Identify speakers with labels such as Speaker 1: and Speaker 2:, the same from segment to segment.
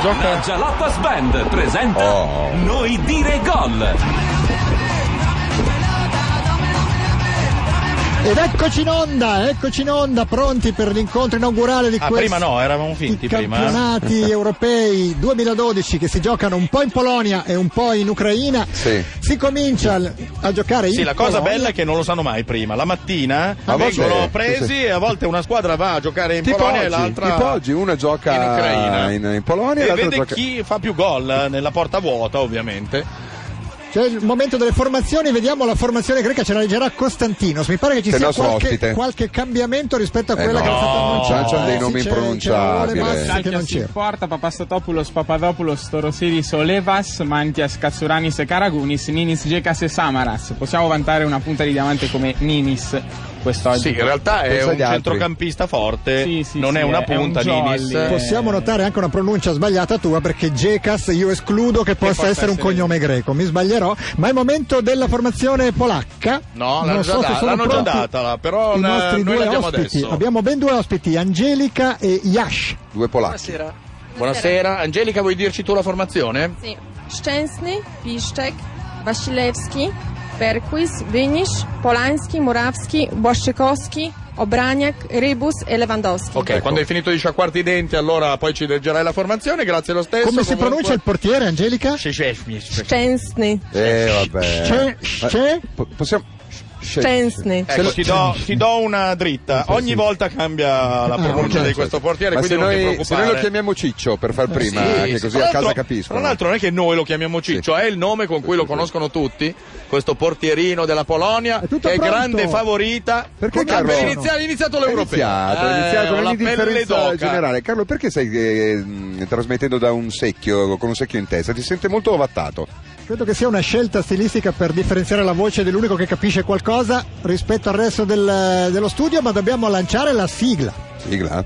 Speaker 1: gioca.
Speaker 2: La Jalapas Band presenta
Speaker 1: Oh.
Speaker 2: Noi dire gol.
Speaker 3: Ed eccoci in onda, eccoci in onda, pronti per l'incontro inaugurale di
Speaker 4: Ah,
Speaker 3: questi
Speaker 4: prima no, eravamo finti
Speaker 3: i
Speaker 4: prima. eh.
Speaker 3: campionati europei 2012 che si giocano un po' in Polonia e un po' in Ucraina.
Speaker 1: Sì.
Speaker 3: Si comincia l- a giocare in
Speaker 4: Sì, la cosa
Speaker 3: Polonia.
Speaker 4: bella è che non lo sanno mai prima. La mattina
Speaker 1: A volte-
Speaker 4: vengono presi
Speaker 1: sì, sì.
Speaker 4: e a volte una squadra va a giocare in
Speaker 1: Tipo
Speaker 4: Polonia e
Speaker 1: oggi,
Speaker 4: l'altra
Speaker 1: tipo oggi, una gioca
Speaker 4: in Ucraina.
Speaker 1: in, in Polonia e,
Speaker 4: e
Speaker 1: l'altra
Speaker 4: vede
Speaker 1: gioca
Speaker 4: chi fa più gol nella porta vuota, ovviamente.
Speaker 3: C'è il momento delle formazioni, vediamo la formazione greca, ce la leggerà Costantinos. Mi pare che ci
Speaker 1: Che è il
Speaker 3: sia
Speaker 1: nostro ospite.
Speaker 3: qualche, qualche cambiamento rispetto a
Speaker 1: Eh
Speaker 3: quella
Speaker 1: no.
Speaker 3: che era stata
Speaker 1: No.
Speaker 3: annunciata.
Speaker 1: C'hanno dei
Speaker 3: Eh, sì,
Speaker 1: nomi
Speaker 3: c'era-
Speaker 1: impronunciabili.
Speaker 3: c'era Ole Massi che non
Speaker 5: Saltias
Speaker 3: c'era.
Speaker 5: Porta, Papastatopoulos, Papadopoulos, Torosidis, Olevas, Mantias, Katsouranis e Karagunis, Ninis, Gekas e Samaras. Possiamo vantare una punta di diamante come Ninis quest'oggi.
Speaker 4: Sì, in realtà è
Speaker 1: Pensa
Speaker 4: un
Speaker 1: agli altri.
Speaker 4: centrocampista forte,
Speaker 5: Sì, sì,
Speaker 4: non
Speaker 5: sì,
Speaker 4: è una
Speaker 5: è un
Speaker 4: punta
Speaker 5: jolly.
Speaker 4: Ninis.
Speaker 5: Eh.
Speaker 3: Possiamo notare anche una pronuncia sbagliata tua perché Gekas io escludo che possa,
Speaker 4: possa
Speaker 3: essere un
Speaker 4: essere-
Speaker 3: cognome greco, mi sbaglierò, ma è il momento della formazione polacca.
Speaker 4: No, l'hanno
Speaker 3: Non
Speaker 4: già
Speaker 3: so se
Speaker 4: data-
Speaker 3: sono
Speaker 4: l'hanno già
Speaker 3: pronti
Speaker 4: data, là, però
Speaker 3: i
Speaker 4: la-
Speaker 3: nostri
Speaker 4: noi
Speaker 3: due
Speaker 4: l'abbiamo
Speaker 3: ospiti.
Speaker 4: adesso.
Speaker 3: Abbiamo ben due ospiti, Angelica e Yash.
Speaker 1: due polacchi.
Speaker 6: Buonasera.
Speaker 4: Buonasera, Angelica, vuoi dirci tu la formazione?
Speaker 7: Sì. Szczęsny, Piszczek, Wasilewski, Perquis, Wynisz, Polański, Murawski, Błaszczykowski, Obraniak, Rybus e Lewandowski.
Speaker 4: Ok, quando hai finito di sciacquarti i denti, allora poi ci leggerai la formazione, grazie lo stesso.
Speaker 3: Come si pronuncia il portiere Angelica?
Speaker 4: il
Speaker 7: Szczęsny,
Speaker 1: Eh, vabbè.
Speaker 3: C'è, c'è.
Speaker 1: Po- possiamo sce-
Speaker 7: Szczęsny.
Speaker 1: Se lo-
Speaker 4: Ecco, ti do, ti do una dritta. Ogni volta cambia la pronuncia di questo portiere,
Speaker 1: Eh, certo. Ma se
Speaker 4: quindi non ti
Speaker 1: noi, se
Speaker 4: preoccupare. Eh,
Speaker 1: noi lo chiamiamo Ciccio per far prima,
Speaker 4: Sì,
Speaker 1: che
Speaker 4: sì.
Speaker 1: così
Speaker 4: Tra
Speaker 1: a
Speaker 4: l'altro-
Speaker 1: casa capiscono.
Speaker 4: Tra l'altro non è che noi lo chiamiamo Ciccio, è il nome con cui lo conoscono tutti, questo portierino della Polonia,
Speaker 3: È
Speaker 4: che
Speaker 3: tutto
Speaker 4: è
Speaker 3: pronto.
Speaker 4: grande favorita.
Speaker 1: Perché,
Speaker 4: Ah,
Speaker 1: Carlo?
Speaker 4: per iniziare, è iniziato l'europeo.
Speaker 1: Iniziato,
Speaker 4: Eh,
Speaker 1: iniziato,
Speaker 4: ho
Speaker 1: ogni
Speaker 4: la pelle
Speaker 1: differenza
Speaker 4: d'oca.
Speaker 1: generale. Carlo, perché stai eh, mh, trasmettendo da un secchio, con un secchio in testa? Ti sente molto ovattato.
Speaker 3: Credo che sia una scelta stilistica per differenziare la voce dell'unico che capisce qualcosa rispetto al resto del- dello studio, ma dobbiamo lanciare la sigla.
Speaker 1: Sigla?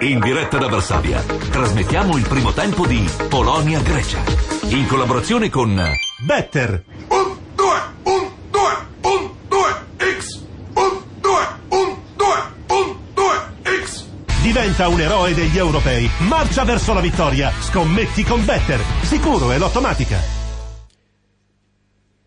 Speaker 2: In diretta da Varsavia trasmettiamo il primo tempo di Polonia-Grecia in collaborazione con Better.
Speaker 8: Un, due, un, due, un, due, X. Un, due, un, due, un, due, X.
Speaker 9: Diventa un eroe degli europei. Marcia verso la vittoria. Scommetti con Better. Sicuro è l'automatica.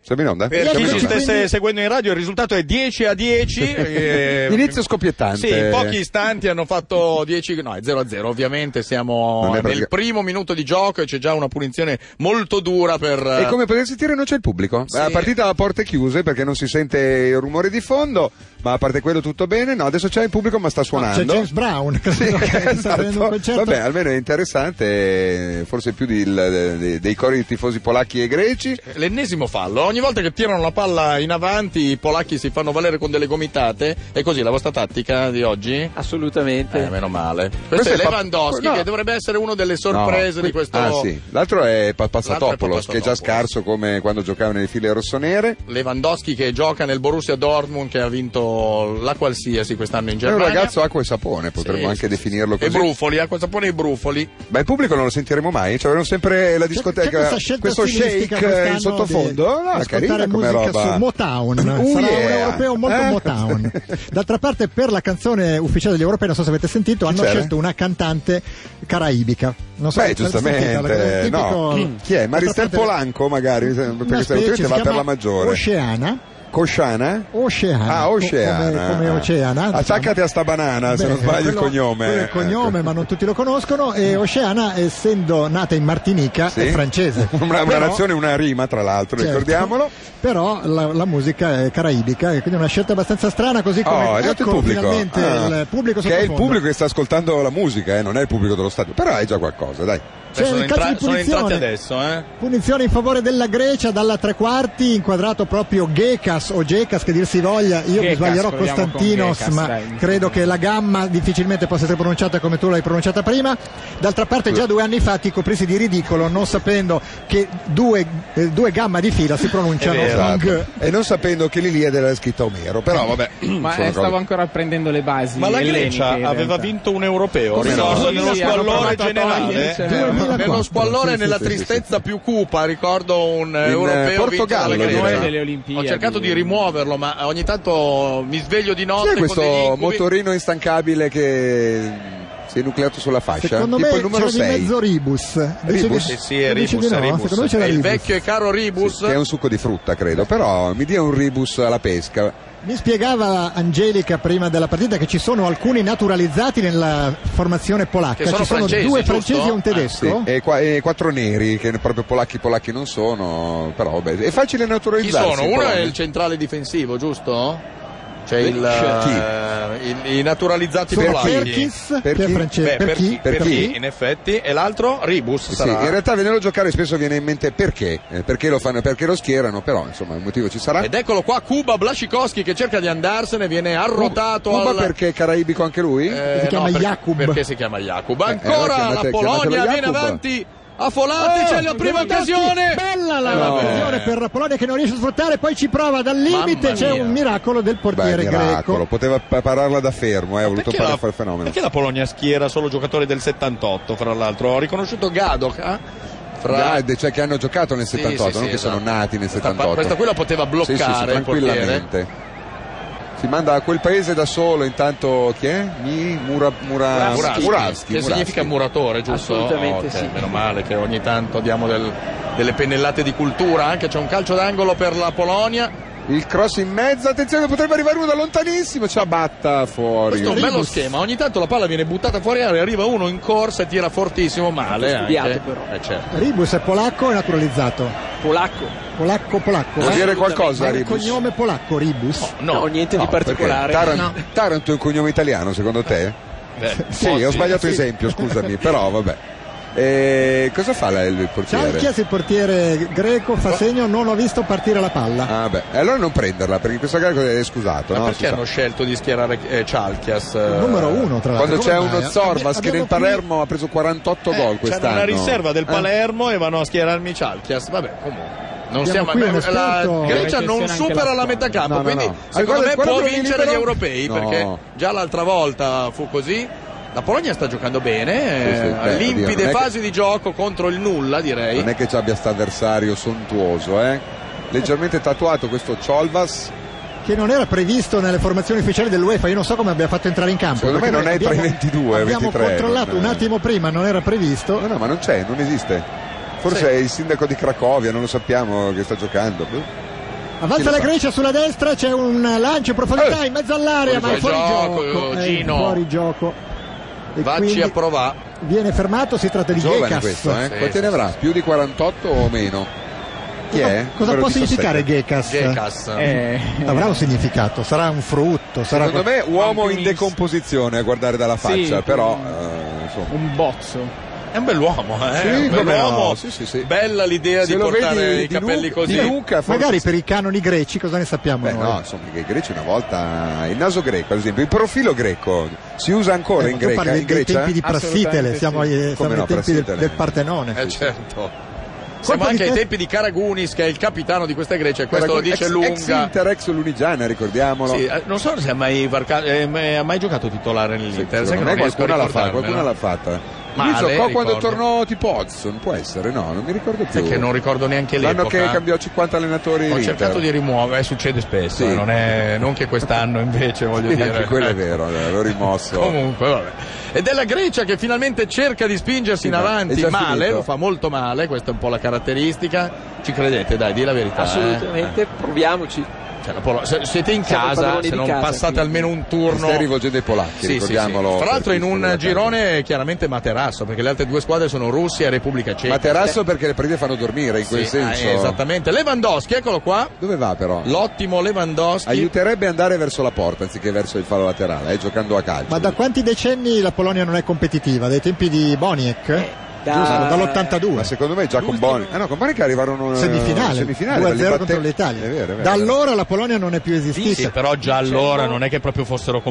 Speaker 1: Siamo in onda?
Speaker 4: Per
Speaker 1: Siamo
Speaker 4: chi
Speaker 1: in
Speaker 4: ci
Speaker 1: onda.
Speaker 4: stesse seguendo in radio, il risultato è 10 a 10. eh,
Speaker 1: Inizio scoppiettante.
Speaker 4: Sì, in pochi istanti hanno fatto 10, no, è 0 a 0. Ovviamente siamo
Speaker 1: Non è
Speaker 4: nel
Speaker 1: pratica-
Speaker 4: primo minuto di gioco e c'è già una punizione molto dura per. eh,
Speaker 1: E come potete sentire non c'è il pubblico.
Speaker 4: Sì.
Speaker 1: La partita a porte chiuse perché non si sente il rumore di fondo, ma a parte quello tutto bene. No, adesso c'è il pubblico ma sta
Speaker 3: C'è
Speaker 1: suonando.
Speaker 3: James Brown che
Speaker 1: Sì,
Speaker 3: sta facendo un
Speaker 1: esatto.
Speaker 3: concerto.
Speaker 1: Vabbè, almeno è interessante, eh, forse più di- il- de- dei cori di tifosi polacchi e greci.
Speaker 4: eh, L'ennesimo fallo. Ogni volta che tirano la palla in avanti, i polacchi si fanno valere con delle gomitate. È così la vostra tattica di oggi?
Speaker 6: Assolutamente.
Speaker 4: Eh, meno male. Questo,
Speaker 1: Questo
Speaker 4: è
Speaker 1: è Pap-
Speaker 4: Lewandowski,
Speaker 1: no.
Speaker 4: che dovrebbe essere una delle sorprese
Speaker 1: No.
Speaker 4: di questo.
Speaker 1: Ah, sì. L'altro è Pa- Passatopoulos,
Speaker 4: Papastatopoulos.
Speaker 1: che è già scarso come quando giocava nelle file rossonere.
Speaker 4: Lewandowski che gioca nel Borussia Dortmund, che ha vinto la qualsiasi quest'anno in
Speaker 1: È un
Speaker 4: Germania.
Speaker 1: ragazzo acqua e sapone, potremmo
Speaker 4: Sì,
Speaker 1: anche
Speaker 4: sì,
Speaker 1: definirlo
Speaker 4: sì. E
Speaker 1: così.
Speaker 4: brufoli, acqua sapone e brufoli.
Speaker 1: Ma il pubblico non lo sentiremo mai, ci avremo sempre la
Speaker 3: C'è
Speaker 1: discoteca,
Speaker 3: questa scelta
Speaker 1: questo
Speaker 3: stilistica
Speaker 1: shake eh,
Speaker 3: quest'anno
Speaker 1: in sottofondo,
Speaker 3: di
Speaker 1: no, è
Speaker 3: ascoltare
Speaker 1: carina come
Speaker 3: musica
Speaker 1: roba.
Speaker 3: su Motown.
Speaker 1: Uh,
Speaker 3: Sarà un
Speaker 1: yeah.
Speaker 3: europeo molto
Speaker 1: Eh?
Speaker 3: Motown. D'altra parte, per la canzone ufficiale degli europei, non so se avete sentito, hanno
Speaker 1: c'era?
Speaker 3: scelto una cantante caraibica. Non so
Speaker 1: Beh,
Speaker 3: se l'avete
Speaker 1: giustamente,
Speaker 3: sentita, la-
Speaker 1: no.
Speaker 3: tipico-
Speaker 1: Chi- Chi è?
Speaker 3: D'altra
Speaker 1: Maristel
Speaker 3: parte-
Speaker 1: Polanco, magari, mi sembra,
Speaker 3: una
Speaker 1: perché se
Speaker 3: specie, si
Speaker 1: ultimamente va per
Speaker 3: chiama
Speaker 1: la maggiore.
Speaker 3: Oceana.
Speaker 1: Cosciana?
Speaker 3: Oceana.
Speaker 1: Ah,
Speaker 3: co-
Speaker 1: Oceana.
Speaker 3: Come, come Oceana. diciamo.
Speaker 1: Attaccati a sta banana, se
Speaker 3: Beh,
Speaker 1: non sbaglio il
Speaker 3: quello- quello è
Speaker 1: cognome. Ecco. Mm.
Speaker 3: il cognome, ma non tutti lo conoscono. E Oceana, essendo nata in Martinica,
Speaker 1: Ecco. Sì.
Speaker 3: è francese.
Speaker 1: Una, una
Speaker 3: Però-
Speaker 1: nazione, una rima, tra l'altro,
Speaker 3: Certo.
Speaker 1: ricordiamolo.
Speaker 3: Però la, la musica è caraibica, e quindi è una scelta abbastanza strana, così come
Speaker 1: Oh, è arrivato
Speaker 3: ecco,
Speaker 1: il pubblico.
Speaker 3: finalmente
Speaker 1: Ah,
Speaker 3: il pubblico
Speaker 1: che è il
Speaker 3: sottofondo.
Speaker 1: pubblico che sta ascoltando la musica, eh, non è il pubblico dello stadio. Però è già qualcosa, dai.
Speaker 3: C'è
Speaker 4: sono,
Speaker 3: il calcio
Speaker 4: entra-
Speaker 3: di
Speaker 4: sono entrati
Speaker 3: punizione.
Speaker 4: adesso, eh.
Speaker 3: Punizione in favore della Grecia dalla tre quarti, inquadrato proprio Gekas o Gekas che dir si voglia. Io mi
Speaker 5: Gekas,
Speaker 3: sbaglierò
Speaker 5: proviamo con
Speaker 3: Costantinos,
Speaker 5: Gekas,
Speaker 3: ma
Speaker 5: dai.
Speaker 3: credo che la gamma difficilmente possa essere pronunciata come tu l'hai pronunciata prima. D'altra parte già due anni fa ti coprisi di ridicolo non sapendo che due, eh, due gamma di fila si pronunciano con G.
Speaker 1: E non sapendo che l'Iliade era scritta Omero, però vabbè.
Speaker 5: Ma
Speaker 1: sono
Speaker 5: eh, stavo
Speaker 1: cose-
Speaker 5: ancora prendendo le basi.
Speaker 4: Ma la
Speaker 5: elleniche,
Speaker 4: Grecia
Speaker 5: in
Speaker 4: aveva
Speaker 5: realtà.
Speaker 4: vinto un europeo,
Speaker 1: Come
Speaker 4: ricordo,
Speaker 1: no?
Speaker 4: nello
Speaker 5: Sì, hanno
Speaker 4: squallore
Speaker 5: provato a
Speaker 4: generale.
Speaker 5: togliercela.
Speaker 4: Eh,
Speaker 3: 2004,
Speaker 4: nello
Speaker 1: sì,
Speaker 4: squallore e
Speaker 1: sì,
Speaker 4: nella
Speaker 1: sì,
Speaker 4: tristezza più cupa, ricordo un eh,
Speaker 1: In, eh,
Speaker 4: europeo vinto
Speaker 1: Portogallo,
Speaker 4: dalla Grecia.
Speaker 1: direi.
Speaker 5: Noi delle Olimpiadi.
Speaker 4: Ho cercato di rimuoverlo, ma ogni tanto mi sveglio di
Speaker 1: Chi
Speaker 4: notte
Speaker 1: è
Speaker 4: con degli
Speaker 1: questo
Speaker 4: incubi.
Speaker 1: motorino instancabile che Si è nucleato sulla fascia.
Speaker 3: Secondo
Speaker 1: tipo
Speaker 3: me
Speaker 1: il numero
Speaker 3: c'era
Speaker 1: 6.
Speaker 3: di mezzo Ribus. Dice
Speaker 1: Ribus?
Speaker 3: che-
Speaker 1: Eh
Speaker 6: sì, è
Speaker 3: dice
Speaker 6: Ribus,
Speaker 3: di
Speaker 6: è
Speaker 3: no,
Speaker 6: Ribus.
Speaker 3: Secondo me c'era
Speaker 4: È il
Speaker 3: Ribus.
Speaker 4: vecchio e caro Ribus.
Speaker 1: Che è un succo di frutta, credo. Però mi dia un ribus alla pesca.
Speaker 3: Mi spiegava Angelica prima della partita che ci sono alcuni naturalizzati nella formazione polacca.
Speaker 4: Che sono
Speaker 3: ci sono
Speaker 4: francesi,
Speaker 3: due
Speaker 4: giusto?
Speaker 3: francesi e
Speaker 4: Ah,
Speaker 3: un
Speaker 1: Sì,
Speaker 3: tedesco.
Speaker 1: e, qua- e quattro neri, che proprio polacchi polacchi non sono, però vabbè, è facile
Speaker 4: Chi
Speaker 1: naturalizzarsi.
Speaker 4: sono? Uno
Speaker 1: però. eh.
Speaker 4: è il centrale difensivo, giusto? C'è il,
Speaker 1: Chi?
Speaker 4: eh, i, i naturalizzati
Speaker 3: Sono
Speaker 1: Perchi.
Speaker 4: polacchi.
Speaker 3: Perkins
Speaker 1: Per chi?
Speaker 3: per, France-
Speaker 6: Beh, per chi? Per
Speaker 1: chi?
Speaker 6: chi, in effetti. E l'altro? Ribus
Speaker 1: Sì,
Speaker 6: sarà.
Speaker 1: in realtà venendo a giocare spesso viene in mente perché, eh, perché lo fanno, perché lo schierano, però insomma il motivo ci sarà.
Speaker 4: Ed eccolo qua Cuba Blascikowski che cerca di andarsene, viene arrotato
Speaker 1: Cuba
Speaker 4: al
Speaker 1: perché è caraibico anche lui?
Speaker 4: Eh,
Speaker 3: Si chiama
Speaker 4: perché-
Speaker 3: Jakub.
Speaker 4: Perché si chiama Jakub?
Speaker 1: eh, allora
Speaker 4: Ancora
Speaker 1: chiamate-
Speaker 4: la
Speaker 1: chiamatelo
Speaker 4: Polonia viene
Speaker 1: Jakub. Eh,
Speaker 4: avanti a Folatti, c'è la prima
Speaker 3: Guardati,
Speaker 4: occasione.
Speaker 3: Bella la
Speaker 4: Eh, vabbè.
Speaker 3: occasione per la Polonia che non riesce a sfruttare, poi ci prova dal limite,
Speaker 4: Mamma
Speaker 3: c'è
Speaker 4: mia.
Speaker 3: un miracolo del
Speaker 1: Beh,
Speaker 3: portiere
Speaker 1: miracolo,
Speaker 3: greco.
Speaker 1: poteva pa- pararla da fermo, eh, ha voluto
Speaker 6: Perché la,
Speaker 1: fare fare il fenomeno.
Speaker 6: perché la Polonia schiera solo giocatori del 78, fra l'altro? Ho riconosciuto
Speaker 4: Tutto Gadoka eh? fra
Speaker 1: Grande, cioè che hanno giocato nel
Speaker 4: Sì,
Speaker 1: 78,
Speaker 4: sì,
Speaker 1: non
Speaker 4: sì,
Speaker 1: che sono
Speaker 4: esatto.
Speaker 1: nati nel
Speaker 4: Questa pa-
Speaker 1: 78.
Speaker 4: Questa qui la poteva
Speaker 1: Sì,
Speaker 4: bloccare
Speaker 1: sì, sì,
Speaker 4: il portiere.
Speaker 1: tranquillamente. Si manda a quel paese da solo, intanto chi è? Mi, Mura, Mura, Murawski,
Speaker 4: Murawski, Ah, che
Speaker 1: Murawski.
Speaker 4: significa muratore, giusto?
Speaker 10: Assolutamente
Speaker 4: Ok,
Speaker 10: sì.
Speaker 4: Meno male che ogni tanto diamo del- delle pennellate di cultura, anche c'è un calcio d'angolo per la Polonia.
Speaker 1: Il cross in mezzo, attenzione, potrebbe arrivare uno da lontanissimo, ce la batta fuori.
Speaker 4: Questo è un bello
Speaker 1: Ribus.
Speaker 4: schema, ogni tanto la palla viene buttata fuori area, arriva uno in corsa e tira fortissimo, male.
Speaker 10: Tutto studiato,
Speaker 4: anche.
Speaker 10: però.
Speaker 4: Eh, certo.
Speaker 3: Ribus è polacco e naturalizzato.
Speaker 10: Polacco.
Speaker 3: Polacco polacco.
Speaker 1: Vuol
Speaker 3: eh?
Speaker 1: dire
Speaker 3: Ma
Speaker 1: qualcosa,
Speaker 3: il
Speaker 1: Ribus?
Speaker 3: cognome polacco Ribus.
Speaker 10: No, niente
Speaker 1: No,
Speaker 10: di particolare.
Speaker 1: perché? Taran- Taranto è un cognome italiano, secondo te? sì, ho sbagliato esempio, scusami, però vabbè. E cosa fa la- il portiere?
Speaker 3: Cialchias, il portiere greco, fa segno, non ho visto partire la palla.
Speaker 1: Ah, beh, e allora non prenderla, perché in questa gara è scusato,
Speaker 4: Ma
Speaker 1: no? Si
Speaker 4: perché
Speaker 1: sa.
Speaker 4: hanno scelto di schierare eh, Cialchias?
Speaker 3: Il Numero uno, tra l'altro.
Speaker 1: Quando c'è
Speaker 3: Come
Speaker 1: uno
Speaker 3: mai?
Speaker 4: eh,
Speaker 1: Zorbas
Speaker 3: eh, Abbiamo
Speaker 1: che nel
Speaker 3: qui-
Speaker 1: Palermo ha preso 48 gol quest'anno.
Speaker 6: C'era una riserva del
Speaker 1: Eh,
Speaker 6: Palermo e vanno a schierarmi
Speaker 4: Cialchias, vabbè, comunque. Non
Speaker 3: Abbiamo
Speaker 4: siamo,
Speaker 3: qui uno
Speaker 4: eh, la
Speaker 3: esperto.
Speaker 4: Grecia
Speaker 5: Deve
Speaker 4: non
Speaker 5: gestione anche
Speaker 4: supera
Speaker 5: la
Speaker 4: la metà campo,
Speaker 1: No, no,
Speaker 4: quindi
Speaker 1: no. Ah,
Speaker 4: secondo
Speaker 1: guarda,
Speaker 4: me
Speaker 1: guarda
Speaker 4: può
Speaker 1: quello
Speaker 4: vincere gli
Speaker 1: libero.
Speaker 4: europei
Speaker 1: No.
Speaker 4: perché già l'altra volta fu così. La Polonia sta giocando bene,
Speaker 1: Sì, sì,
Speaker 4: eh,
Speaker 1: beh,
Speaker 4: a limpide
Speaker 1: oddio, non è che-
Speaker 4: fasi di gioco contro il nulla, direi.
Speaker 1: Non è che ci abbia sta avversario sontuoso, eh? Leggermente tatuato questo Ciolvas,
Speaker 3: che non era previsto nelle formazioni ufficiali dell'UEFA. Io non so come abbia fatto entrare in campo.
Speaker 1: Secondo
Speaker 3: perché
Speaker 1: me non
Speaker 3: noi
Speaker 1: è tra i
Speaker 3: abbiamo-
Speaker 1: 22,
Speaker 3: Abbiamo
Speaker 1: 23,
Speaker 3: controllato
Speaker 1: non-
Speaker 3: un attimo prima, non era
Speaker 1: No,
Speaker 3: previsto.
Speaker 1: no, ma non c'è, non esiste. Forse è il sindaco di Cracovia, non lo sappiamo che sta giocando. Boh. Chi
Speaker 3: Avanza
Speaker 1: lo
Speaker 3: la
Speaker 1: sa?
Speaker 3: Grecia sulla destra, c'è un lancio in profondità
Speaker 1: Eh.
Speaker 3: in mezzo all'area, ma è fuori
Speaker 4: Fuori
Speaker 3: gioco.
Speaker 4: gioco, eh,
Speaker 3: è
Speaker 4: Gino.
Speaker 3: fuori gioco. E
Speaker 4: Vacci
Speaker 3: quindi
Speaker 4: a
Speaker 1: Eh.
Speaker 4: provare.
Speaker 3: viene fermato, si tratta di
Speaker 1: Giovane
Speaker 3: Gekas.
Speaker 1: questo, eh?
Speaker 4: Sì,
Speaker 1: Quanti
Speaker 4: sì,
Speaker 1: ne avrà? Più di 48 o meno? Chi è?
Speaker 3: Cosa
Speaker 1: Numero
Speaker 3: può significare
Speaker 1: 17.
Speaker 3: Gekas?
Speaker 4: Gekas.
Speaker 5: Eh,
Speaker 3: Avrà un significato, sarà un frutto, sarà
Speaker 1: Secondo me uomo in
Speaker 5: Campionis.
Speaker 1: decomposizione a guardare dalla
Speaker 5: Sì,
Speaker 1: faccia, però
Speaker 5: mm.
Speaker 1: eh, insomma.
Speaker 5: un bozzo.
Speaker 6: È un bell'uomo, eh.
Speaker 1: Sì,
Speaker 6: un
Speaker 1: come no,
Speaker 6: bell'uomo.
Speaker 1: sì, sì, sì.
Speaker 4: Bella l'idea
Speaker 1: Se
Speaker 4: di
Speaker 1: lo
Speaker 4: portare
Speaker 1: vedi
Speaker 4: i
Speaker 1: di
Speaker 4: capelli
Speaker 1: Lu-
Speaker 4: così.
Speaker 1: di Luca, forse-
Speaker 3: Magari per i canoni greci cosa ne sappiamo
Speaker 1: Beh,
Speaker 3: noi? Eh,
Speaker 1: no, insomma, i greci una volta il naso greco, ad esempio, il profilo greco si usa ancora
Speaker 3: Eh,
Speaker 1: in,
Speaker 3: ma tu
Speaker 1: greca,
Speaker 3: parli
Speaker 1: in
Speaker 3: dei
Speaker 1: Grecia?
Speaker 3: tempi di Prassitele,
Speaker 5: Assolutamente
Speaker 3: siamo,
Speaker 5: sì.
Speaker 3: ai, siamo
Speaker 1: Come no,
Speaker 3: ai tempi del,
Speaker 1: Prassitele.
Speaker 3: del Partenone.
Speaker 4: Eh, certo.
Speaker 3: Colpo
Speaker 4: Siamo
Speaker 3: di
Speaker 4: anche ai
Speaker 3: testa.
Speaker 4: tempi di Karagounis che è il capitano di questa Grecia e questo lo
Speaker 1: Era
Speaker 4: dice
Speaker 1: ex, Ex
Speaker 4: lunga.
Speaker 1: Inter, ex Lunigiana, ricordiamolo.
Speaker 6: Sì, eh, non so se ha mai, varca- eh, ma- ha mai giocato titolare nell'Inter. sai
Speaker 1: Secondo
Speaker 6: che
Speaker 1: me
Speaker 6: non riesco
Speaker 1: qualcuna
Speaker 6: a
Speaker 1: l'ha, fa-
Speaker 6: ricordarmelo.
Speaker 1: qualcuna l'ha fatta. Lui
Speaker 4: Male,
Speaker 1: giocò quando
Speaker 4: ricordo.
Speaker 1: tornò tipo Hodgson, può essere, no? Non mi ricordo più.
Speaker 4: Sai che non ricordo neanche
Speaker 1: L'anno
Speaker 4: l'epoca.
Speaker 1: che cambiò 50 allenatori.
Speaker 4: Ho
Speaker 1: in
Speaker 4: cercato
Speaker 1: Inter.
Speaker 4: di rimuovere, eh, succede spesso,
Speaker 1: Sì.
Speaker 4: eh, non, è, non che quest'anno invece voglio
Speaker 1: Sì,
Speaker 4: dire.
Speaker 1: Anche quello è vero, allora, l'ho rimosso.
Speaker 4: Comunque, vabbè. Ed è la Grecia che finalmente cerca di spingersi in
Speaker 1: ma è
Speaker 4: avanti
Speaker 1: già
Speaker 4: male,
Speaker 1: finito.
Speaker 4: lo fa molto male, questa è un po' la caratteristica. Ci credete, dai, di la verità. eh.
Speaker 10: Assolutamente, proviamoci.
Speaker 4: Cioè, la Polonia- se- siete in
Speaker 10: Siamo
Speaker 4: casa,
Speaker 10: padroni
Speaker 4: se
Speaker 10: di
Speaker 4: non
Speaker 10: casa,
Speaker 4: passate
Speaker 10: quindi.
Speaker 4: almeno un
Speaker 1: Mi
Speaker 4: turno.
Speaker 1: Stai rivolgendo ai polacchi,
Speaker 4: Sì, sì, sì.
Speaker 1: ricordiamolo.
Speaker 4: Tra l'altro in un
Speaker 1: Perché-
Speaker 4: girone chiaramente materasso, perché le altre due squadre sono Russia e Repubblica Ceca.
Speaker 1: Materasso perché le partite fanno dormire in
Speaker 4: Sì,
Speaker 1: quel senso.
Speaker 4: eh, esattamente. Lewandowski, eccolo qua.
Speaker 1: Dove va però?
Speaker 4: L'ottimo Lewandowski.
Speaker 1: Aiuterebbe andare verso la porta anziché verso il fallo laterale, eh, giocando a calcio.
Speaker 3: Ma da quanti decenni la Polonia non è competitiva? Dai tempi di Boniek?
Speaker 10: da-
Speaker 3: Giusto,
Speaker 1: Ma
Speaker 3: dall'82.
Speaker 1: secondo me già con Boni. Ah no, con Boni che arrivarono eh,
Speaker 3: Semifinale,
Speaker 1: semifinale
Speaker 3: 2-0
Speaker 1: perché
Speaker 3: contro
Speaker 1: batte-
Speaker 3: l'Italia.
Speaker 1: È vero, è vero.
Speaker 3: da allora la Polonia non è più
Speaker 6: Sì,
Speaker 3: esistita.
Speaker 6: sì, però già allora non è che proprio fossero
Speaker 3: Eh,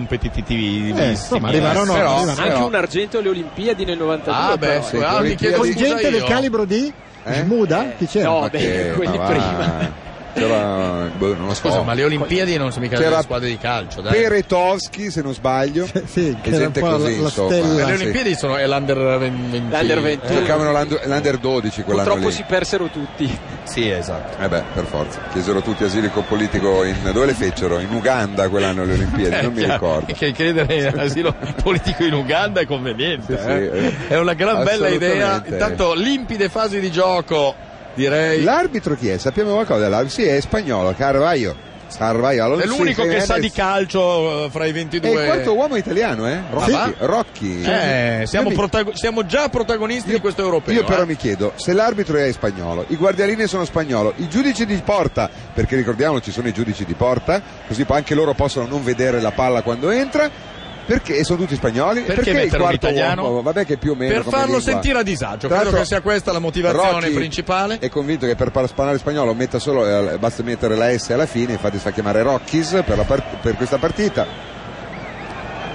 Speaker 6: competitivi.
Speaker 3: insomma, arrivarono,
Speaker 4: però-
Speaker 3: arrivarono.
Speaker 10: Anche
Speaker 4: però-
Speaker 10: un argento alle Olimpiadi nel 92.
Speaker 4: Ah, beh,
Speaker 10: però,
Speaker 4: sì,
Speaker 10: eh.
Speaker 4: ah, mi chiedo
Speaker 3: con
Speaker 4: scusa
Speaker 3: gente del
Speaker 4: io.
Speaker 3: calibro di
Speaker 1: Eh?
Speaker 3: Smuda,
Speaker 10: Eh,
Speaker 4: Oh,
Speaker 3: chi c'era?
Speaker 10: no.
Speaker 1: Ma
Speaker 10: beh,
Speaker 1: che-
Speaker 10: quelli
Speaker 1: ma va.
Speaker 10: prima.
Speaker 1: c'era boh, non lo so.
Speaker 4: Scusa, ma le Olimpiadi non sono mica
Speaker 1: C'era
Speaker 4: delle squadre di calcio, dai.
Speaker 1: Peretowski, se non sbaglio, e gente così, insomma.
Speaker 4: Eh, Le Olimpiadi sono è l'under 20.
Speaker 10: L'Under
Speaker 4: Eh,
Speaker 10: 21.
Speaker 1: Giocavano l'under, l'Under 12 quell'anno
Speaker 10: Purtroppo
Speaker 1: lì.
Speaker 10: si persero tutti.
Speaker 1: Sì, esatto. Eh beh, per forza. Chiesero tutti asilico politico in dove le fecero? In Uganda quell'anno le Olimpiadi,
Speaker 4: Eh,
Speaker 1: non mi
Speaker 4: chiaro.
Speaker 1: ricordo.
Speaker 4: Che credere in asilo politico in Uganda è conveniente.
Speaker 1: Sì,
Speaker 4: eh.
Speaker 1: sì, eh.
Speaker 4: È una gran bella idea.
Speaker 1: Assolutamente.
Speaker 4: Intanto limpide fasi di gioco, direi.
Speaker 1: L'arbitro chi è? Sappiamo qualcosa dell'arbitro? Sì, è spagnolo, Carvaio. Carvaio
Speaker 4: È l'unico
Speaker 1: eh,
Speaker 4: che sa di calcio eh, fra i
Speaker 1: E
Speaker 4: 22.
Speaker 1: il quarto uomo italiano, eh? Rocchi.
Speaker 4: va?
Speaker 1: Rocchi.
Speaker 4: Eh,
Speaker 1: Io
Speaker 4: siamo,
Speaker 1: mi-
Speaker 4: protago- siamo già protagonisti di questo europeo.
Speaker 1: Io però
Speaker 4: eh.
Speaker 1: mi chiedo, se l'arbitro è spagnolo, i guardiarini sono spagnolo, i giudici di porta, perché ricordiamo ci sono i giudici di porta, così po- anche loro possono non vedere la palla quando entra, perché e sono tutti spagnoli,
Speaker 4: Perché
Speaker 1: il
Speaker 4: mettere un
Speaker 1: quarto
Speaker 4: italiano?
Speaker 1: uomo, vabbè che più o meno
Speaker 4: Per
Speaker 1: come
Speaker 4: farlo
Speaker 1: lingua-
Speaker 4: sentire a
Speaker 1: Tra
Speaker 4: disagio, credo
Speaker 1: l'altro
Speaker 4: che sia questa la motivazione
Speaker 1: Rocchi
Speaker 4: principale.
Speaker 1: È convinto che per par- parlare spagnolo metta solo, eh, basta mettere la S alla fine, infatti si fa chiamare Rockies per, la part- per questa partita.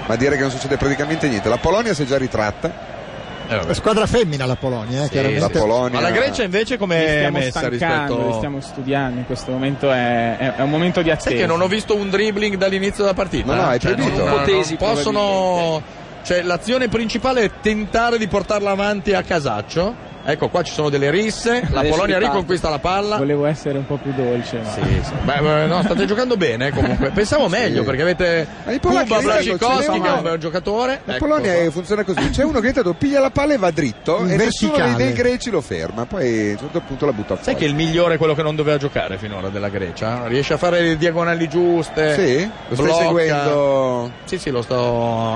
Speaker 1: Ma dire che non succede praticamente niente. La Polonia si è già ritratta.
Speaker 3: La squadra femmina la Polonia, eh, chiaramente.
Speaker 1: la Polonia.
Speaker 4: Ma la Grecia invece come
Speaker 3: Eh,
Speaker 5: Li
Speaker 4: è
Speaker 5: stiamo
Speaker 4: messa
Speaker 5: stancando,
Speaker 4: rispetto-
Speaker 5: li stiamo studiando in questo momento è, è- è un momento di
Speaker 4: Sai
Speaker 5: attesa
Speaker 4: che non ho visto un dribbling dall'inizio della partita. Cioè,
Speaker 5: Ma no, hai
Speaker 4: non,
Speaker 5: proibito.
Speaker 4: non
Speaker 5: Ipotesi,
Speaker 4: possono. Cioè, l'azione principale è tentare di portarla avanti a casaccio. Ecco, qua ci sono delle risse. La
Speaker 5: Adesso
Speaker 4: Polonia
Speaker 5: mi parli.
Speaker 4: riconquista la palla.
Speaker 5: volevo essere un po' più dolce ma...
Speaker 4: Beh, beh, no, state giocando bene eh, comunque. Pensavo meglio perché avete
Speaker 1: Ma i polacchi
Speaker 4: Kuba
Speaker 1: adesso ce
Speaker 4: Bracikowski che è
Speaker 1: l'hanno.
Speaker 4: un bel giocatore.
Speaker 1: La
Speaker 4: Ecco
Speaker 1: Polonia
Speaker 4: qua.
Speaker 1: funziona così: c'è uno che intanto piglia la palla e va dritto,
Speaker 4: In
Speaker 1: e nessuno dei,
Speaker 4: verticale.
Speaker 1: dei greci lo ferma. Poi a un certo punto la butta fuori.
Speaker 4: Sai che il migliore è quello che non doveva giocare finora della Grecia? Riesce a fare le diagonali giuste.
Speaker 1: Sì? Lo stai
Speaker 4: blocca.
Speaker 1: seguendo?
Speaker 4: Sì, sì, lo sto.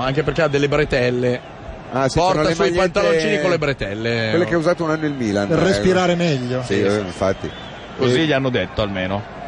Speaker 4: Anche perché ha delle bretelle.
Speaker 1: Ah, sì, sono
Speaker 4: Porta
Speaker 1: le
Speaker 4: sui
Speaker 1: magliette-
Speaker 4: pantaloncini con le bretelle.
Speaker 1: Quelle che ha usato un anno il Milan.
Speaker 3: Per
Speaker 1: eh,
Speaker 3: respirare meglio.
Speaker 1: Sì, eh, infatti.
Speaker 4: Così
Speaker 1: Eh,
Speaker 4: gli hanno detto almeno.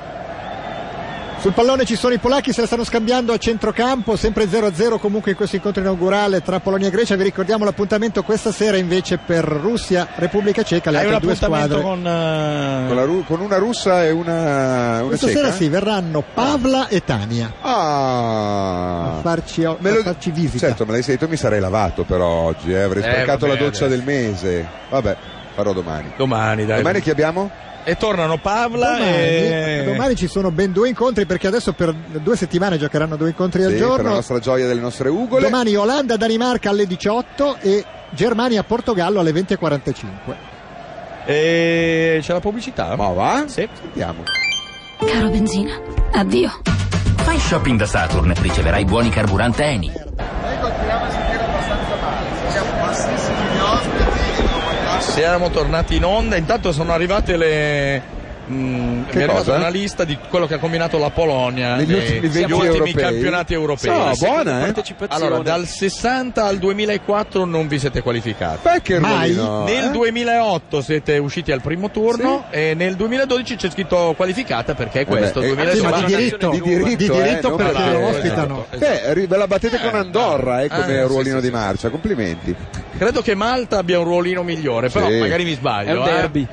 Speaker 3: Sul pallone ci sono i polacchi, se la stanno scambiando a centrocampo, sempre 0-0 comunque in questo incontro inaugurale tra Polonia e Grecia. Vi ricordiamo l'appuntamento questa sera invece per Russia, Repubblica Ceca, le
Speaker 4: Hai un
Speaker 3: altre due
Speaker 4: appuntamento
Speaker 3: squadre.
Speaker 4: con.
Speaker 1: Con, la ru- con una russa e una, una
Speaker 3: Questa
Speaker 1: ceca?
Speaker 3: sera sì, verranno Pavla e Tania
Speaker 1: Ah,
Speaker 3: a farci, a farci visita.
Speaker 1: certo, me l'hai detto, mi sarei lavato però oggi, eh, avrei
Speaker 4: Eh,
Speaker 1: sprecato
Speaker 4: vabbè,
Speaker 1: la doccia del
Speaker 4: adesso.
Speaker 1: mese. Vabbè, farò domani.
Speaker 4: Domani, dai.
Speaker 1: Domani chi abbiamo?
Speaker 4: E tornano Pavla
Speaker 3: Domani,
Speaker 4: e.
Speaker 3: domani ci sono ben due incontri perché adesso per due settimane giocheranno due incontri al
Speaker 1: Sì, per la
Speaker 3: giorno.
Speaker 1: nostra gioia delle nostre ugole.
Speaker 3: Domani Olanda-Danimarca alle 18 e Germania-Portogallo alle 20.45.
Speaker 4: E c'è la pubblicità?
Speaker 1: Ma va?
Speaker 4: Sì.
Speaker 1: Sentiamo.
Speaker 11: Caro benzina, addio.
Speaker 2: Fai shopping da Saturn, riceverai buoni carburanti Eni.
Speaker 4: Siamo tornati in onda, intanto sono arrivate le. mm,
Speaker 1: Che
Speaker 4: mi è arrivata
Speaker 1: cosa?
Speaker 4: una lista di quello che ha combinato la Polonia
Speaker 1: Negli
Speaker 4: nei-
Speaker 1: ultimi
Speaker 4: negli
Speaker 1: venti
Speaker 4: Ah, eh, ultimi
Speaker 1: europei?
Speaker 4: campionati europei.
Speaker 1: No,
Speaker 4: La seconda
Speaker 1: buona, eh?
Speaker 4: partecipazione. Allora, dal 60 al 2004 non vi siete qualificati.
Speaker 1: Beh, che
Speaker 3: Mai?
Speaker 1: ruolino,
Speaker 4: Nel
Speaker 1: eh?
Speaker 4: 2008 siete usciti al primo turno e nel 2012 c'è scritto qualificata perché è questo.
Speaker 1: eh,
Speaker 4: il
Speaker 1: sì,
Speaker 3: ma
Speaker 4: 2012.
Speaker 3: di diritto,
Speaker 1: Di diritto,
Speaker 3: Di
Speaker 1: eh,
Speaker 3: diritto
Speaker 1: non
Speaker 3: perché
Speaker 1: perché-
Speaker 3: lo ospitano.
Speaker 1: Beh, ri- ve la battete con Andorra, eh, come
Speaker 4: Esatto, eh, sì,
Speaker 1: ruolino
Speaker 4: sì,
Speaker 1: di marcia, complimenti.
Speaker 4: Credo che Malta abbia un ruolino migliore, però
Speaker 1: Sì.
Speaker 4: magari mi sbaglio.
Speaker 10: È un
Speaker 4: eh.
Speaker 10: derby.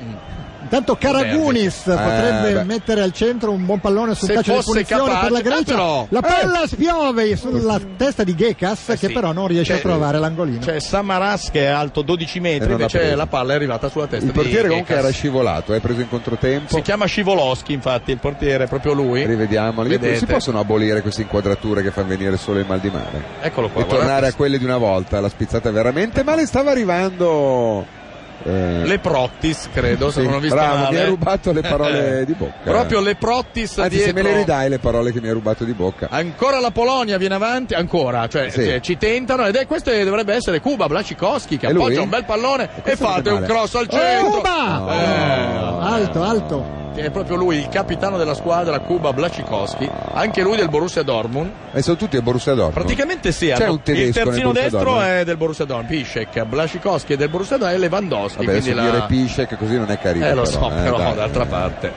Speaker 3: Intanto Karagunis potrebbe
Speaker 1: beh.
Speaker 3: mettere al centro un buon pallone sul
Speaker 4: Se
Speaker 3: calcio di
Speaker 4: fosse
Speaker 3: punizione
Speaker 4: capace-
Speaker 3: per la
Speaker 4: eh,
Speaker 3: Grecia.
Speaker 4: però-
Speaker 3: la palla spiove sulla testa di Gekas che
Speaker 4: sì.
Speaker 3: però non riesce
Speaker 4: Cioè,
Speaker 3: a trovare l'angolino. Eh,
Speaker 4: C'è Samaras che è alto 12
Speaker 1: E
Speaker 4: metri,
Speaker 1: non ha
Speaker 4: invece
Speaker 1: preso.
Speaker 4: la palla è arrivata sulla testa
Speaker 1: Il
Speaker 4: di
Speaker 1: portiere comunque
Speaker 4: Gekas.
Speaker 1: era scivolato, è preso in controtempo.
Speaker 4: Si chiama Scivoloschi, infatti, il portiere, è proprio lui.
Speaker 1: Rivediamoli.
Speaker 4: Vedete?
Speaker 1: Si possono abolire queste inquadrature che fanno venire solo il mal di mare?
Speaker 4: Eccolo qua.
Speaker 1: e
Speaker 4: guardate.
Speaker 1: tornare a quelle di una volta, la spizzata è veramente male, stava arrivando... eh,
Speaker 4: Le Prottis, credo, se
Speaker 1: sì,
Speaker 4: non ho visto
Speaker 1: bravo,
Speaker 4: male. Eh.
Speaker 1: mi ha rubato le parole di bocca.
Speaker 4: Proprio le Prottis
Speaker 1: Anzi, se me
Speaker 4: dietro.
Speaker 1: le ridai le parole che mi hai rubato di bocca.
Speaker 4: Ancora la Polonia viene avanti, ancora, cioè,
Speaker 1: Sì.
Speaker 4: cioè, ci tentano ed è questo che dovrebbe essere Cuba Blacikowski che
Speaker 1: E lui?
Speaker 4: appoggia un bel pallone e,
Speaker 1: questo non
Speaker 4: fate
Speaker 1: è
Speaker 4: un
Speaker 1: male.
Speaker 4: cross al
Speaker 1: Oh,
Speaker 4: centro.
Speaker 3: Cuba!
Speaker 4: Ah, Eh,
Speaker 3: Alto, alto.
Speaker 4: che è proprio lui, il capitano della squadra Cuba Blacikowski, anche lui del Borussia Dortmund.
Speaker 1: E sono tutti a Borussia Dortmund.
Speaker 4: Praticamente sì,
Speaker 1: C'è
Speaker 4: hanno-
Speaker 1: un tedesco
Speaker 4: il terzino
Speaker 1: nel Borussia
Speaker 4: destro
Speaker 1: Dortmund?
Speaker 4: è del Borussia Dortmund, Piszek, Blacikowski è del Borussia Dortmund e Lewandowski.
Speaker 1: Vabbè, adesso
Speaker 4: quindi
Speaker 1: dire
Speaker 4: la...
Speaker 1: pisce che così non è carino.
Speaker 4: Eh lo
Speaker 1: però,
Speaker 4: so, però
Speaker 1: dai.
Speaker 4: d'altra parte.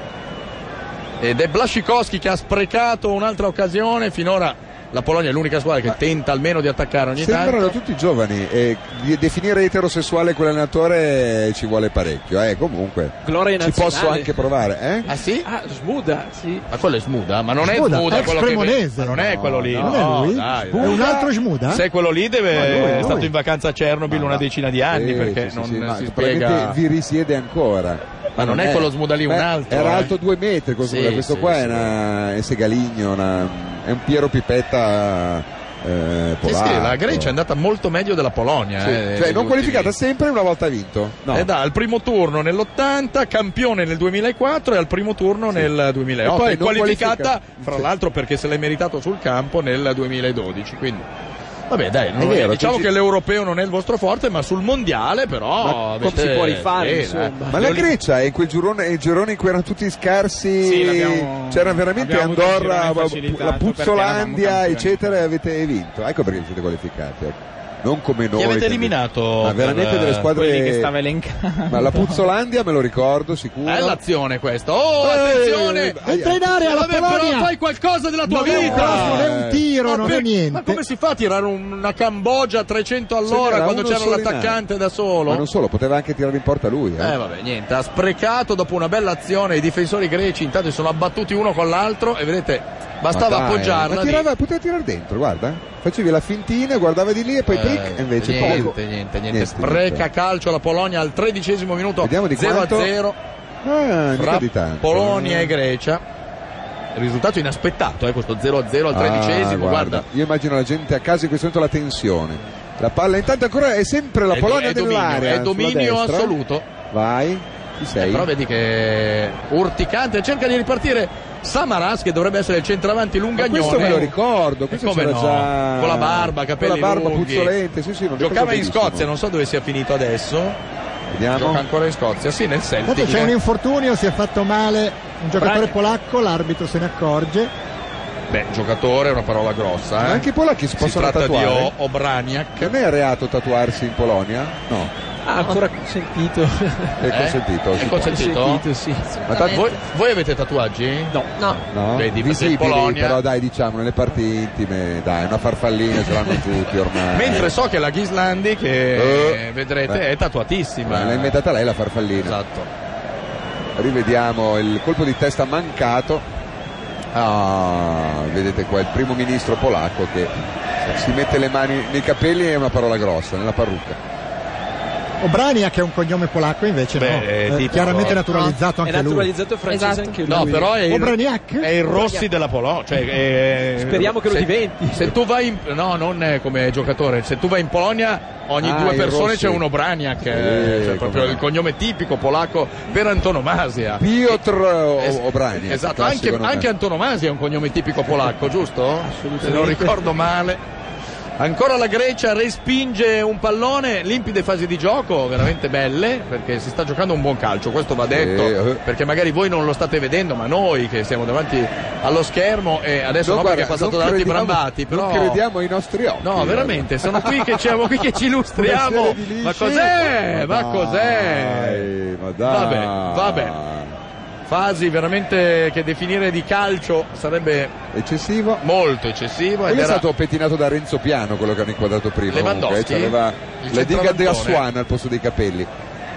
Speaker 4: Ed è Blascikowski che ha sprecato un'altra occasione, finora La Polonia è l'unica squadra che tenta almeno di attaccare ogni
Speaker 1: Sembrano
Speaker 4: tanto.
Speaker 1: tutti giovani e di- definire eterosessuale quell'allenatore ci vuole parecchio, eh, comunque.
Speaker 10: Gloria
Speaker 1: Ci
Speaker 10: nazionale.
Speaker 1: posso anche provare, eh?
Speaker 4: Ah sì?
Speaker 10: Ah, smuda, sì.
Speaker 4: Ma quello è Smuda, ma non
Speaker 1: Smuda,
Speaker 4: è Smuda
Speaker 1: ex
Speaker 4: quello che
Speaker 1: cremonese.
Speaker 4: Ma non è
Speaker 1: No,
Speaker 4: quello lì.
Speaker 1: non è
Speaker 4: no,
Speaker 1: lui.
Speaker 4: dai,
Speaker 1: Smuda. È un altro Smuda?
Speaker 4: Se è quello lì deve
Speaker 1: Eh? Ma lui,
Speaker 4: è
Speaker 1: lui.
Speaker 4: stato in vacanza a Chernobyl una decina di anni
Speaker 1: Sì,
Speaker 4: perché
Speaker 1: sì,
Speaker 4: non
Speaker 1: sì, ma
Speaker 4: si spiega.
Speaker 1: probabilmente vi risiede ancora.
Speaker 4: Ma non è quello Smuda lì, un
Speaker 1: Ma
Speaker 4: altro,
Speaker 1: Era
Speaker 4: eh.
Speaker 1: alto due metri con
Speaker 4: Sì,
Speaker 1: Smuda, questo
Speaker 4: sì,
Speaker 1: qua
Speaker 4: sì.
Speaker 1: è, una, è Segaligno, una- è un Piero Pipetta eh,
Speaker 4: Sì, sì,
Speaker 1: polacco.
Speaker 4: la Grecia è andata molto meglio della Polonia.
Speaker 1: Sì,
Speaker 4: eh,
Speaker 1: cioè
Speaker 4: negli
Speaker 1: non qualificata
Speaker 4: ultimi-
Speaker 1: sempre una volta vinto. No.
Speaker 4: È da al primo turno nell'80, campione nel 2004 e al primo turno nel 2008.
Speaker 1: E poi
Speaker 4: E
Speaker 1: non
Speaker 4: qualificata,
Speaker 1: qualifica.
Speaker 4: fra
Speaker 1: Sì.
Speaker 4: l'altro, perché se l'è meritato sul campo nel 2012. Quindi, vabbè, dai, non-
Speaker 1: È vero,
Speaker 4: diciamo
Speaker 1: tu ci-
Speaker 4: che l'europeo non è il vostro forte, ma sul mondiale, però, avete- bene, eh.
Speaker 1: Ma la Grecia è in quel girone, il girone in cui erano tutti scarsi,
Speaker 4: Sì, l'abbiamo-
Speaker 1: c'era veramente
Speaker 4: abbiamo avuto un
Speaker 1: Andorra,
Speaker 4: girone
Speaker 1: la- la
Speaker 4: facilitato perché eravamo
Speaker 1: Puzzolandia,
Speaker 4: campioni.
Speaker 1: eccetera, e avete vinto. Ecco perché vi siete qualificati. ecco. Non come noi.
Speaker 4: Chi avete
Speaker 1: che-
Speaker 4: eliminato?
Speaker 1: Ma veramente
Speaker 4: per,
Speaker 1: delle
Speaker 4: eh,
Speaker 1: squadre
Speaker 4: quelli che stava Eh,
Speaker 5: elencando.
Speaker 1: Ma la Puzzolandia me lo ricordo sicuro.
Speaker 4: Bella azione questa. Oh,
Speaker 1: Eh,
Speaker 4: attenzione!
Speaker 1: entra in
Speaker 3: area, la
Speaker 4: Eh, Vabbè,
Speaker 3: Polonia!
Speaker 4: Però fai qualcosa della tua
Speaker 3: Non è un
Speaker 4: vita! Eh.
Speaker 3: cross, non è un tiro, non è niente.
Speaker 4: Ma come si fa a tirare una Cambogia a 300 all'ora
Speaker 1: C'era
Speaker 4: quando
Speaker 1: uno
Speaker 4: c'era
Speaker 1: solo in
Speaker 4: l'attaccante da
Speaker 1: Ma
Speaker 4: solo?
Speaker 1: non solo, poteva anche tirare in porta lui. eh.
Speaker 4: Eh vabbè, niente, ha sprecato dopo una bella azione i difensori greci, intanto si sono abbattuti uno con l'altro e vedete, bastava
Speaker 1: Ma dai,
Speaker 4: appoggiarla.
Speaker 1: Ma
Speaker 4: lì.
Speaker 1: tirava, poteva tirare dentro, guarda. Facevi la fintina, guardava di lì e poi
Speaker 4: Eh,
Speaker 1: trick, e invece
Speaker 4: niente,
Speaker 1: poco.
Speaker 4: niente, niente,
Speaker 1: Niente,
Speaker 4: Spreca calcio la Polonia al tredicesimo minuto
Speaker 1: Vediamo di
Speaker 4: 0
Speaker 1: quanto.
Speaker 4: a 0
Speaker 1: Ah, mica
Speaker 4: fra
Speaker 1: di tanto. eh.
Speaker 4: Polonia e Grecia. Risultato inaspettato, eh, questo 0 a 0 al tredicesimo,
Speaker 1: Ah,
Speaker 4: guarda.
Speaker 1: Io immagino la gente a casa in questo momento la tensione. La palla intanto ancora è sempre la
Speaker 4: È do-
Speaker 1: Polonia
Speaker 4: è dominio,
Speaker 1: dell'area. eh,
Speaker 4: è dominio
Speaker 1: sulla destra.
Speaker 4: assoluto. Eh,
Speaker 1: Vai, chi sei?
Speaker 4: Però vedi che urticante, cerca di ripartire Samaras che dovrebbe essere il centravanti
Speaker 1: Ma
Speaker 4: lungagnone.
Speaker 1: questo me lo ricordo, questo
Speaker 4: E come
Speaker 1: c'era
Speaker 4: no?
Speaker 1: già
Speaker 4: Con la barba, capelli
Speaker 1: con la barba
Speaker 4: lunghi.
Speaker 1: puzzolente, sì, sì, lo ricordo
Speaker 4: Giocava in
Speaker 1: benissimo.
Speaker 4: Scozia, non so dove sia finito adesso.
Speaker 1: Vediamo.
Speaker 4: Gioca ancora in Scozia, sì, nel
Speaker 3: Intanto
Speaker 4: Celtic.
Speaker 3: c'è un
Speaker 4: eh.
Speaker 3: infortunio, si è fatto male un giocatore
Speaker 4: Braga.
Speaker 3: polacco, l'arbitro se ne accorge.
Speaker 4: Beh, giocatore è una parola grossa. eh.
Speaker 1: Ma anche i polacchi si possono
Speaker 4: tratta
Speaker 1: tatuare?
Speaker 4: di O- Obraniak.
Speaker 1: Non è reato tatuarsi in Polonia? No,
Speaker 10: Ah, ancora sentito.
Speaker 1: è consentito.
Speaker 4: Eh? È
Speaker 1: si può.
Speaker 4: consentito?
Speaker 10: Consentito, sì.
Speaker 1: Ma tanto-
Speaker 4: Eh, Voi, voi avete tatuaggi?
Speaker 10: No.
Speaker 7: No.
Speaker 1: No?
Speaker 4: Vedi, ma sei in
Speaker 1: visibili,
Speaker 4: Polonia.
Speaker 1: però dai, diciamo, nelle parti intime, dai, una farfallina ce l'hanno tutti ormai.
Speaker 4: Mentre so che la Ghislandi, che
Speaker 1: Eh,
Speaker 4: vedrete,
Speaker 1: beh.
Speaker 4: è tatuatissima.
Speaker 1: Ma l'ha inventata lei la farfallina.
Speaker 4: Esatto.
Speaker 1: Rivediamo il colpo di testa mancato. Ah, vedete qua il primo ministro polacco che si mette le mani nei capelli è una parola grossa, nella parrucca.
Speaker 3: Obrania che è un cognome polacco invece
Speaker 4: Beh,
Speaker 3: no,
Speaker 4: è
Speaker 3: Eh,
Speaker 4: tipo-
Speaker 3: chiaramente naturalizzato
Speaker 10: È
Speaker 3: anche lui.
Speaker 10: naturalizzato francese
Speaker 7: Esatto.
Speaker 10: anche lui.
Speaker 4: No, però è il,
Speaker 3: Obraniak?
Speaker 1: Eh,
Speaker 4: è il Rossi della Polonia. Cioè, è-
Speaker 10: Speriamo che lo
Speaker 4: se-
Speaker 10: diventi.
Speaker 4: Se tu vai in, no, non eh, come giocatore, se tu vai in Polonia ogni
Speaker 1: Ah,
Speaker 4: due
Speaker 1: i
Speaker 4: persone
Speaker 1: rossi.
Speaker 4: c'è uno Braniak,
Speaker 1: Eh,
Speaker 4: eh,
Speaker 1: come
Speaker 4: cioè proprio
Speaker 1: no.
Speaker 4: il cognome tipico polacco per antonomasia.
Speaker 1: Piotr
Speaker 4: Es-
Speaker 1: O- Obraniak.
Speaker 4: Esatto,
Speaker 1: classico
Speaker 4: anche,
Speaker 1: nome.
Speaker 4: anche antonomasia è un cognome tipico polacco, giusto? Se non ricordo male. Ancora la Grecia respinge un pallone, limpide fasi di gioco, veramente belle, perché si sta giocando un buon calcio, questo va detto,
Speaker 1: Sì, eh.
Speaker 4: perché magari voi non lo state vedendo, ma noi che siamo davanti allo schermo e adesso
Speaker 1: No,
Speaker 4: no,
Speaker 1: guarda,
Speaker 4: perché è passato
Speaker 1: non
Speaker 4: davanti
Speaker 1: crediamo-
Speaker 4: Brambati, però...
Speaker 1: Non crediamo ai nostri occhi.
Speaker 4: No, veramente, sono qui che, siamo qui che ci illustriamo.
Speaker 1: Una serie di
Speaker 4: Ma
Speaker 1: lisci.
Speaker 4: cos'è? Ma
Speaker 1: dai,
Speaker 4: cos'è?
Speaker 1: Ma
Speaker 4: Vabbè,
Speaker 1: dai.
Speaker 4: vabbè. Fasi veramente che definire di calcio sarebbe
Speaker 1: Eccessivo.
Speaker 4: molto eccessivo.
Speaker 1: Quello
Speaker 4: Ed
Speaker 1: è
Speaker 4: era...
Speaker 1: stato pettinato da Renzo Piano, quello che hanno inquadrato prima.
Speaker 4: Lewandowski?
Speaker 1: comunque, eh, cioè aveva
Speaker 4: Il
Speaker 1: le diga di
Speaker 4: centravanzone.
Speaker 1: Assuana al posto dei capelli.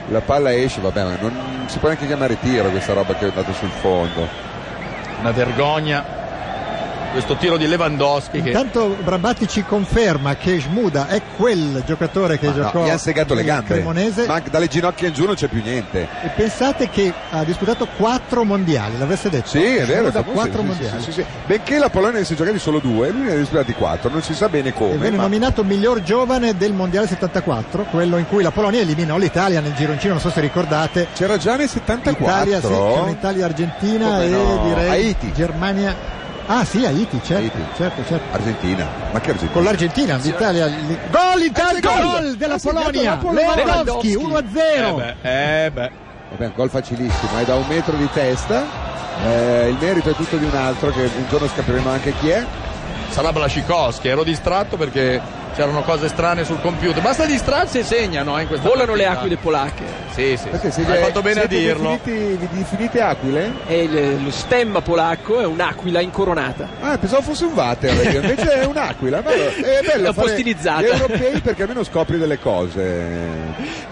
Speaker 1: La palla esce, vabbè, ma non si può neanche chiamare tiro questa roba che è andata sul fondo.
Speaker 4: Una vergogna. Questo tiro di Lewandowski che
Speaker 3: Intanto Brambati ci conferma che Smuda è quel giocatore che
Speaker 1: Ma Ah, no,
Speaker 3: giocò
Speaker 1: gli ha segato le
Speaker 3: nel
Speaker 1: gambe.
Speaker 3: Cremonese
Speaker 1: Ma dalle ginocchia in giù non c'è più niente.
Speaker 3: e pensate che ha disputato quattro mondiali, l'avreste detto?
Speaker 1: Sì, è vero, è
Speaker 3: Smuda
Speaker 1: famoso,
Speaker 3: quattro
Speaker 1: sì, sì,
Speaker 3: mondiali.
Speaker 1: sì, sì, sì. Benché la Polonia ne si giocati solo due, lui ne ha disputati quattro, non si sa bene
Speaker 3: E
Speaker 1: come.
Speaker 3: venne
Speaker 1: ma-
Speaker 3: nominato miglior giovane del mondiale 74, quello in cui la Polonia eliminò l'Italia nel gironcino, non so se ricordate.
Speaker 1: C'era già nel 74.
Speaker 3: Italia, sì, c'erano Italia, Argentina
Speaker 1: Come
Speaker 3: e
Speaker 1: no?
Speaker 3: direi
Speaker 1: Haiti.
Speaker 3: Germania. Ah sì, Haiti, certo,
Speaker 1: Haiti.
Speaker 3: certo, certo.
Speaker 1: Argentina. Ma che Argentina?
Speaker 3: Con l'Argentina, l'Italia. li- Gol, Italia,
Speaker 1: gol!
Speaker 3: Eh, gol della
Speaker 1: Ha segnato
Speaker 3: Polonia.
Speaker 1: la Polonia.
Speaker 3: Lewandowski 1
Speaker 4: Eh
Speaker 3: 0.
Speaker 4: beh, eh beh.
Speaker 1: Vabbè, un gol facilissimo, è da un metro di testa. Eh, il merito è tutto di un altro che un giorno scopriremo anche chi è.
Speaker 4: sarà Blascikowski. Ero distratto perché c'erano cose strane sul computer. Basta distrarsi e segnano. eh, in questa
Speaker 10: Volano le
Speaker 4: partita.
Speaker 10: aquile polacche.
Speaker 4: Sì, sì.
Speaker 10: Perché
Speaker 4: sì.
Speaker 10: se
Speaker 4: Hai
Speaker 10: gli-
Speaker 4: fatto bene a
Speaker 10: siete
Speaker 4: dirlo.
Speaker 1: Definiti- Vi definite aquile?
Speaker 10: È il- lo stemma polacco, è un'aquila incoronata.
Speaker 1: Ah, pensavo fosse un water, io, invece è un'aquila. Ma allora, è bello
Speaker 10: L'ho
Speaker 1: fare
Speaker 10: postilizzata.
Speaker 1: gli europei perché almeno scopri delle cose.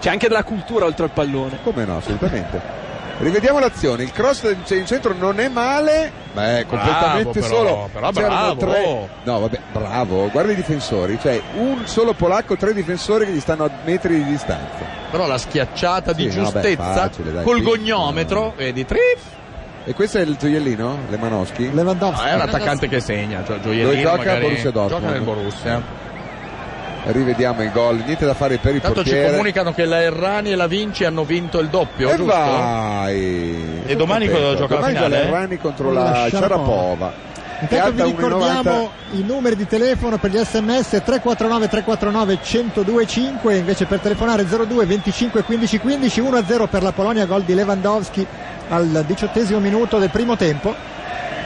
Speaker 10: C'è anche della cultura oltre al pallone.
Speaker 1: Come no, assolutamente. Rivediamo l'azione, il cross del- cioè, in centro non è male, ma è completamente
Speaker 4: Bravo, però,
Speaker 1: solo.
Speaker 4: però
Speaker 1: C'erano
Speaker 4: bravo.
Speaker 1: tre- No, vabbè, bravo, guarda i difensori, cioè un solo polacco, tre difensori che gli stanno a metri di distanza.
Speaker 4: Però la schiacciata di
Speaker 1: Sì, no, beh,
Speaker 4: giustezza
Speaker 1: facile, dai,
Speaker 4: col
Speaker 1: sì.
Speaker 4: gognometro, vedi, triff.
Speaker 1: E questo è il gioiellino, Lewandowski?
Speaker 3: Lewandowski.
Speaker 4: No, è un attaccante che segna, cioè gioiellino
Speaker 1: Dove gioca
Speaker 4: magari-
Speaker 1: Borussia Dortmund.
Speaker 4: Gioca nel Borussia.
Speaker 1: Rivediamo i gol, niente da fare per il
Speaker 4: Tanto ci
Speaker 1: portiere.
Speaker 4: comunicano che la Errani e la Vinci hanno vinto il doppio,
Speaker 1: E
Speaker 4: giusto?
Speaker 1: vai!
Speaker 4: E domani
Speaker 1: Sono
Speaker 4: cosa
Speaker 1: contento.
Speaker 4: gioca la
Speaker 1: Domani
Speaker 4: finale?
Speaker 1: Errani contro
Speaker 3: Con
Speaker 1: la
Speaker 3: la
Speaker 1: Sharapova.
Speaker 3: Sharapova.
Speaker 1: che è
Speaker 3: Intanto
Speaker 1: alta
Speaker 3: vi
Speaker 1: 1,90.
Speaker 3: ricordiamo i numeri di telefono per gli sms 349 349 1025 invece per telefonare 02 25 15 15 1-0 per la Polonia gol di Lewandowski al diciottesimo minuto del primo tempo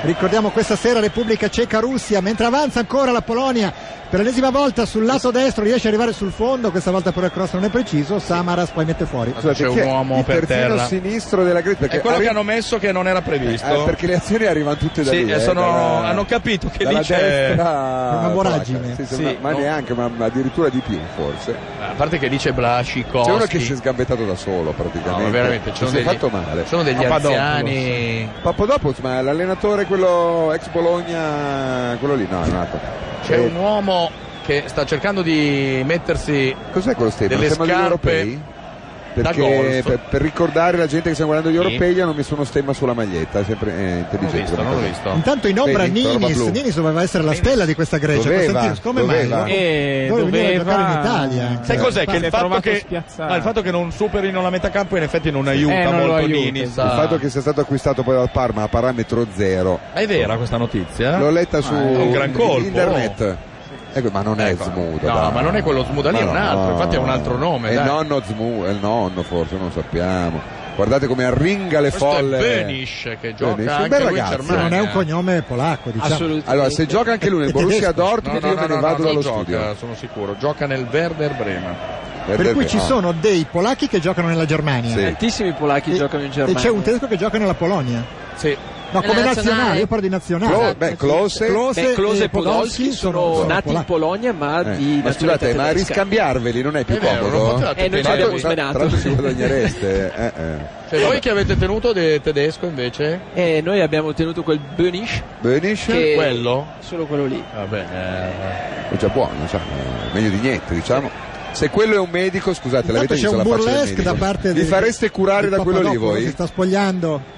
Speaker 3: ricordiamo questa sera Repubblica Ceca Russia mentre avanza ancora la Polonia per l'ennesima volta sul lato destro riesce ad arrivare sul fondo questa volta però il cross non è preciso Samaras poi mette fuori
Speaker 1: Scusate, chi è il terzino sinistro della Grecia
Speaker 4: È
Speaker 1: perché
Speaker 4: quello
Speaker 1: arri-
Speaker 4: che hanno messo che non era previsto.
Speaker 1: Eh, perché le azioni arrivano tutte da
Speaker 4: Sì,
Speaker 1: lì
Speaker 4: eh,
Speaker 1: eh,
Speaker 4: sono-
Speaker 1: dalla-
Speaker 4: hanno capito che
Speaker 1: dalla
Speaker 4: lì c'è
Speaker 1: destra
Speaker 4: una voragine.
Speaker 1: polacca. Sì, sì,
Speaker 4: Sì,
Speaker 1: ma, ma
Speaker 4: no.
Speaker 1: neanche ma ma addirittura di più forse
Speaker 4: A parte che dice Blascikowski.
Speaker 1: c'è uno che si è sgambettato da solo praticamente
Speaker 4: No, ma veramente, ci sono
Speaker 1: si è
Speaker 4: degli-
Speaker 1: fatto male
Speaker 4: sono degli
Speaker 1: Papadopoulos.
Speaker 4: anziani.
Speaker 1: Papadopoulos ma l'allenatore quello ex Bologna quello lì no è un altro
Speaker 4: C'è
Speaker 1: Eh,
Speaker 4: un uomo che sta cercando di mettersi
Speaker 1: cos'è quello Stefano
Speaker 4: delle
Speaker 1: siamo agli europei
Speaker 4: scarpe da
Speaker 1: perché
Speaker 4: golf.
Speaker 1: per, per ricordare la gente che stiamo guardando gli
Speaker 4: Sì.
Speaker 1: europei hanno messo uno stemma sulla maglietta è sempre eh, intelligente
Speaker 4: visto,
Speaker 1: come
Speaker 4: non l'ho
Speaker 1: cosa.
Speaker 4: visto.
Speaker 3: Intanto in ombra
Speaker 1: Ecco. Vedi, roba
Speaker 3: Ninis,
Speaker 1: blu.
Speaker 3: Ninis doveva essere la stella di questa Grecia,
Speaker 1: Doveva,
Speaker 3: Costantino, come
Speaker 1: doveva.
Speaker 3: mai?
Speaker 5: Eh,
Speaker 3: Dove venire a
Speaker 5: doveva-
Speaker 3: giocare in Italia? cioè, anche.
Speaker 1: Eh.
Speaker 6: Sai cos'è? Che
Speaker 5: Si
Speaker 6: il
Speaker 5: è
Speaker 6: fatto
Speaker 5: trovato
Speaker 6: che,
Speaker 5: spiazzato.
Speaker 6: no, il fatto che non superino la metà campo in effetti non aiuta
Speaker 5: Eh, non lo
Speaker 6: molto
Speaker 5: aiuta,
Speaker 6: Nini.
Speaker 5: esatto.
Speaker 1: Il fatto che sia stato acquistato poi dal Parma a parametro zero.
Speaker 6: Ma è vera questa
Speaker 4: Eh?
Speaker 6: notizia?
Speaker 1: L'ho letta su
Speaker 6: Ah, è un gran colpo.
Speaker 1: internet. Ecco, ma non è Smuda.
Speaker 4: No,
Speaker 1: dai.
Speaker 4: ma non è quello Smuda lì,
Speaker 1: Ma
Speaker 4: è un
Speaker 1: no,
Speaker 4: altro, infatti è un altro nome,
Speaker 1: È il
Speaker 4: dai.
Speaker 1: nonno Smuda, è il nonno forse, non sappiamo. Guardate come arringa le
Speaker 4: Questo è
Speaker 1: folle.
Speaker 4: Bönisch che gioca
Speaker 1: Bönisch, un
Speaker 4: anche
Speaker 1: bel
Speaker 4: lui in
Speaker 1: ragazzo.
Speaker 4: Germania.
Speaker 3: Non
Speaker 5: Eh.
Speaker 3: è un cognome polacco, diciamo.
Speaker 10: Assolutamente.
Speaker 1: Allora, se gioca anche lui nel
Speaker 3: È
Speaker 1: Borussia
Speaker 3: tedesco.
Speaker 1: Dortmund, io me ne vado dallo
Speaker 4: non
Speaker 1: studio.
Speaker 4: gioca, sono sicuro. Gioca nel Werder Brema.
Speaker 3: Per cui ci
Speaker 1: no.
Speaker 3: sono dei polacchi che giocano nella Germania
Speaker 5: Eh,
Speaker 1: Sì.
Speaker 10: Tantissimi polacchi
Speaker 3: E-
Speaker 10: giocano in
Speaker 3: e
Speaker 10: Germania.
Speaker 3: c'è un tedesco che gioca nella Polonia.
Speaker 4: Sì.
Speaker 3: No, come
Speaker 7: Nella
Speaker 3: nazionale.
Speaker 7: nazionale.
Speaker 3: io parlo di nazionale.
Speaker 4: Esatto,
Speaker 3: Esatto.
Speaker 1: Clo- beh, Klose.
Speaker 3: Klose,
Speaker 10: Beh, Klose
Speaker 3: e Podolski sono, sono
Speaker 10: nati in
Speaker 3: polacchi.
Speaker 10: Polonia, ma
Speaker 1: Eh,
Speaker 10: di
Speaker 1: ma
Speaker 10: nazionalità
Speaker 1: scusate, ma
Speaker 10: tedesca.
Speaker 1: riscambiarveli non è più
Speaker 4: È vero, non
Speaker 1: comodo?
Speaker 4: potevate
Speaker 10: Eh, noi ci
Speaker 1: Tra
Speaker 10: abbiamo
Speaker 4: tenere-
Speaker 1: l'altro-
Speaker 10: svenato.
Speaker 1: tra l'altro ci guadagnereste. eh, eh.
Speaker 4: Cioè, voi che avete tenuto de- tedesco invece?
Speaker 10: Eh, noi abbiamo tenuto quel Bönisch,
Speaker 1: Bönisch?
Speaker 10: Che- Eh,
Speaker 4: Quello? eh.
Speaker 10: solo quello lì.
Speaker 4: Vabbè,
Speaker 1: è già buono, diciamo, eh, meglio di niente, diciamo. Se quello è un medico, scusate,
Speaker 3: Intanto
Speaker 1: l'avete
Speaker 3: c'è
Speaker 1: visto
Speaker 3: un
Speaker 1: la faccia del
Speaker 3: burlesque da
Speaker 1: medico?
Speaker 3: parte
Speaker 1: Vi
Speaker 3: di-
Speaker 1: fareste curare
Speaker 3: di
Speaker 1: da quello lì
Speaker 3: Papadopoulos, Si
Speaker 1: voi?
Speaker 3: sta spogliando.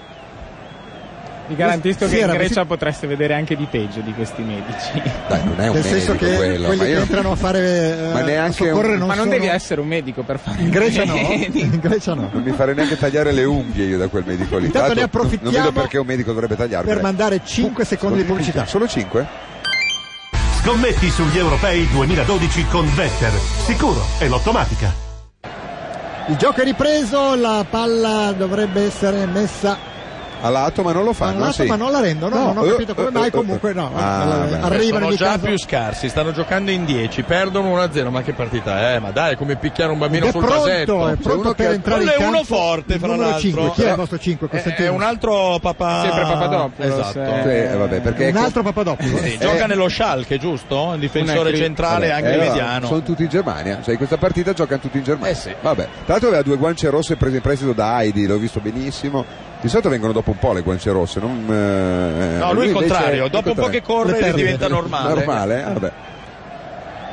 Speaker 5: Vi garantisco
Speaker 3: Sì,
Speaker 5: che in
Speaker 3: era-
Speaker 5: Grecia potreste vedere anche di peggio di questi medici.
Speaker 1: Dai, non è
Speaker 3: Nel
Speaker 1: un medico
Speaker 3: senso che
Speaker 1: quello,
Speaker 3: quelli
Speaker 1: ma
Speaker 3: che
Speaker 1: io
Speaker 3: entrano a fare eh,
Speaker 1: Ma neanche
Speaker 3: a soccorrere
Speaker 1: un-
Speaker 3: non
Speaker 5: Ma non
Speaker 3: sono-
Speaker 5: devi essere un medico per fare
Speaker 3: in Grecia no.
Speaker 5: Medico.
Speaker 3: in Grecia no.
Speaker 1: non mi farei neanche tagliare le unghie io da quel medico lì.
Speaker 3: Intanto ne
Speaker 1: Tanto non- Non
Speaker 3: approfittiamo
Speaker 1: vedo perché un medico dovrebbe tagliarmi.
Speaker 3: Per mandare 5 secondi di pubblicità.
Speaker 1: Solo 5?
Speaker 9: Scommetti sugli europei 2012 con Better. Sicuro e l'automatica.
Speaker 3: Il gioco è ripreso, la palla dovrebbe essere messa
Speaker 1: A lato, ma non lo
Speaker 3: a
Speaker 1: fanno,
Speaker 3: un lato
Speaker 1: sì.
Speaker 3: ma non la rendono,
Speaker 1: No,
Speaker 3: non ho
Speaker 1: eh,
Speaker 3: capito come
Speaker 1: eh,
Speaker 3: mai,
Speaker 1: eh,
Speaker 3: comunque
Speaker 1: eh.
Speaker 3: no,
Speaker 1: Ah,
Speaker 3: alla-
Speaker 1: beh.
Speaker 3: arrivano
Speaker 4: sono
Speaker 3: di
Speaker 4: già
Speaker 3: casa.
Speaker 4: più scarsi, stanno giocando in 10, perdono 1-0, ma che partita è? Ma dai, è come picchiare un
Speaker 3: Ed
Speaker 4: bambino
Speaker 3: è
Speaker 4: sul
Speaker 3: pronto,
Speaker 4: vasetto.
Speaker 3: è pronto
Speaker 1: uno
Speaker 3: per
Speaker 1: che-
Speaker 3: entrare in
Speaker 6: quello è
Speaker 3: campo.
Speaker 6: uno forte,
Speaker 3: il
Speaker 6: fra
Speaker 3: numero
Speaker 6: l'altro.
Speaker 3: 5, chi è il
Speaker 4: Eh,
Speaker 6: Però-
Speaker 3: vostro 5?
Speaker 6: È, è un altro papà.
Speaker 5: Sempre Papadopoulos.
Speaker 6: Esatto.
Speaker 5: eh.
Speaker 1: Sì, vabbè, perché
Speaker 3: un altro Papadopoulos.
Speaker 6: Sì, gioca nello Schalke, giusto? Un
Speaker 5: Non è
Speaker 6: difensore
Speaker 5: cri-
Speaker 6: centrale
Speaker 1: Vabbè,
Speaker 6: anche
Speaker 1: eh,
Speaker 6: mediano.
Speaker 1: Sono tutti in Germania, cioè in questa partita giocano tutti in Germania.
Speaker 4: Eh sì.
Speaker 1: Vabbè, tra l'altro aveva due guance rosse prese in prestito da Heidi, l'ho visto benissimo. Di solito vengono dopo un po' le guance rosse, non, eh,
Speaker 6: No, lui il
Speaker 1: invece-
Speaker 6: contrario, dopo un po' che
Speaker 3: Le
Speaker 6: corre
Speaker 3: perde.
Speaker 6: diventa normale.
Speaker 1: Normale, eh? vabbè.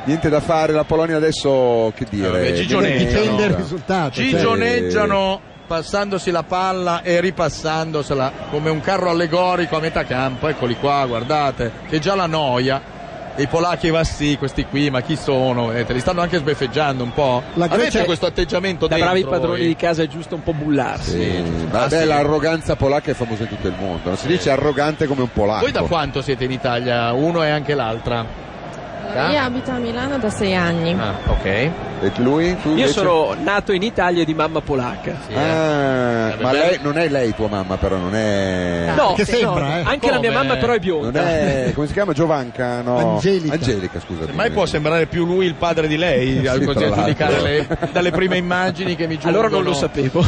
Speaker 1: Niente da fare, la Polonia adesso che dire?
Speaker 4: Vabbè,
Speaker 1: Niente
Speaker 4: Gigioneggia,
Speaker 1: da
Speaker 3: Dipende
Speaker 1: fare.
Speaker 3: il risultato. cioè.
Speaker 4: Gigioneggiano passandosi la palla e ripassandosela come un carro allegorico a metà campo. Eccoli qua, guardate, che già la noia. I polacchi e i vassi, questi qui, ma chi sono? Vedete, li stanno anche sbeffeggiando un po'.
Speaker 3: La Grecia
Speaker 4: Avete
Speaker 3: è-
Speaker 4: questo atteggiamento
Speaker 10: Da
Speaker 4: dentro
Speaker 10: bravi padroni
Speaker 4: voi?
Speaker 10: di casa è giusto un po' bullarsi.
Speaker 1: Sì, Eh,
Speaker 4: Ah,
Speaker 1: vabbè,
Speaker 4: sì.
Speaker 1: l'arroganza polacca è famosa in tutto il mondo. Non si dice arrogante come un polacco.
Speaker 4: Voi da quanto siete in Italia? Uno e anche l'altra? Ah.
Speaker 7: Io abito a Milano da sei anni.
Speaker 4: Ah, ok. E
Speaker 1: lui? Tu
Speaker 10: Io
Speaker 1: invece?
Speaker 10: sono nato in Italia di mamma polacca.
Speaker 1: Ah, ma lei, non è lei tua mamma, però non
Speaker 10: Eh,
Speaker 1: è.
Speaker 10: No, Che sembra, no. eh. Anche la mia mamma, però, è bionda.
Speaker 1: Non è. Come si chiama? Giovanca? No.
Speaker 4: Angelica.
Speaker 1: Angelica, scusa.
Speaker 4: Mai può sembrare più lui il padre di lei,
Speaker 1: Sì,
Speaker 4: al-
Speaker 1: tra
Speaker 4: così a
Speaker 1: l'altro.
Speaker 4: giudicare le- dalle prime immagini che mi giungono.
Speaker 10: Allora non lo sapevo,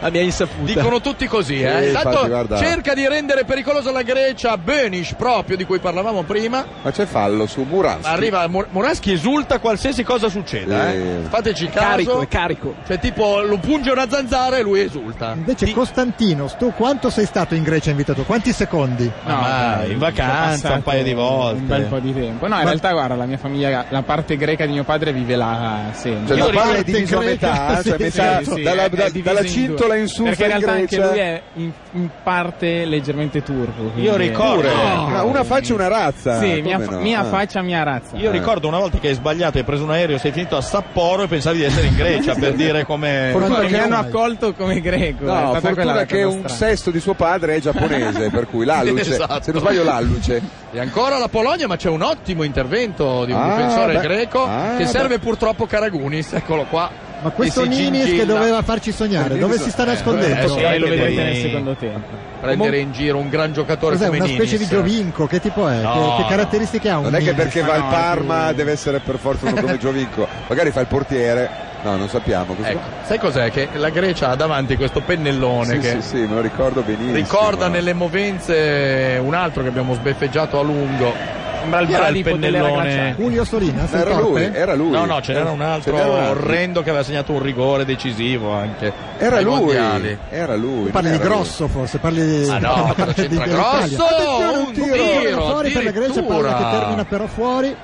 Speaker 10: a mia insaputa.
Speaker 4: Dicono tutti così,
Speaker 10: Sì,
Speaker 4: eh. Intanto
Speaker 10: infatti, guarda.
Speaker 4: cerca di rendere pericolosa la Grecia, Benish proprio di cui parlavamo prima.
Speaker 1: Ma c'è fallo su Muraschi.
Speaker 4: Arriva Mur- Muraschi esulta qualsiasi cosa succeda,
Speaker 1: Sì.
Speaker 4: eh. Fateci caso.
Speaker 10: Carico, è
Speaker 4: carico. Cioè tipo lo punge una zanzara e lui esulta.
Speaker 3: cioè. Invece Costantino, tu quanto sei stato in Grecia invitato? Quanti secondi?
Speaker 4: ma in vacanza un paio di volte.
Speaker 5: Un bel po' di tempo. No, in
Speaker 4: Ma-
Speaker 5: realtà, guarda, la mia famiglia, la parte greca di mio padre vive là sempre.
Speaker 1: Cioè, la parte è diviso a metà, cioè metà dalla-
Speaker 5: è
Speaker 1: da-
Speaker 5: eh, diviso
Speaker 1: dalla
Speaker 5: in due.
Speaker 1: cintola in su
Speaker 5: Perché in
Speaker 1: fa in
Speaker 5: realtà anche
Speaker 1: Grecia.
Speaker 5: lui è in, in parte leggermente turco.
Speaker 1: Io
Speaker 5: quindi-
Speaker 1: ricordo-
Speaker 5: No.
Speaker 1: Ma una faccia e una razza,
Speaker 5: Sì,
Speaker 1: come
Speaker 5: mia,
Speaker 1: no?
Speaker 5: mia
Speaker 1: Ah.
Speaker 5: faccia, mia razza.
Speaker 1: Io
Speaker 5: Eh.
Speaker 1: ricordo
Speaker 6: Ricordo una volta che hai sbagliato, hai preso un aereo, sei finito a Sapporo e pensavi di essere in Grecia per dire come.
Speaker 5: Fortuna che mi hanno accolto come greco. è
Speaker 1: No,
Speaker 5: stata quella la
Speaker 1: fortuna che
Speaker 5: cosa
Speaker 1: un
Speaker 5: strana.
Speaker 1: sesto di suo padre è giapponese, per cui l'alluce,
Speaker 4: Esatto.
Speaker 1: se non sbaglio l'alluce.
Speaker 4: E ancora la Polonia, ma c'è un ottimo intervento di un
Speaker 1: Ah,
Speaker 4: difensore
Speaker 1: beh.
Speaker 4: greco
Speaker 1: Ah,
Speaker 4: che
Speaker 1: beh.
Speaker 4: serve purtroppo Caragunis, eccolo qua.
Speaker 3: Ma questo
Speaker 4: si
Speaker 3: Ninis che
Speaker 4: gingilla.
Speaker 3: doveva farci sognare,
Speaker 4: Eh,
Speaker 3: dove
Speaker 4: Ninis-
Speaker 3: si sta
Speaker 4: eh,
Speaker 3: nascondendo?
Speaker 4: adesso
Speaker 5: Poi lo
Speaker 4: Prendere
Speaker 5: vedrete
Speaker 4: in-
Speaker 5: nel secondo tempo.
Speaker 4: Prendere in giro un gran giocatore
Speaker 3: Cos'è,
Speaker 4: come
Speaker 3: una specie
Speaker 4: Ninis.
Speaker 3: di Giovinco? Che tipo è?
Speaker 1: No,
Speaker 3: che,
Speaker 1: no.
Speaker 3: che caratteristiche ha un
Speaker 1: Non è che
Speaker 3: Ninis?
Speaker 1: perché va al Parma deve essere per forza uno come Giovinco, magari fa il portiere, no, non sappiamo. Così.
Speaker 4: Ecco, sai cos'è? Che la Grecia ha davanti questo pennellone
Speaker 1: Sì,
Speaker 4: che
Speaker 1: sì, sì, me lo ricordo benissimo.
Speaker 4: ricorda nelle movenze un altro che abbiamo sbeffeggiato a lungo. Sembra
Speaker 3: il Bradipo dell'era glaciale. Julio Solina, sul Torpe?
Speaker 4: No, no, ce n'era un altro,
Speaker 1: Eh, Ce n'era un altro.
Speaker 4: orrendo che aveva segnato un rigore decisivo anche.
Speaker 1: Era
Speaker 4: ai
Speaker 1: lui,
Speaker 4: mondiali.
Speaker 1: era lui.
Speaker 3: Parli
Speaker 1: non
Speaker 3: di
Speaker 1: era lui.
Speaker 3: grosso forse, parli di...
Speaker 4: Ah, no, cosa
Speaker 3: di-
Speaker 4: c'entra
Speaker 3: dell'Italia.
Speaker 4: grosso?
Speaker 3: Attenzione,
Speaker 4: Un
Speaker 3: un tiro,
Speaker 4: tiro,
Speaker 3: fuori per la Grecia, palla
Speaker 4: addirittura.
Speaker 3: che termina però fuori.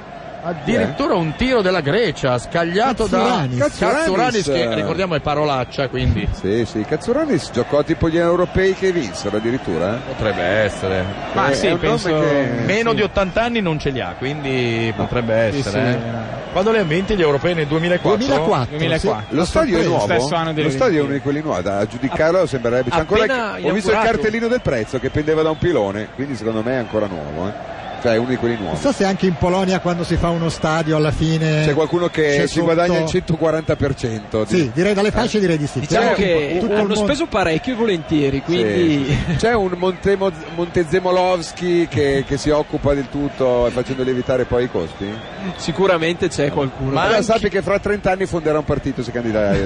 Speaker 3: Addirittura
Speaker 4: Addirittura un tiro della Grecia, scagliato da
Speaker 1: Cazzuranis.
Speaker 4: Cazzuranis, che
Speaker 1: Cazzuranis.
Speaker 4: ricordiamo è parolaccia, quindi
Speaker 1: Sì, sì, Cazzuranis giocò tipo gli europei che vinsero addirittura. eh?
Speaker 4: potrebbe essere.
Speaker 1: Ma sì,
Speaker 4: è un
Speaker 1: penso-
Speaker 4: nome che-
Speaker 1: sì.
Speaker 4: Meno di 80 anni non ce li ha, quindi potrebbe
Speaker 5: Sì,
Speaker 4: essere.
Speaker 5: sì,
Speaker 4: eh.
Speaker 5: era.
Speaker 4: Quando le ha vinti gli europei nel 2004?
Speaker 5: 2004, 2004.
Speaker 1: Lo stadio è nuovo?
Speaker 5: Stesso anno delle
Speaker 1: Lo stadio è
Speaker 5: Olimpiadi.
Speaker 1: uno di quelli nuovi, a giudicarlo sembrerebbe. c'è ancora
Speaker 4: appena
Speaker 1: ho visto il
Speaker 4: inaugurato.
Speaker 1: cartellino del prezzo che pendeva da un pilone, quindi secondo me è ancora nuovo, eh. Cioè è uno di quelli nuovi.
Speaker 3: Non so se anche in Polonia quando si fa uno stadio alla fine...
Speaker 1: C'è qualcuno che
Speaker 3: c'è
Speaker 1: si
Speaker 3: sotto-
Speaker 1: guadagna il 140%.
Speaker 3: Sì, direi
Speaker 1: Eh.
Speaker 3: dalle fasce direi di sì.
Speaker 1: Diciamo
Speaker 3: Però
Speaker 1: che
Speaker 3: tutto il
Speaker 10: Hanno
Speaker 3: mondo-
Speaker 10: speso parecchio e volentieri, quindi...
Speaker 1: Sì. C'è un Montemo- Montezemolovski che, che si occupa del tutto facendo lievitare poi i costi?
Speaker 10: Sicuramente c'è qualcuno.
Speaker 1: Ma allora sappi che fra 30 anni fonderà un partito se candiderà. a-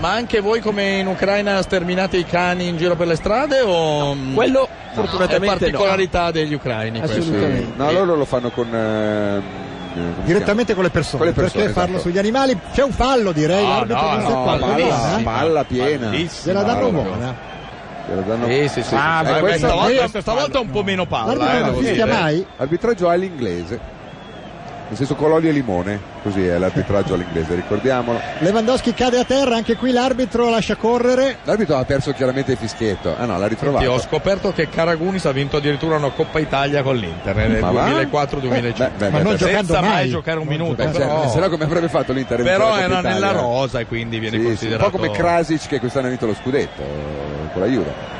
Speaker 4: Ma anche voi come in Ucraina sterminate i cani in giro per le strade o quello
Speaker 1: fortunatamente
Speaker 4: è particolarità degli ucraini questo.
Speaker 1: Sì. No, loro lo fanno con... ehm, come si
Speaker 3: Direttamente
Speaker 1: chiama?
Speaker 3: con le persone,
Speaker 1: Con le persone,
Speaker 3: perché farlo
Speaker 1: esatto.
Speaker 3: sugli animali? C'è un fallo direi,
Speaker 1: No,
Speaker 3: l'arbitro non si
Speaker 1: no,
Speaker 3: accorge.
Speaker 1: Ah, palla,
Speaker 3: Eh?
Speaker 1: palla piena.
Speaker 3: Gliela danno eh.
Speaker 1: Palla.
Speaker 3: buona.
Speaker 1: Gliela danno
Speaker 4: Sì, sì, sì.
Speaker 1: Eh,
Speaker 4: Ah, beh,
Speaker 1: questa-
Speaker 4: stavolta, stavolta un po' meno palla, eh,
Speaker 3: Guarda,
Speaker 4: devo
Speaker 3: non fischia
Speaker 4: dire.
Speaker 3: mai.
Speaker 1: Arbitraggio all'inglese. Nel senso colonia e limone, così è l'arbitraggio all'inglese, ricordiamolo.
Speaker 3: Lewandowski cade a terra, anche qui l'arbitro lascia correre.
Speaker 1: L'arbitro ha perso chiaramente il fischietto. Ah no, l'ha
Speaker 4: Senti, ho
Speaker 1: ritrovato.
Speaker 4: scoperto che Caragunis ha vinto addirittura una Coppa Italia con l'Inter eh, nel
Speaker 1: Ma va? Eh,
Speaker 4: 2004-2005.
Speaker 1: Beh, beh, Ma beh, non beh. giocando
Speaker 4: senza mai,
Speaker 1: mai.
Speaker 4: giocare un
Speaker 1: Non
Speaker 4: minuto,
Speaker 1: giocando.
Speaker 4: però,
Speaker 1: Cioè, se no come avrebbe fatto l'Inter a vincere
Speaker 4: Però
Speaker 1: la Coppa
Speaker 4: era
Speaker 1: Italia? eh.
Speaker 4: nella rosa e quindi viene
Speaker 1: Sì, sì,
Speaker 4: considerato
Speaker 1: un po' come Krasic che quest'anno ha vinto lo scudetto eh, con la Juve.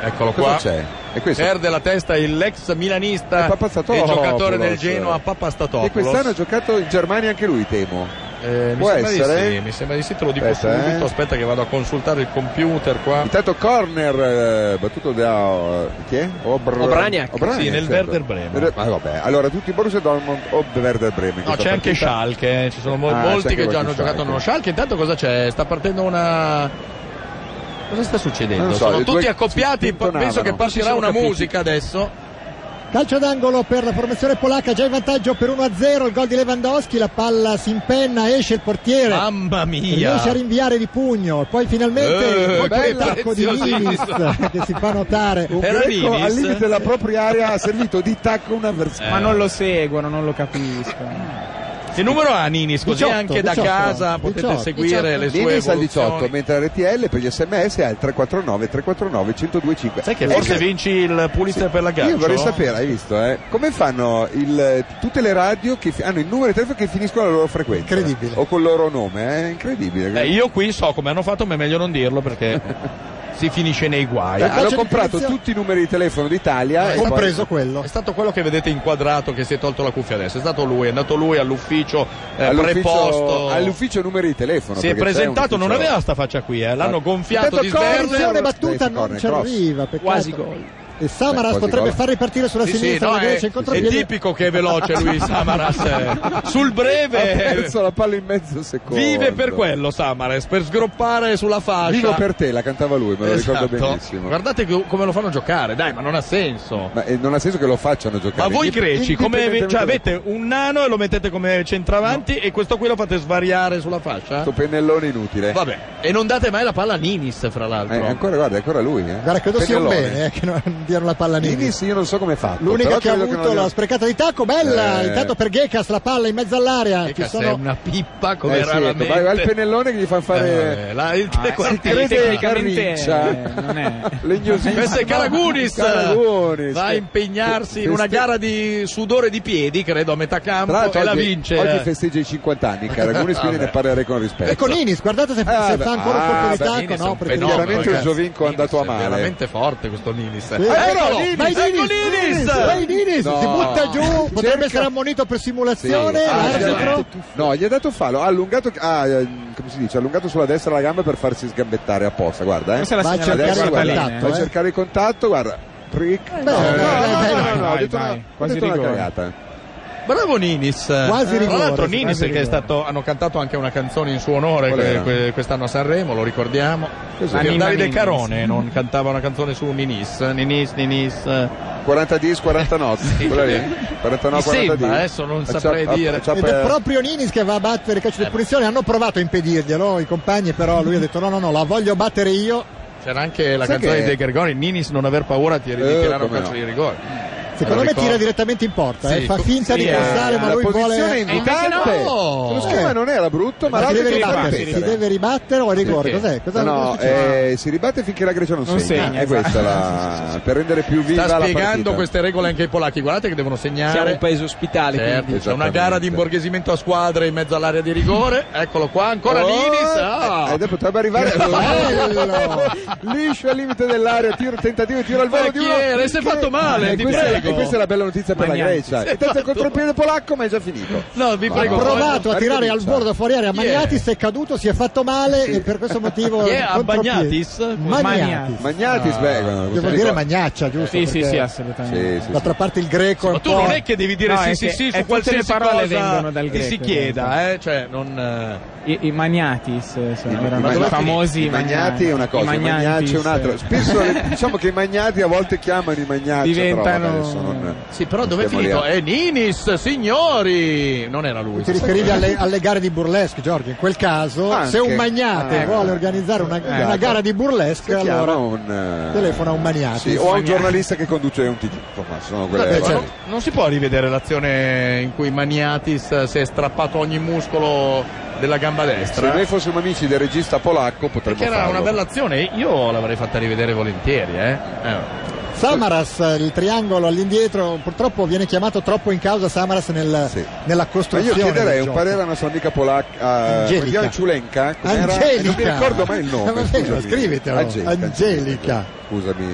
Speaker 4: Eccolo
Speaker 1: Cosa
Speaker 4: qua.
Speaker 1: c'è? E questo-
Speaker 4: Perde la testa il l'ex milanista
Speaker 1: È
Speaker 4: e
Speaker 1: Papastatopoulos.
Speaker 4: giocatore del Genoa Papastatopoulos.
Speaker 1: E quest'anno ha giocato in Germania anche lui, temo.
Speaker 4: Eh, mi
Speaker 1: Può
Speaker 4: sembra
Speaker 1: essere?
Speaker 4: di sì, mi sembra di sì, te lo dico
Speaker 1: Aspetta,
Speaker 4: subito.
Speaker 1: eh.
Speaker 4: Aspetta che vado a consultare il computer qua.
Speaker 1: Intanto corner eh, battuto da eh, chi è? Obr-
Speaker 4: Obraniak. Sì, nel Werder Bremen.
Speaker 1: Ver- Ma ah, vabbè, allora tutti i Borussia Dortmund o Werder Bremen. in
Speaker 4: No,
Speaker 1: questa
Speaker 4: c'è anche
Speaker 1: partita.
Speaker 4: Schalke, eh, ci sono mo-
Speaker 1: Ah, c'è
Speaker 4: molti
Speaker 1: anche
Speaker 4: che già
Speaker 1: qualche
Speaker 4: hanno giocato
Speaker 1: Schalke.
Speaker 4: nello Schalke. Intanto cosa c'è? Sta partendo una Cosa sta succedendo?
Speaker 1: Non so,
Speaker 4: sono
Speaker 1: i due
Speaker 4: tutti
Speaker 1: si
Speaker 4: accoppiati, pa-
Speaker 1: spintonavano.
Speaker 4: penso che
Speaker 1: Si
Speaker 4: partirà
Speaker 1: sono
Speaker 4: una
Speaker 1: capiti.
Speaker 4: musica adesso.
Speaker 3: Calcio d'angolo per la formazione polacca, già in vantaggio per 1-0, il gol di Lewandowski, la palla si impenna, esce il
Speaker 1: Eh.
Speaker 3: portiere.
Speaker 4: Mamma mia!
Speaker 3: Riesce a rinviare di pugno, poi finalmente
Speaker 1: Eh,
Speaker 3: il
Speaker 1: bella,
Speaker 3: tacco di Ninis
Speaker 1: preziosissimo.
Speaker 3: che si fa notare.
Speaker 1: Un greco Ecco, al limite della propria area ha servito di tacco un avversario.
Speaker 5: Ma non lo seguono, non lo capiscono.
Speaker 4: Eh. Che numero ha Ninis? Così
Speaker 1: 18,
Speaker 4: anche da
Speaker 1: 18,
Speaker 4: casa potete
Speaker 1: 18.
Speaker 4: seguire le sue
Speaker 1: Ninis al
Speaker 4: evoluzioni.
Speaker 1: 18, mentre RTL per gli sms ha il 349 349 1025.
Speaker 4: Sai che forse
Speaker 1: Ecco-
Speaker 4: vinci il Pulitzer per la gara.
Speaker 1: Io vorrei sapere, hai visto, eh, come fanno il- tutte le radio che fi- hanno il numero di telefono che finiscono la loro frequenza? Incredibile. O col loro nome, è incredibile.
Speaker 4: Eh, io qui so come hanno fatto, ma è meglio non dirlo perché si finisce nei guai.
Speaker 1: Beh, hanno comprato tutti i numeri di telefono d'Italia. e poi-
Speaker 4: quello. È stato quello che vedete inquadrato che si è tolto la cuffia adesso. È stato lui, è andato lui all'ufficio eh,
Speaker 1: all'ufficio-
Speaker 4: preposto.
Speaker 1: all'ufficio numeri di telefono.
Speaker 4: si
Speaker 1: perché c'è
Speaker 4: è
Speaker 1: un
Speaker 4: presentato, non
Speaker 1: ufficio-
Speaker 4: aveva sta faccia qui, eh. l'hanno
Speaker 1: Ah.
Speaker 4: gonfiato di sverde.
Speaker 3: Attenzione, battuta non ci arriva, peccato.
Speaker 4: Quasi gol.
Speaker 3: E Samaras
Speaker 4: Beh, quasi
Speaker 3: potrebbe
Speaker 4: gol.
Speaker 3: far ripartire sulla
Speaker 4: Sì, sì,
Speaker 3: sinistra
Speaker 4: no,
Speaker 3: la Grecia
Speaker 4: è,
Speaker 3: in
Speaker 4: è
Speaker 3: contropiede.
Speaker 4: tipico che è veloce lui Samaras eh. sul breve
Speaker 1: Ha perso la palla in mezzo secondo.
Speaker 4: vive per quello Samaras per sgroppare sulla fascia
Speaker 1: Vivo per te, la cantava lui, me lo
Speaker 4: Esatto.
Speaker 1: ricordo benissimo.
Speaker 4: guardate co- come lo fanno giocare dai ma non ha senso
Speaker 1: Ma eh, non ha senso che lo facciano
Speaker 4: ma
Speaker 1: giocare.
Speaker 4: voi
Speaker 1: Indip-
Speaker 4: greci come
Speaker 1: indipendentemente
Speaker 4: cioè,
Speaker 1: da-
Speaker 4: avete un nano e lo mettete come centravanti e questo qui lo fate svariare sulla fascia
Speaker 1: Sto pennellone inutile.
Speaker 4: vabbè e non date mai la palla a Ninis fra l'altro
Speaker 1: Eh, ancora, guarda, è ancora lui. Eh.
Speaker 3: Guarda, credo sia un
Speaker 1: Pennellone.
Speaker 3: bene eh, che non diano la palla a Nini.
Speaker 1: Ninis io non so come fa.
Speaker 3: L'unica che ha avuto la
Speaker 1: la
Speaker 3: sprecata di tacco, bella,
Speaker 1: Eh.
Speaker 3: intanto per Gekas la palla in mezzo all'area. Ci
Speaker 4: Cazzo, è
Speaker 3: sono-
Speaker 4: una pippa come
Speaker 1: Eh sì,
Speaker 4: raramente
Speaker 1: vai, vai al pennellone che gli fanno fare
Speaker 4: Eh, la- il
Speaker 1: Ah,
Speaker 4: trequartista.
Speaker 1: crede
Speaker 4: Tecnicamente, eh,
Speaker 1: Carriccia. Legnosissimo.
Speaker 4: Questo è Caragunis,
Speaker 1: Caragunis.
Speaker 4: va a impegnarsi in
Speaker 1: Feste-
Speaker 4: una gara di sudore di piedi, credo, a metà campo
Speaker 1: Tra l'altro
Speaker 4: e la
Speaker 1: oggi-
Speaker 4: vince.
Speaker 1: Oggi festeggia i 50 anni Caragunis, quindi
Speaker 4: Vabbè.
Speaker 1: ne parlerei con rispetto.
Speaker 3: Ecco Ninis, guardate se,
Speaker 1: Ah,
Speaker 3: se
Speaker 1: beh,
Speaker 3: fa ancora
Speaker 1: ah,
Speaker 3: un colpo di
Speaker 1: beh,
Speaker 3: tacco,
Speaker 1: Ninis è
Speaker 3: no?
Speaker 1: un
Speaker 3: perché
Speaker 1: fenomeno, cioè. Chiaramente il
Speaker 4: ragazzi.
Speaker 1: Giovinco è andato a male.
Speaker 4: È veramente forte questo Ninis.
Speaker 1: Eh,
Speaker 3: Sì.
Speaker 4: Eccolo!
Speaker 3: Ninis,
Speaker 4: Vai
Speaker 3: vai
Speaker 4: Ecco
Speaker 3: Ninis,
Speaker 4: Ninis!
Speaker 3: Vai Ninis,
Speaker 1: No.
Speaker 3: si butta giù, potrebbe
Speaker 1: Cerca-
Speaker 3: essere ammonito per
Speaker 1: Sì.
Speaker 3: simulazione.
Speaker 1: Ah, gli ha
Speaker 3: arbitro.
Speaker 1: dato- no, gli ha dato fallo, ha allungato, ha, eh, come si dice, ha allungato sulla destra la gamba per farsi sgambettare apposta, guarda. Eh.
Speaker 5: Questa è la
Speaker 1: Va a
Speaker 5: segnalazione
Speaker 1: cercare il contatto,
Speaker 5: del guardalinee,
Speaker 1: va a
Speaker 5: eh.
Speaker 1: cercare il contatto, guarda. Prick.
Speaker 3: no,
Speaker 1: Eh,
Speaker 3: no, no, no,
Speaker 1: no, ho
Speaker 5: vai,
Speaker 4: Eh,
Speaker 1: detto
Speaker 5: vai.
Speaker 1: una- ho
Speaker 5: Quasi
Speaker 1: detto una
Speaker 5: rigore.
Speaker 1: cagata.
Speaker 4: Bravo Ninis. Eh,
Speaker 3: Quasi
Speaker 4: Tra
Speaker 3: rigore,
Speaker 4: l'altro
Speaker 3: sì,
Speaker 4: Ninis
Speaker 3: quasi
Speaker 4: che è
Speaker 3: rigore.
Speaker 4: stato, hanno cantato anche una canzone in suo onore
Speaker 1: Qual
Speaker 4: que-
Speaker 1: era?
Speaker 4: que- quest'anno a Sanremo, lo ricordiamo.
Speaker 1: Cos'è?
Speaker 4: Anni
Speaker 5: Anima
Speaker 4: Davide
Speaker 5: Ninis.
Speaker 4: Carone non cantava una canzone su Ninis. Ninis, Ninis.
Speaker 1: 40 10, 40 no. Quella lì. 49,
Speaker 4: Mi
Speaker 1: 40
Speaker 4: sembra,
Speaker 1: di. Eh,
Speaker 4: adesso non
Speaker 1: Faccia-
Speaker 4: saprei
Speaker 1: faccia-
Speaker 4: dire.
Speaker 1: faccia-
Speaker 3: Ed è proprio Ninis che va a battere il calcio
Speaker 1: Eh.
Speaker 3: di punizione. Hanno provato a impedirglielo i compagni, però lui ha detto: no, no, no, la voglio battere io.
Speaker 4: C'era anche la
Speaker 1: Sai
Speaker 4: canzone
Speaker 1: che-
Speaker 4: di De Gregori, Ninis non aver paura ti- di
Speaker 1: Eh,
Speaker 4: tirare un
Speaker 1: come
Speaker 4: calcio
Speaker 1: no.
Speaker 4: di rigore.
Speaker 3: Secondo
Speaker 4: Eh,
Speaker 3: me
Speaker 4: ricordo.
Speaker 3: tira direttamente in porta, eh,
Speaker 4: Sì,
Speaker 3: fa
Speaker 4: co-
Speaker 3: finta
Speaker 4: sì,
Speaker 3: di
Speaker 4: eh,
Speaker 3: passare, ma
Speaker 1: la
Speaker 3: lui
Speaker 1: posizione è
Speaker 3: vuole. Eh.
Speaker 1: invitante.
Speaker 4: no!
Speaker 1: Lo schema non era brutto, ma
Speaker 3: Ma si
Speaker 1: l'arbitro
Speaker 3: deve
Speaker 1: lo fa
Speaker 3: ribattere, si
Speaker 1: ripetere.
Speaker 3: deve ribattere o è rigore?
Speaker 4: Perché?
Speaker 3: Cos'è? Cos'è?
Speaker 1: No, no,
Speaker 3: Cosa succede?
Speaker 1: eh, si ribatte finché la Grecia non,
Speaker 5: Non segna,
Speaker 1: È questa la... per rendere più viva
Speaker 4: Sta
Speaker 1: la
Speaker 4: spiegando
Speaker 1: partita.
Speaker 4: queste regole anche ai polacchi, guardate che devono
Speaker 10: Siamo
Speaker 4: segnare.
Speaker 10: un paese ospitale,
Speaker 4: Certo,
Speaker 10: quindi.
Speaker 4: c'è una gara di imborghesimento a squadre in mezzo all'area di rigore. Eccolo qua, ancora Ninis.
Speaker 1: Oh,
Speaker 4: Ah.
Speaker 1: eh, potrebbe arrivare liscio al limite dell'area, tiro, tentativo, di tiro al volo di uno.
Speaker 4: Portiere, si è fatto male,
Speaker 1: e
Speaker 4: ti
Speaker 1: questa,
Speaker 4: prego.
Speaker 1: e questa è la bella notizia per
Speaker 5: Ma
Speaker 1: la
Speaker 5: neanche.
Speaker 1: Grecia. Intanto il contropiede polacco, ma è già finito.
Speaker 4: No, vi
Speaker 1: Ma
Speaker 4: prego.
Speaker 3: Ha
Speaker 1: no.
Speaker 3: provato a
Speaker 1: Arrivederci.
Speaker 3: tirare al bordo fuori aria
Speaker 4: Chi è?
Speaker 3: Magnatis, è caduto, si è fatto male e per questo motivo
Speaker 4: Chi è?
Speaker 3: il contropiede.
Speaker 4: Bagnatis?
Speaker 3: Magnatis.
Speaker 1: Magnati sbegano.
Speaker 3: Devo dire magnaccia, giusto?
Speaker 5: Sì, sì,
Speaker 3: Perché
Speaker 5: sì, assolutamente.
Speaker 1: Sì, sì, sì.
Speaker 3: D'altra parte il greco è
Speaker 4: Ma
Speaker 3: un
Speaker 4: tu
Speaker 3: po'-
Speaker 4: non è che devi dire
Speaker 5: No,
Speaker 4: sì
Speaker 5: è
Speaker 4: sì
Speaker 5: che-
Speaker 4: sì
Speaker 5: è
Speaker 4: su
Speaker 5: tutte
Speaker 4: qualsiasi
Speaker 5: le parole vengono
Speaker 4: cosa
Speaker 5: dal
Speaker 4: ti si
Speaker 5: greco,
Speaker 4: chieda, eh, cioè non eh,
Speaker 5: I, i Magnatis eh, sono-
Speaker 1: I
Speaker 5: erano
Speaker 1: magnati-
Speaker 5: i famosi
Speaker 1: i magnati è una cosa, i magnati è un'altra. Spesso le- diciamo che i magnati a volte chiamano i magnati,
Speaker 5: Diventano-
Speaker 1: però vabbè, adesso non-
Speaker 4: Sì, però
Speaker 1: non
Speaker 4: dov'è
Speaker 1: stiamo
Speaker 4: finito? Eh,
Speaker 1: lì a-
Speaker 4: È Ninis, signori! Non era lui.
Speaker 3: Ti riferivi alle, alle gare di burlesque, Giorgio? In quel caso,
Speaker 1: Anche.
Speaker 3: se un magnate
Speaker 1: Ah,
Speaker 3: vuole organizzare una,
Speaker 1: eh,
Speaker 3: una gara di burlesque,
Speaker 1: Si chiama
Speaker 3: allora
Speaker 1: un eh,
Speaker 3: telefona un Magnatis.
Speaker 1: sì, o a un giornalista che conduce un TG. Insomma, sono quelle
Speaker 4: Vabbè,
Speaker 1: robe.
Speaker 4: cioè, ma non, Eh, non si può rivedere l'azione in cui Maniatis eh, si è strappato ogni muscolo della gamba
Speaker 1: Se
Speaker 4: destra.
Speaker 1: noi fossimo amici del regista polacco potremmo
Speaker 4: Perché era
Speaker 1: farlo.
Speaker 4: una bella azione, io l'avrei fatta rivedere volentieri, eh.
Speaker 3: Samaras, il triangolo all'indietro, purtroppo viene chiamato troppo in causa Samaras nel-
Speaker 1: Sì.
Speaker 3: nella
Speaker 1: Ma io
Speaker 3: costruzione.
Speaker 1: chiederei
Speaker 3: del
Speaker 1: un
Speaker 3: gioco.
Speaker 1: parere alla nostra amica polacca, eh,
Speaker 3: Angelica.
Speaker 1: come si chiama? Ciulenka? Com'era?
Speaker 3: Angelica.
Speaker 1: Eh, Non mi ricordo mai il nome.
Speaker 3: Va bene,
Speaker 1: scusami.
Speaker 3: scrivetelo. Angelica.
Speaker 1: Scusami.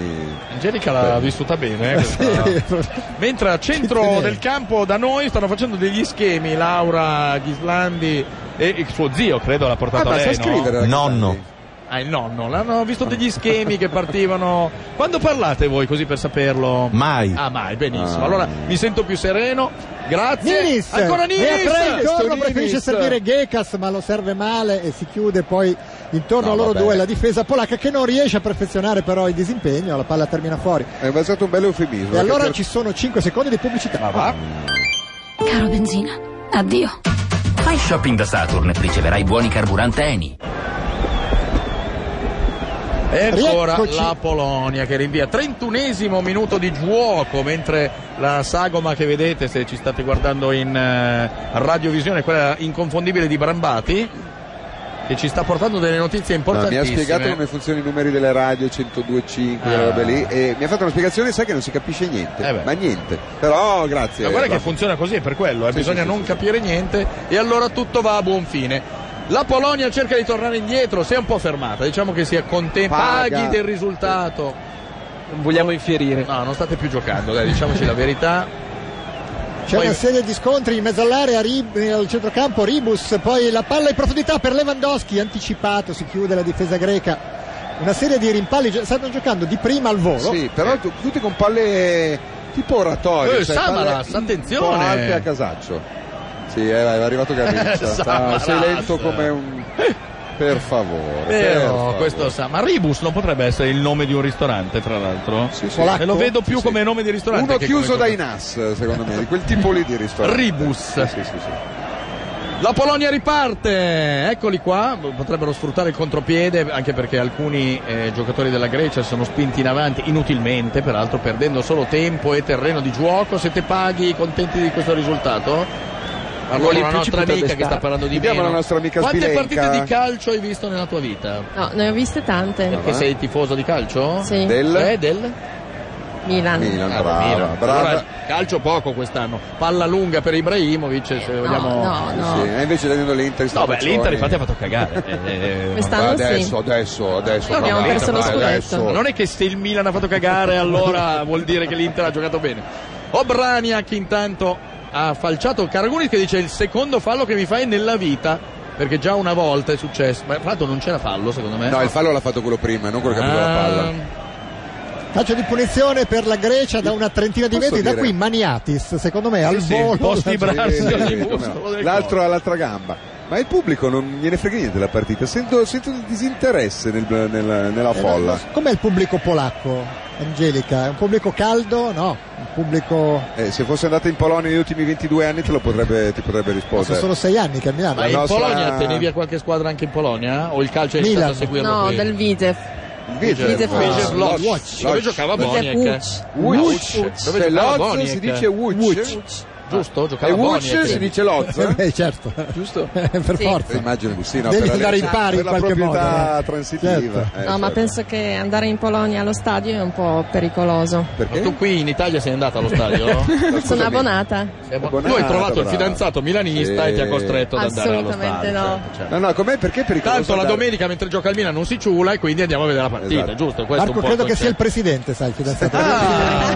Speaker 1: Ah,
Speaker 4: Angelica l'ha vissuta bene, eh, questa. Mentre a centro
Speaker 3: tenere.
Speaker 4: del campo da noi stanno facendo degli schemi Laura Ghislandi e il suo zio, credo l'ha
Speaker 1: Ah,
Speaker 4: portato
Speaker 1: ma sa
Speaker 4: lei, no?
Speaker 1: scrivere ragazzi.
Speaker 6: Nonno.
Speaker 4: Ah, il nonno, l'hanno visto degli schemi che partivano. Quando parlate voi così per saperlo?
Speaker 6: Mai.
Speaker 4: Ah, mai, benissimo.
Speaker 1: Ah.
Speaker 4: Allora mi sento più sereno. Grazie.
Speaker 3: Ninis!
Speaker 4: Ancora
Speaker 3: E a tre
Speaker 4: Ninis!
Speaker 3: intorno
Speaker 1: Ninis.
Speaker 3: preferisce servire Gekas, ma lo serve male e si chiude poi intorno
Speaker 1: No,
Speaker 3: a loro
Speaker 1: vabbè.
Speaker 3: due la difesa polacca che non riesce a perfezionare però il disimpegno, la palla termina fuori.
Speaker 1: Eh, È stato un bel eufemismo.
Speaker 3: E allora
Speaker 1: perché-
Speaker 3: ci sono 5 secondi di pubblicità.
Speaker 1: Ah,
Speaker 11: Caro benzina, addio.
Speaker 2: Fai shopping da Saturn, riceverai buoni carburanti Eni.
Speaker 4: E ancora
Speaker 3: Rieccoci.
Speaker 4: la Polonia che rinvia 31esimo minuto di gioco mentre la sagoma che vedete se ci state guardando in eh, radiovisione quella inconfondibile di Brambati che ci sta portando delle notizie
Speaker 1: No, mi
Speaker 4: importantissime.
Speaker 1: ha spiegato come funzionano i numeri delle radio 102.5 quelle
Speaker 4: eh. Ah.
Speaker 1: robe lì e mi ha fatto una spiegazione sai che non si capisce niente
Speaker 4: Eh beh.
Speaker 1: ma niente però grazie
Speaker 4: Ma guarda che
Speaker 1: Rafa.
Speaker 4: funziona così, è per quello, eh, bisogna
Speaker 1: sì,
Speaker 4: non
Speaker 1: sì,
Speaker 4: capire niente e allora tutto va a buon fine. La Polonia cerca di tornare indietro, si è un po' fermata, diciamo che si è contenta.
Speaker 10: Paga.
Speaker 4: Paghi del risultato.
Speaker 10: Non vogliamo infierire.
Speaker 4: No, non state più giocando, dai, diciamoci la verità.
Speaker 3: C'è
Speaker 4: Poi-
Speaker 3: una serie di scontri in mezzo all'area, Rib- al centrocampo Ribus, poi la palla in profondità per Lewandowski, anticipato, si chiude la difesa greca. Una serie di rimpalli, gi- stanno giocando di prima al volo.
Speaker 4: Eh.
Speaker 1: Sì, però tu- tutti con palle tipo oratorio.
Speaker 3: Eh, Samaras,
Speaker 1: Un po'
Speaker 3: attenzione.
Speaker 1: alte a casaccio. Sì, è, è arrivato Garriccia. Sta-
Speaker 4: Samaras.
Speaker 1: sei lento come un... Per favore. Eh, per
Speaker 4: Però
Speaker 1: favore.
Speaker 4: Eh, oh, questo sa, ma Ribus non potrebbe essere il nome di un ristorante, tra l'altro.
Speaker 1: sì.
Speaker 4: E lo vedo più
Speaker 1: Sì, sì.
Speaker 4: come nome di ristorante.
Speaker 1: Uno
Speaker 4: che
Speaker 1: chiuso
Speaker 4: come-
Speaker 1: dai NAS, secondo me, di quel tipo lì di ristorante.
Speaker 4: Ribus.
Speaker 1: Sì, sì, sì, sì.
Speaker 4: La Polonia riparte, eccoli qua, potrebbero sfruttare il contropiede anche perché alcuni eh, giocatori della Grecia sono spinti in avanti inutilmente, peraltro perdendo solo tempo e terreno di gioco. Siete paghi, contenti di questo risultato? Parlo
Speaker 10: Gol
Speaker 4: con
Speaker 10: in
Speaker 4: la
Speaker 10: più ci
Speaker 4: nostra
Speaker 10: potrebbe
Speaker 4: amica che
Speaker 10: stare.
Speaker 4: sta parlando di
Speaker 1: Chiediamo
Speaker 4: meno.
Speaker 1: alla nostra amica Eh?
Speaker 4: Quante
Speaker 1: Sbilenca.
Speaker 4: partite di calcio hai visto nella tua vita?
Speaker 7: No, ne ho viste tante.
Speaker 4: Perché sei tifoso di calcio?
Speaker 7: Sì.
Speaker 1: Del?
Speaker 4: Eh, del?
Speaker 7: Milan.
Speaker 1: Ah, brava,
Speaker 4: Milan.
Speaker 1: brava.
Speaker 4: Allora, calcio poco quest'anno. Palla lunga per Ibrahimovic, se vogliamo...
Speaker 1: Sì, sì. E invece vedendo l'Inter sta
Speaker 4: No, beh,
Speaker 1: faccioni.
Speaker 4: l'Inter infatti ha fatto cagare.
Speaker 7: Quest'anno
Speaker 1: adesso,
Speaker 7: sì.
Speaker 1: adesso, adesso.
Speaker 7: No, abbiamo
Speaker 1: guarda,
Speaker 7: perso lo
Speaker 1: dai,
Speaker 7: scudetto.
Speaker 1: adesso.
Speaker 4: Ma non è che se il Milan ha fatto cagare allora vuol dire che l'Inter ha giocato bene. Obraniak intanto ha falciato Caragunis che dice il secondo fallo che mi fai nella vita perché già una volta è successo. Ma tra l'altro non c'era fallo secondo me. Ah,
Speaker 1: No, il fallo l'ha fatto quello prima, non quello che ha preso la palla.
Speaker 3: Calcio di punizione per la Grecia da una trentina di
Speaker 1: Posso
Speaker 3: metri, da
Speaker 1: dire-
Speaker 3: qui Maniatis, secondo me, al volo.
Speaker 1: Sì, sì,
Speaker 3: Sì,
Speaker 1: sì, come no. L'altro all'altra gamba. Ma il pubblico non gliene frega niente della partita, sento, sento il disinteresse nel- nella, nella
Speaker 3: Eh,
Speaker 1: folla.
Speaker 3: Com'è il pubblico polacco, Angelica? È un pubblico caldo? No, un pubblico...
Speaker 1: Eh, se fosse andata in Polonia negli ultimi 22 anni te lo potrebbe, ti potrebbe
Speaker 3: Sono
Speaker 1: rispondere.
Speaker 3: solo sei anni che andiamo.
Speaker 4: Ma in
Speaker 1: nostra-
Speaker 4: Polonia tenevi a qualche squadra anche in Polonia? O il calcio è stato a seguirlo
Speaker 7: No,
Speaker 4: qui?
Speaker 7: del Vitev. Vitev
Speaker 4: Vitev
Speaker 7: Watch.
Speaker 4: Lodz,
Speaker 7: Watch.
Speaker 4: dove giocava
Speaker 7: Vitev
Speaker 4: Boniek.
Speaker 7: Watch.
Speaker 4: Wuch.
Speaker 1: Wuch.
Speaker 4: Dove
Speaker 1: Se
Speaker 4: giocava
Speaker 1: Lodz
Speaker 4: Boniek.
Speaker 1: si dice Wuch.
Speaker 4: Giusto,
Speaker 1: E
Speaker 4: giocava
Speaker 1: Wuch
Speaker 4: Boniek.
Speaker 1: si dice Lotz. eh?
Speaker 3: Eh, certo.
Speaker 4: Giusto?
Speaker 3: per
Speaker 7: Sì.
Speaker 3: forza.
Speaker 1: Immagino di sì, no,
Speaker 3: Devi
Speaker 1: per la-
Speaker 3: andare in pari
Speaker 1: per
Speaker 3: in qualche
Speaker 1: la proprietà
Speaker 3: modo, eh.
Speaker 1: transitiva.
Speaker 3: Certo.
Speaker 1: Eh,
Speaker 7: No, ma
Speaker 1: certo.
Speaker 7: penso che andare in Polonia allo stadio è un po' pericoloso.
Speaker 1: Perché?
Speaker 4: Ma tu qui in Italia sei andata allo stadio? no?
Speaker 7: Sono abbonata.
Speaker 4: Eh, ma
Speaker 1: Abbonata,
Speaker 4: tu hai trovato il
Speaker 1: brava.
Speaker 4: fidanzato milanista
Speaker 1: Sì.
Speaker 4: e ti ha costretto ad andare allo
Speaker 7: Assolutamente
Speaker 4: stadio.
Speaker 7: no.
Speaker 4: certo, certo.
Speaker 1: No, no, com'è perché è pericoloso?
Speaker 4: Tanto la
Speaker 1: andare-
Speaker 4: domenica mentre gioca il Milan non si ciula e quindi andiamo a vedere la partita,
Speaker 1: Esatto.
Speaker 4: giusto?
Speaker 3: Marco,
Speaker 4: Questo è un po' Ah,
Speaker 3: credo che sia il presidente, sai, il fidanzato.
Speaker 1: Ah!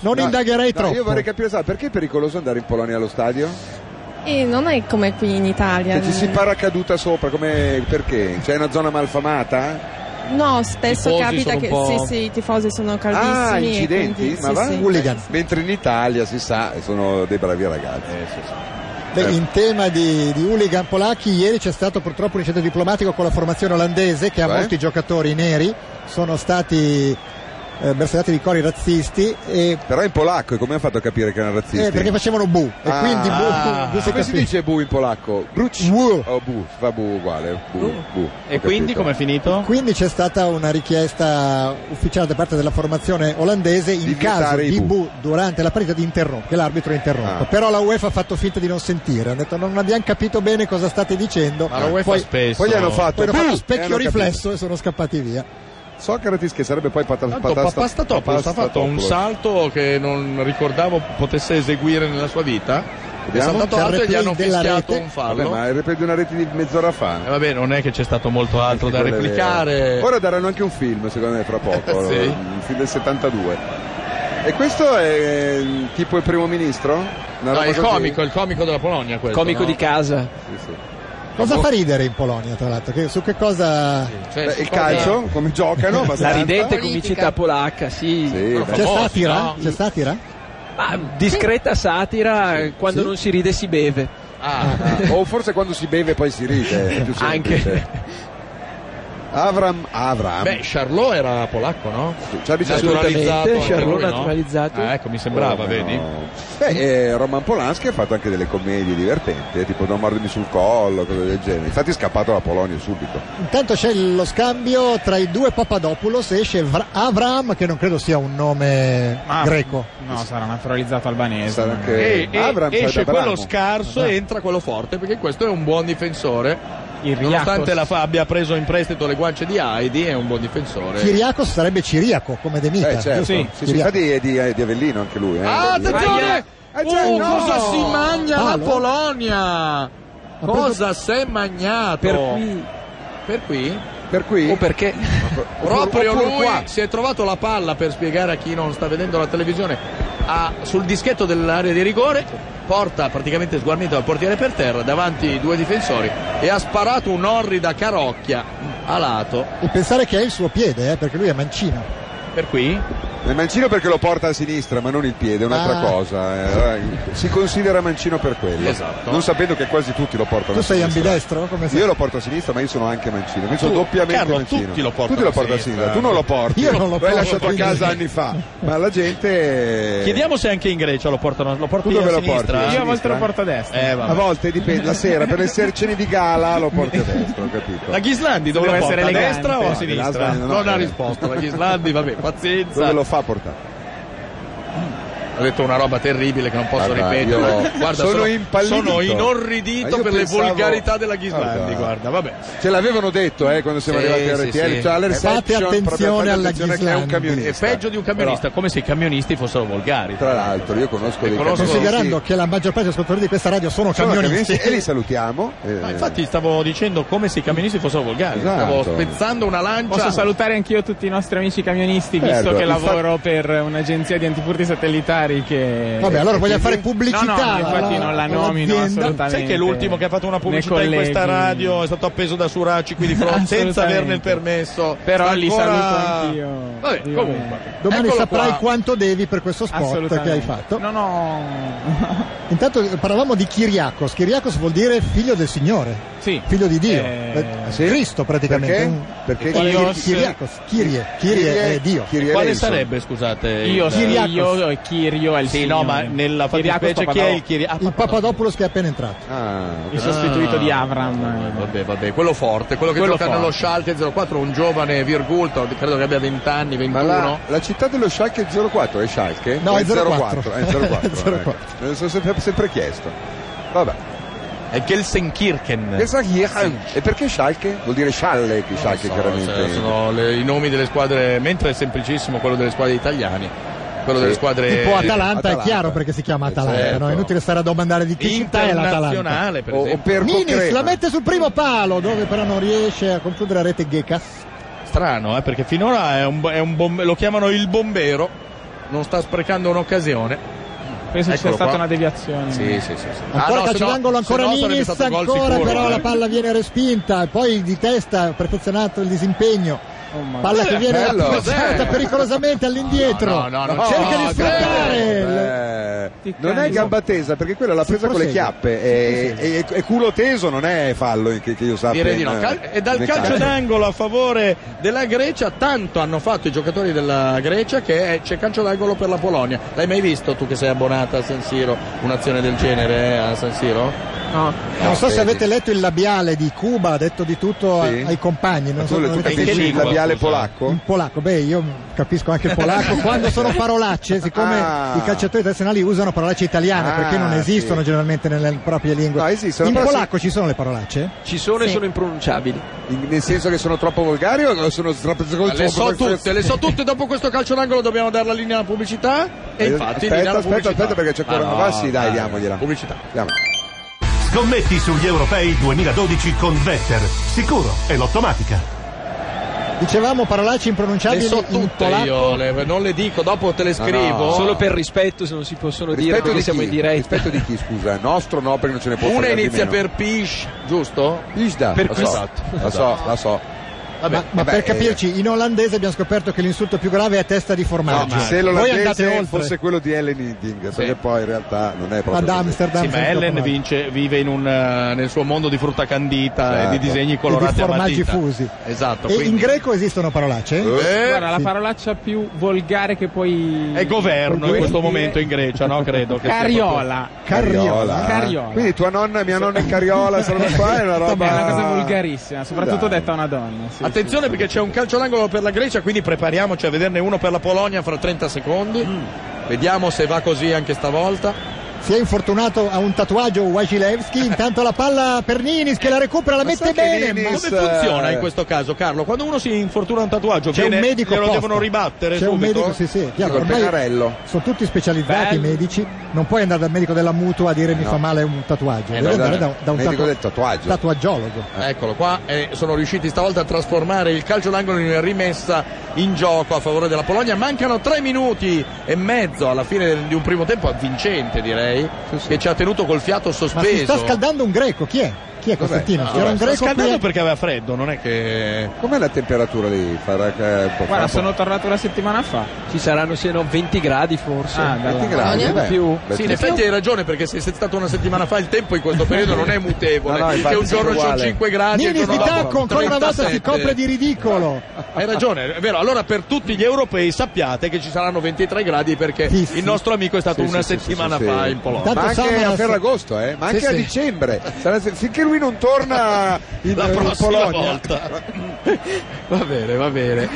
Speaker 3: Non indagherei
Speaker 1: No, Io
Speaker 3: troppo.
Speaker 1: vorrei capire, sa, perché è pericoloso andare in Polonia allo stadio?
Speaker 7: E non è come qui in Italia.
Speaker 1: Che ci si paracaduta sopra, come perché? C'è una zona malfamata?
Speaker 7: No, spesso
Speaker 1: tifosi
Speaker 7: capita
Speaker 1: sono
Speaker 7: che
Speaker 1: un
Speaker 7: sì,
Speaker 1: po'-
Speaker 7: sì, i tifosi sono caldissimi.
Speaker 1: Ah,
Speaker 7: e
Speaker 1: incidenti?
Speaker 7: quindi-
Speaker 1: Ma
Speaker 7: sì,
Speaker 1: va?
Speaker 7: sì.
Speaker 1: Mentre in Italia si sa, sono dei bravi ragazzi.
Speaker 4: Eh,
Speaker 1: Eh,
Speaker 3: Beh, in tema di, di hooligan polacchi, ieri c'è stato purtroppo un incidente diplomatico con la formazione olandese che ha
Speaker 1: Cioè?
Speaker 3: molti giocatori neri, sono stati eh, bersagliati di cori razzisti e
Speaker 1: Però in polacco, e come ha fatto a capire che erano razzisti?
Speaker 3: eh, perché facevano bu e
Speaker 1: Ah.
Speaker 3: quindi bu, bu si
Speaker 1: come si
Speaker 3: capì.
Speaker 1: dice bu in polacco? Bruci
Speaker 3: Bu.
Speaker 1: o bu? Si fa bu uguale. Bu, bu. Ho
Speaker 6: E
Speaker 1: capito.
Speaker 6: quindi com'è finito?
Speaker 3: Quindi c'è stata una richiesta ufficiale da parte della formazione olandese in
Speaker 1: Di
Speaker 3: caso
Speaker 1: vietare i
Speaker 3: di
Speaker 1: bu.
Speaker 3: bu durante la partita di interrompere, che l'arbitro interrompa.
Speaker 1: Ah.
Speaker 3: Però la UEFA ha fatto finta di non sentire, ha detto non abbiamo capito bene cosa state dicendo.
Speaker 4: Ma la UEFA
Speaker 3: poi,
Speaker 4: spesso.
Speaker 1: Poi gli hanno
Speaker 3: poi
Speaker 1: fatto,
Speaker 3: hanno
Speaker 1: "Bu!"
Speaker 3: fatto
Speaker 1: e
Speaker 3: specchio
Speaker 1: hanno capito.
Speaker 3: riflesso e sono scappati via.
Speaker 1: Socrates che sarebbe poi patata
Speaker 4: Tanto Papastatopoulos ha fatto un salto che non ricordavo potesse eseguire nella sua vita. È
Speaker 1: Vediamo.
Speaker 4: saltato
Speaker 3: C'è il
Speaker 4: alto e gli
Speaker 3: replay
Speaker 4: hanno
Speaker 3: della
Speaker 4: fischiato
Speaker 3: rete.
Speaker 4: un
Speaker 1: Vabbè,
Speaker 4: fallo.
Speaker 1: ma il replay di una rete di mezz'ora
Speaker 4: Eh,
Speaker 1: fa.
Speaker 4: vabbè, non è che c'è stato molto altro da
Speaker 1: Quello è
Speaker 4: replicare.
Speaker 1: vero. Ora daranno anche un film, secondo me, fra poco.
Speaker 4: Sì.
Speaker 1: Un film del 72. E questo è eh, tipo il primo ministro? Una
Speaker 4: No,
Speaker 1: roba
Speaker 4: il
Speaker 1: così?
Speaker 4: comico, il comico della Polonia questo.
Speaker 10: Comico
Speaker 4: no?
Speaker 10: di casa.
Speaker 1: Sì, sì.
Speaker 3: Cosa fa ridere in Polonia, tra l'altro? Che- su che cosa.
Speaker 4: Cioè,
Speaker 1: Beh,
Speaker 4: si
Speaker 1: il
Speaker 4: parla-
Speaker 1: calcio, come giocano,
Speaker 10: La
Speaker 1: abbastanza.
Speaker 10: ridente
Speaker 7: Politica.
Speaker 10: comicità polacca, sì.
Speaker 1: Sì, beh.
Speaker 3: C'è
Speaker 4: famosi,
Speaker 3: satira?
Speaker 4: no?
Speaker 3: C'è satira?
Speaker 10: Ma discreta satira, eh, quando
Speaker 3: Sì.
Speaker 10: non si ride si beve.
Speaker 4: Ah,
Speaker 1: Ah, o forse quando si beve poi si ride. è più semplice. Avram, Avram. diciamo
Speaker 4: Beh, Charlot era polacco, no?
Speaker 1: Già dice-
Speaker 4: Naturalizzato.
Speaker 10: Assolutamente, Charlot
Speaker 4: Lui, no?
Speaker 10: naturalizzato.
Speaker 4: Ah, ecco, mi sembrava,
Speaker 1: Oh,
Speaker 4: vedi?
Speaker 1: no. Beh, eh, Roman Polanski ha fatto anche delle commedie divertenti, eh, tipo Non mordermi sul collo, cose del genere. Infatti è scappato dalla Polonia subito.
Speaker 3: Intanto c'è lo scambio tra i due Papadopoulos e esce Vra- Avram, che non credo sia un nome
Speaker 1: Ah.
Speaker 5: Ma-
Speaker 3: greco.
Speaker 5: No, sarà naturalizzato albanese. Esatto.
Speaker 1: Sarà
Speaker 4: E,
Speaker 1: anche
Speaker 4: e
Speaker 1: Avram, cioè,
Speaker 4: esce
Speaker 1: da
Speaker 4: quello
Speaker 1: Abramo.
Speaker 4: scarso e entra quello forte perché questo è un buon difensore.
Speaker 5: Il
Speaker 4: Nonostante
Speaker 5: Riakos.
Speaker 4: la fa- abbia preso in prestito le guance di Heidi, è un buon difensore.
Speaker 3: Ciriaco sarebbe Ciriaco, come Demita.
Speaker 1: Eh, certo.
Speaker 5: Sì.
Speaker 1: Sì, sì, infatti è di, è di Avellino anche lui. eh.
Speaker 4: Ah, attenzione!
Speaker 1: Ah, già,
Speaker 4: Oh,
Speaker 1: no!
Speaker 4: cosa si mangia
Speaker 3: Ah,
Speaker 4: la
Speaker 3: no.
Speaker 4: Polonia! Cosa s'è magnato? Per
Speaker 1: qui.
Speaker 4: Per qui?
Speaker 1: Per qui?
Speaker 4: O perché? Oh, Proprio
Speaker 1: oppure
Speaker 4: lui
Speaker 1: qua.
Speaker 4: si è trovato la palla per spiegare a chi non sta vedendo la televisione a- sul dischetto dell'area di rigore, porta praticamente sguarnito dal portiere per terra davanti ai due difensori e ha sparato un'orrida carocchia a lato.
Speaker 3: E pensare che è il suo piede, eh, perché lui è mancino.
Speaker 4: Per qui?
Speaker 1: È mancino perché lo porta a sinistra, ma non il piede, è un'altra
Speaker 3: Ah.
Speaker 1: cosa. eh, allora, si considera mancino per quello.
Speaker 4: Esatto.
Speaker 1: Non sapendo che quasi tutti lo portano
Speaker 3: Tu
Speaker 1: a
Speaker 3: sei
Speaker 1: sinistra.
Speaker 3: ambidestro? Come sei?
Speaker 1: Io lo porto a sinistra, ma io sono anche mancino. Quindi sono
Speaker 3: Tu,
Speaker 1: doppiamente
Speaker 3: Carlo,
Speaker 1: mancino.
Speaker 3: tutti lo portano
Speaker 1: Tutti
Speaker 3: a sinistra.
Speaker 1: Tu non lo porti.
Speaker 3: Io non lo
Speaker 1: L'hai
Speaker 3: porto,
Speaker 1: lasciato a
Speaker 3: quindi.
Speaker 1: casa anni fa. Ma la gente.
Speaker 6: Chiediamo se anche in Grecia lo portano lo porti
Speaker 1: Tu dove
Speaker 6: a
Speaker 1: lo
Speaker 6: sinistra.
Speaker 1: porti? A sinistra?
Speaker 6: Eh, vabbè.
Speaker 1: a volte dipende, la sera per le serceni di gala lo porti a destra, ho capito.
Speaker 4: La Ghislandi dove
Speaker 1: Deve
Speaker 4: la porta?
Speaker 1: essere
Speaker 4: A
Speaker 1: elegante.
Speaker 4: destra o a
Speaker 1: No,
Speaker 4: sinistra?
Speaker 1: la- no,
Speaker 4: non
Speaker 1: no.
Speaker 4: ha risposto. La Ghislandi, vabbè, pazienza.
Speaker 1: Dove lo fa portare?
Speaker 4: Ha detto una roba terribile che non posso
Speaker 1: Guarda,
Speaker 4: ripetere.
Speaker 1: io- sono impallidito.
Speaker 4: sono
Speaker 1: Ma
Speaker 4: inorridito
Speaker 1: io
Speaker 4: per
Speaker 1: pensavo-
Speaker 4: le volgarità della Ghislandi,
Speaker 1: Guarda.
Speaker 4: guarda, vabbè.
Speaker 1: Ce l'avevano detto eh, quando siamo
Speaker 4: Sì,
Speaker 1: arrivati a
Speaker 4: sì,
Speaker 1: RTL.
Speaker 4: sì.
Speaker 1: Cioè, alla
Speaker 4: Eh,
Speaker 1: reception,
Speaker 4: fate
Speaker 1: proprio
Speaker 4: attenzione
Speaker 1: fate
Speaker 4: alla
Speaker 1: attenzione che è un
Speaker 4: Ghislandi.
Speaker 1: camionista.
Speaker 4: È peggio di un camionista.
Speaker 6: Come se i camionisti fossero volgari.
Speaker 1: Tra l'altro, io conosco dei
Speaker 3: Considerando che la maggior parte degli ascoltatori di questa radio sono camionisti.
Speaker 1: e li salutiamo. eh.
Speaker 4: Ah,
Speaker 6: Ma infatti stavo dicendo come se i camionisti fossero volgari. Stavo
Speaker 1: Esatto.
Speaker 4: spezzando una lancia.
Speaker 5: Posso salutare anch'io tutti i nostri amici camionisti, visto
Speaker 6: Certo,
Speaker 5: che
Speaker 6: infatti-
Speaker 5: lavoro per un'agenzia di antifurti satellitari che...
Speaker 3: Vabbè, allora
Speaker 5: che
Speaker 3: vogliamo fare
Speaker 5: quindi-
Speaker 3: pubblicità
Speaker 5: No, no, infatti
Speaker 3: alla-
Speaker 5: non la nomino
Speaker 3: all'azienda.
Speaker 5: assolutamente.
Speaker 6: Sai che l'ultimo che ha fatto una pubblicità
Speaker 5: Nei
Speaker 6: in questa
Speaker 5: colleghi.
Speaker 6: radio è stato appeso da Suraci qui di fronte senza
Speaker 5: Assolutamente.
Speaker 6: averne il permesso.
Speaker 5: Però
Speaker 6: Sta
Speaker 5: li
Speaker 6: ancora-
Speaker 5: saluto anch'io.
Speaker 6: Vabbè,
Speaker 5: Dio
Speaker 6: comunque.
Speaker 3: Domani
Speaker 6: Eccolo
Speaker 3: saprai
Speaker 6: qua.
Speaker 3: quanto devi per questo sport
Speaker 5: Assolutamente.
Speaker 3: che hai fatto.
Speaker 5: No, no.
Speaker 3: Intanto eh, parlavamo di Kyriakos. Kyriakos vuol dire figlio del Signore,
Speaker 5: Sì.
Speaker 3: figlio di Dio,
Speaker 5: Eh,
Speaker 3: Eh, Cristo praticamente.
Speaker 5: Perché?
Speaker 3: Un-
Speaker 5: Perché
Speaker 3: Qual è il-
Speaker 5: Kyrios-
Speaker 3: Kyriakos, Kyrie, Kyrie è Dio.
Speaker 6: Quale sarebbe, scusate?
Speaker 5: Io,
Speaker 6: il-
Speaker 5: io e Kirio è il
Speaker 6: Sì, no, ma
Speaker 5: signore.
Speaker 6: nella
Speaker 5: Kyriakos
Speaker 6: fattispecie chi è il
Speaker 5: Papadopoulos.
Speaker 6: Kyrie? Ah,
Speaker 3: Il Papadopoulos che è appena entrato.
Speaker 1: Ah,
Speaker 5: Il
Speaker 10: ah.
Speaker 5: sostituito di
Speaker 4: Avram. Vabbè, vabbè, quello forte, quello che
Speaker 5: Quello
Speaker 4: gioca
Speaker 5: forte.
Speaker 4: nello Schalke 04, un giovane virgulto, credo che abbia 20 anni, 21.
Speaker 1: la, la città dello Schalke è 04 è Schalke?
Speaker 4: No,
Speaker 1: O
Speaker 4: è 04.
Speaker 1: È 04.
Speaker 4: È 04.
Speaker 1: ecco. Me lo sono sempre, sempre chiesto. Vabbè.
Speaker 4: È Gelsenkirchen.
Speaker 1: Gelsenkirchen. E perché Schalke? Vuol dire Schalle, che Schalke
Speaker 4: So,
Speaker 1: chiaramente.
Speaker 4: se- sono le- i nomi delle squadre, mentre è semplicissimo quello delle squadre italiane, quello
Speaker 1: Sì.
Speaker 4: delle squadre
Speaker 3: Tipo Atalanta, è chiaro perché si chiama Atalanta,
Speaker 4: Eh, certo.
Speaker 3: no? È inutile stare a domandare di che città è l'Atalanta.
Speaker 4: internazionale, per
Speaker 1: O- o
Speaker 4: esempio.
Speaker 1: per
Speaker 3: Minis
Speaker 1: Cocrena.
Speaker 3: la mette sul primo palo, dove però non riesce a concludere la rete Gekas.
Speaker 4: Strano, eh, perché finora è un, bo- è un bombe- lo chiamano il bombero, non sta sprecando un'occasione.
Speaker 5: Penso ci sia
Speaker 4: Eccolo
Speaker 5: stata
Speaker 4: qua.
Speaker 5: una deviazione.
Speaker 4: Sì, sì, sì. sì.
Speaker 3: Ancora
Speaker 4: Ah, no,
Speaker 3: calcio
Speaker 4: se no-
Speaker 3: d'angolo, ancora
Speaker 4: se no sarebbe
Speaker 3: Minis,
Speaker 4: stato gol
Speaker 3: ancora
Speaker 4: sicuro,
Speaker 3: però
Speaker 4: eh.
Speaker 3: la palla viene respinta, poi di testa perfezionato il disimpegno. Palla che
Speaker 4: Eh,
Speaker 3: viene
Speaker 4: bello,
Speaker 3: appoggiata
Speaker 4: eh.
Speaker 3: pericolosamente all'indietro.
Speaker 4: No, no, no, no,
Speaker 3: Cerca
Speaker 4: no,
Speaker 3: di sfruttare. il-
Speaker 1: Ah, Eh, non è gamba tesa perché quella l'ha presa con le
Speaker 3: prosegue.
Speaker 1: chiappe e, e- e culo teso non è fallo che, che io sappia
Speaker 4: Direi di
Speaker 1: in-
Speaker 4: no. Cal- e dal
Speaker 1: nel
Speaker 4: calcio d'angolo a favore della Grecia, tanto hanno fatto i giocatori della Grecia che è- c'è calcio d'angolo per la Polonia. L'hai mai visto tu che sei abbonata a San Siro un'azione del genere eh, a San Siro?
Speaker 5: No.
Speaker 3: Non so
Speaker 4: vedi.
Speaker 3: se avete letto il labiale di Cuba, ha detto di tutto a-
Speaker 4: Sì.
Speaker 3: ai compagni. Non
Speaker 1: Ma
Speaker 3: so
Speaker 1: tu,
Speaker 3: se
Speaker 1: tu
Speaker 3: avete
Speaker 1: capisci il
Speaker 3: sentito.
Speaker 1: labiale polacco?
Speaker 3: In polacco, beh, io capisco anche il polacco. Quando sono parolacce, siccome
Speaker 1: Ah.
Speaker 3: i calciatori tradizionali usano parolacce italiane
Speaker 1: Ah,
Speaker 3: perché non esistono
Speaker 1: sì.
Speaker 3: generalmente nelle proprie lingue.
Speaker 1: No, esistono,
Speaker 3: in
Speaker 1: però
Speaker 3: polacco ci sono le parolacce?
Speaker 10: Ci sono e sono impronunciabili.
Speaker 1: In- nel senso che sono troppo volgari o sono troppo
Speaker 4: Le so tutte, le so tutte. Dopo questo calcio d'angolo dobbiamo dare la linea alla pubblicità. E infatti, linea
Speaker 1: Eh, aspetta,
Speaker 4: alla
Speaker 1: aspetta,
Speaker 4: pubblicità.
Speaker 1: aspetta perché c'è ancora una
Speaker 4: Ma no,
Speaker 1: passi, dai,
Speaker 4: dai.
Speaker 1: diamogliela.
Speaker 4: Pubblicità.
Speaker 1: Andiamo.
Speaker 9: Scommetti sugli europei 2012 con Better. Sicuro e l'automatica.
Speaker 3: Dicevamo parolacce impronunciabili
Speaker 4: Le so
Speaker 3: in
Speaker 4: tutte
Speaker 3: polacco.
Speaker 4: io, le- non le dico, dopo te le scrivo.
Speaker 10: Solo per rispetto, se non si possono dire
Speaker 1: Rispetto
Speaker 10: perché
Speaker 1: di,
Speaker 10: siamo in
Speaker 1: chi?
Speaker 10: diretta.
Speaker 1: rispetto di chi, scusa? Nostro no, perché non ce ne può
Speaker 4: Una
Speaker 1: fregare di
Speaker 4: inizia
Speaker 1: meno.
Speaker 4: per Pish, giusto?
Speaker 1: Isda,
Speaker 4: Per
Speaker 1: la
Speaker 4: questo-
Speaker 1: so, la so, la so.
Speaker 4: Vabbè,
Speaker 3: Ma, ma
Speaker 1: vabbè,
Speaker 3: per
Speaker 1: eh.
Speaker 3: capirci, in olandese abbiamo scoperto che l'insulto più grave è testa di
Speaker 1: No,
Speaker 3: formaggio.
Speaker 1: ma se
Speaker 3: eh, Voi andate
Speaker 1: l'olandese
Speaker 3: oltre.
Speaker 1: fosse quello di Ellen Hiddink, perché poi in realtà non è proprio
Speaker 3: Ad
Speaker 1: così.
Speaker 3: Amsterdam.
Speaker 6: Sì, ma Ellen vince- vive in un, eh, nel suo mondo di frutta candita e
Speaker 1: Certo.
Speaker 6: di disegni
Speaker 3: e
Speaker 6: colorati
Speaker 3: di
Speaker 6: a
Speaker 3: formaggi
Speaker 6: matita.
Speaker 3: fusi.
Speaker 4: Esatto,
Speaker 3: E in
Speaker 4: quindi
Speaker 3: greco esistono parolacce?
Speaker 1: Eh.
Speaker 5: Guarda, la
Speaker 3: Sì.
Speaker 5: parolaccia più volgare che puoi...
Speaker 6: È governo in
Speaker 5: puoi
Speaker 6: questo
Speaker 5: dire.
Speaker 6: momento in Grecia, no? Credo. che sia
Speaker 5: Carriola.
Speaker 1: Carriola.
Speaker 5: Carriola.
Speaker 1: Quindi tua nonna, mia nonna in carriola, sono qua, è una roba...
Speaker 5: Vabbè, è una cosa volgarissima, soprattutto
Speaker 1: Dai.
Speaker 5: detta a una donna. sì,
Speaker 4: Attenzione perché c'è un calcio d'angolo per la Grecia, quindi prepariamoci a
Speaker 3: Mm.
Speaker 4: vederne uno per la Polonia fra 30 secondi. Vediamo se va così anche stavolta.
Speaker 3: si è infortunato a un tatuaggio Wasilewski, intanto la palla per Ninis che la recupera, la mette bene.
Speaker 4: Come
Speaker 1: Eh,
Speaker 4: funziona in questo caso, Carlo? Quando uno si infortuna un tatuaggio,
Speaker 3: Eh. C'è
Speaker 4: viene-
Speaker 3: un medico
Speaker 4: glielo
Speaker 3: apposta.
Speaker 4: devono ribattere
Speaker 3: C'è un
Speaker 4: subito?
Speaker 3: medico, sì, sì, chiaro,
Speaker 4: Col
Speaker 3: ormai
Speaker 4: pennarello.
Speaker 3: sono tutti specializzati
Speaker 4: Bello.
Speaker 3: i medici, non puoi andare dal medico della mutua a dire mi
Speaker 4: No.
Speaker 3: fa male un tatuaggio,
Speaker 4: Eh,
Speaker 3: devi
Speaker 1: esatto.
Speaker 4: no,
Speaker 3: andare
Speaker 4: dai,
Speaker 3: da, da un
Speaker 4: medico
Speaker 3: tatua-
Speaker 4: del tatuaggio.
Speaker 3: tatuaggiologo.
Speaker 4: Eccolo qua, e sono riusciti stavolta a trasformare il calcio d'angolo in una rimessa in gioco a favore della Polonia. Mancano tre minuti e mezzo alla fine di un primo tempo avvincente, direi, che ci ha tenuto col fiato
Speaker 3: Ma si sta
Speaker 4: sospeso.
Speaker 3: scaldando un greco, chi è? Chi è
Speaker 4: Ah,
Speaker 3: Costantino? C'era un greco qui-
Speaker 4: perché aveva freddo, non è che.
Speaker 1: Com'è la temperatura lì? Farà che un po'
Speaker 5: Guarda,
Speaker 1: fa-
Speaker 5: sono tornato una settimana fa.
Speaker 10: Ci saranno siano 20 gradi forse.
Speaker 5: Ah, dalla- 20 gradi,
Speaker 10: Neanche
Speaker 5: beh.
Speaker 10: più.
Speaker 1: Beh,
Speaker 4: Sì, in effetti hai ragione perché se sei stato una settimana fa il tempo in questo periodo non è mutevole,
Speaker 1: No, no, infatti
Speaker 4: che un giorno
Speaker 1: sono
Speaker 4: sono
Speaker 1: uguale.
Speaker 4: 5 gradi
Speaker 3: Ninis
Speaker 4: il giorno
Speaker 3: di
Speaker 4: dopo
Speaker 3: tacco, ancora una volta si
Speaker 4: 37.
Speaker 3: copre di ridicolo.
Speaker 4: Hai ragione, è vero. Allora per tutti gli europei sappiate che ci saranno 23 gradi perché il nostro amico è stato
Speaker 1: Sì,
Speaker 4: una
Speaker 1: sì, sì,
Speaker 4: settimana
Speaker 1: sì, sì.
Speaker 4: fa in Polonia.
Speaker 1: ma anche a Ferragosto, eh? ma anche
Speaker 4: Sì,
Speaker 1: a
Speaker 4: sì.
Speaker 1: dicembre. Sarà- Finché lui non torna in,
Speaker 4: La
Speaker 1: in
Speaker 4: prossima
Speaker 1: Polonia.
Speaker 4: volta. Va bene, va bene.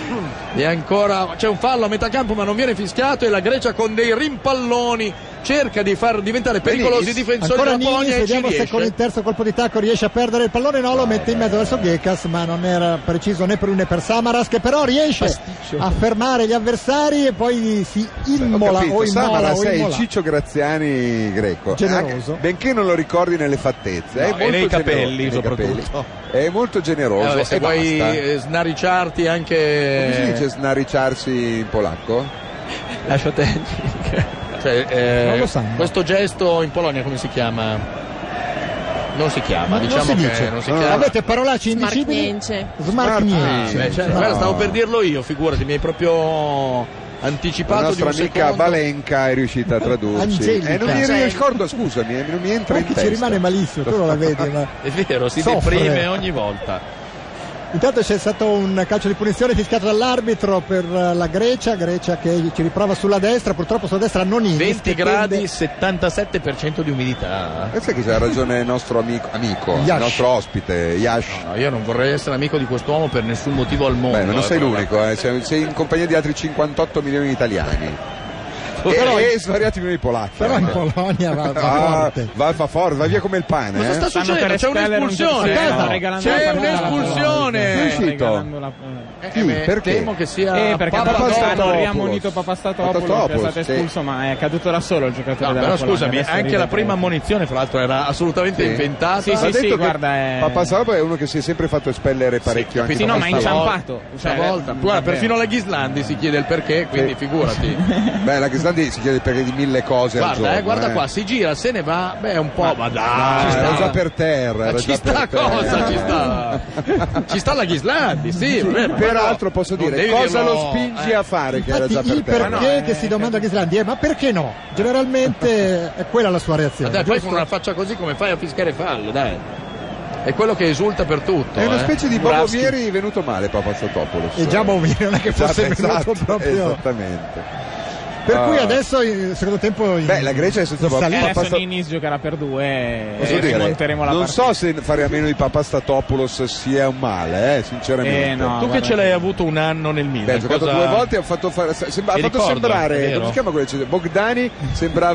Speaker 4: E ancora c'è un fallo a metà campo ma non viene fischiato e la Grecia con dei rimpalloni cerca di far diventare pericolosi i difensori
Speaker 3: Ancora
Speaker 4: della Polonia
Speaker 3: Ninis,
Speaker 4: e ci
Speaker 3: vediamo se con
Speaker 4: riesce.
Speaker 3: il terzo colpo di tacco riesce a perdere il pallone. No, lo mette in mezzo verso Gekas, ma non era preciso né per lui né per Samaras, che però riesce a fermare gli avversari e poi si
Speaker 1: Ho
Speaker 3: immola
Speaker 1: capito,
Speaker 3: o immola
Speaker 1: Samaras
Speaker 3: o
Speaker 1: è il
Speaker 3: immola.
Speaker 1: Ciccio Graziani greco.
Speaker 3: Generoso.
Speaker 1: Anche- benché non lo ricordi nelle fattezze. è
Speaker 4: No, e
Speaker 1: molto
Speaker 4: nei
Speaker 1: generoso-
Speaker 4: capelli,
Speaker 1: nei
Speaker 4: soprattutto.
Speaker 1: È molto
Speaker 4: Eh,
Speaker 1: generoso.
Speaker 4: vabbè, se
Speaker 1: e
Speaker 4: vuoi
Speaker 1: basta.
Speaker 4: eh, snaricciarti
Speaker 1: Come si dice
Speaker 4: anche
Speaker 1: snaricciarsi in polacco?
Speaker 10: Lascia te.
Speaker 4: Cioè, eh,
Speaker 1: Non lo sanno.
Speaker 4: questo gesto in Polonia come si chiama? Non si chiama,
Speaker 3: Ma non
Speaker 4: diciamo
Speaker 3: si
Speaker 4: che
Speaker 3: dice.
Speaker 4: non si
Speaker 3: No.
Speaker 4: chiama.
Speaker 1: Ah,
Speaker 3: Avete parolacce indicibili?
Speaker 7: Marchnienche.
Speaker 4: Ah, beh,
Speaker 3: Smartniense.
Speaker 4: cioè, guarda, stavo per dirlo io, figurati, mi hai proprio
Speaker 1: La
Speaker 4: anticipato di
Speaker 1: nostra
Speaker 4: un
Speaker 1: amica
Speaker 4: secondo.
Speaker 1: Valenca è riuscita a tradurci.
Speaker 3: Angelica.
Speaker 1: Eh, non mi
Speaker 3: Cioè-
Speaker 1: ricordo, scusami, eh, non mi entra
Speaker 3: Poi
Speaker 1: in
Speaker 3: che
Speaker 1: testa.
Speaker 3: ci rimane malissimo, tu non la vedi. Ma...
Speaker 4: È vero, si
Speaker 3: Soffre.
Speaker 4: deprime ogni volta.
Speaker 3: Intanto c'è stato un calcio di punizione fischiato dall'arbitro per eh, la Grecia, Grecia che ci riprova sulla destra, purtroppo sulla destra non in
Speaker 4: 20 gradi, 77% di umidità.
Speaker 1: Eh, sai che c'ha ragione il nostro amico, amico, il
Speaker 4: Yash.
Speaker 1: nostro ospite, Yash.
Speaker 4: No, io non vorrei essere amico di quest'uomo per nessun motivo al
Speaker 5: Ah,
Speaker 4: mondo.
Speaker 1: Beh, ma non
Speaker 4: eh,
Speaker 1: sei
Speaker 4: però-
Speaker 1: l'unico, eh, sei, sei in compagnia di altri 58 milioni di italiani. E,
Speaker 4: Però-
Speaker 1: e svariati milioni di polacchi.
Speaker 3: Però in
Speaker 1: anche.
Speaker 3: Polonia va, va
Speaker 1: Ah,
Speaker 3: forte.
Speaker 1: va, fa forte, va via come il pane.
Speaker 4: Cosa
Speaker 1: eh.
Speaker 4: sta succedendo? C'è un'espulsione.
Speaker 1: Aspetta,
Speaker 4: C'è un'espulsione.
Speaker 1: Chi è uscito?
Speaker 4: Eh,
Speaker 1: Chi?
Speaker 4: beh,
Speaker 1: Perché?
Speaker 4: Temo che sia
Speaker 5: Eh, perché
Speaker 4: Papadopoulos.
Speaker 5: hanno riammonito Papastatopoulos che è
Speaker 1: Papastatopoulos,
Speaker 5: stato
Speaker 1: sì.
Speaker 5: espulso, ma è caduto da solo il giocatore
Speaker 4: No,
Speaker 5: della
Speaker 4: però
Speaker 5: Polonia.
Speaker 4: scusami,
Speaker 5: Adesso
Speaker 4: anche la
Speaker 5: rivedremo.
Speaker 4: prima ammonizione, fra l'altro, era assolutamente
Speaker 1: Sì.
Speaker 4: inventata.
Speaker 5: Sì, sì,
Speaker 1: Ha detto
Speaker 5: sì,
Speaker 1: che
Speaker 5: guarda, eh, è-
Speaker 1: Papa Salvo è uno che si è sempre fatto espellere parecchio anche
Speaker 5: Sì, no,
Speaker 1: da
Speaker 5: ma è
Speaker 1: questa volta.
Speaker 5: inciampato. Cioè,
Speaker 4: Stavolta, guarda,
Speaker 5: davvero.
Speaker 4: perfino la Ghislandi si chiede il perché, quindi
Speaker 1: Sì.
Speaker 4: figurati.
Speaker 1: Beh, la Crislandi si chiede perché di mille cose al
Speaker 4: guarda,
Speaker 1: giorno.
Speaker 4: eh, guarda
Speaker 1: eh.
Speaker 4: qua, si gira, se ne va, beh, è un po'. Ma,
Speaker 1: Ah,
Speaker 4: dai, ci
Speaker 1: era
Speaker 4: sta.
Speaker 1: già per terra. era
Speaker 4: Ci
Speaker 1: già
Speaker 4: sta
Speaker 1: per terra.
Speaker 4: cosa, ci sta. Ci sta la Ghislandi, sì, va bene, ma
Speaker 1: Peraltro posso
Speaker 4: non
Speaker 1: dire,
Speaker 4: devi
Speaker 1: cosa
Speaker 4: dirlo,
Speaker 1: lo spingi
Speaker 4: eh.
Speaker 1: a fare che era
Speaker 3: Infatti
Speaker 1: già per
Speaker 3: il
Speaker 1: terra?
Speaker 3: perché che si domanda a Ghislandi, eh, ma perché no? Generalmente è quella la sua reazione.
Speaker 4: Ma dai, poi
Speaker 3: giusto?
Speaker 4: con una faccia così come fai a fischiare fallo, dai. È quello che esulta per tutto.
Speaker 1: È una
Speaker 4: eh.
Speaker 1: specie di Bobo
Speaker 4: Murawski.
Speaker 1: Vieri venuto male Papazotopoulos.
Speaker 3: E già Bovini non è che
Speaker 1: Esatto,
Speaker 3: fosse venuto
Speaker 1: esatto,
Speaker 3: proprio.
Speaker 1: Esattamente.
Speaker 3: Per cui
Speaker 1: Ah.
Speaker 3: adesso il secondo tempo in-
Speaker 1: Beh, la Grecia è Eh, sotto
Speaker 3: in
Speaker 5: E
Speaker 3: salita.
Speaker 1: Papa-
Speaker 5: adesso
Speaker 1: Papasta-
Speaker 5: Ninis giocherà per due eh.
Speaker 1: Posso
Speaker 5: e
Speaker 1: dire,
Speaker 5: rimonteremo la
Speaker 1: non
Speaker 5: partita.
Speaker 1: so se fare a meno di Papastatopoulos sia un male, eh, sinceramente.
Speaker 5: Eh, no,
Speaker 6: Tu che
Speaker 5: guarda
Speaker 6: ce l'hai avuto un anno nel Milan.
Speaker 1: Beh, ha giocato
Speaker 6: cosa-
Speaker 1: due volte e ha fatto, fare- sembra- ha
Speaker 6: Mi
Speaker 1: fatto
Speaker 6: ricordo, è
Speaker 1: sembrare
Speaker 6: vero.
Speaker 1: come si chiama quello che c'è? Bogdani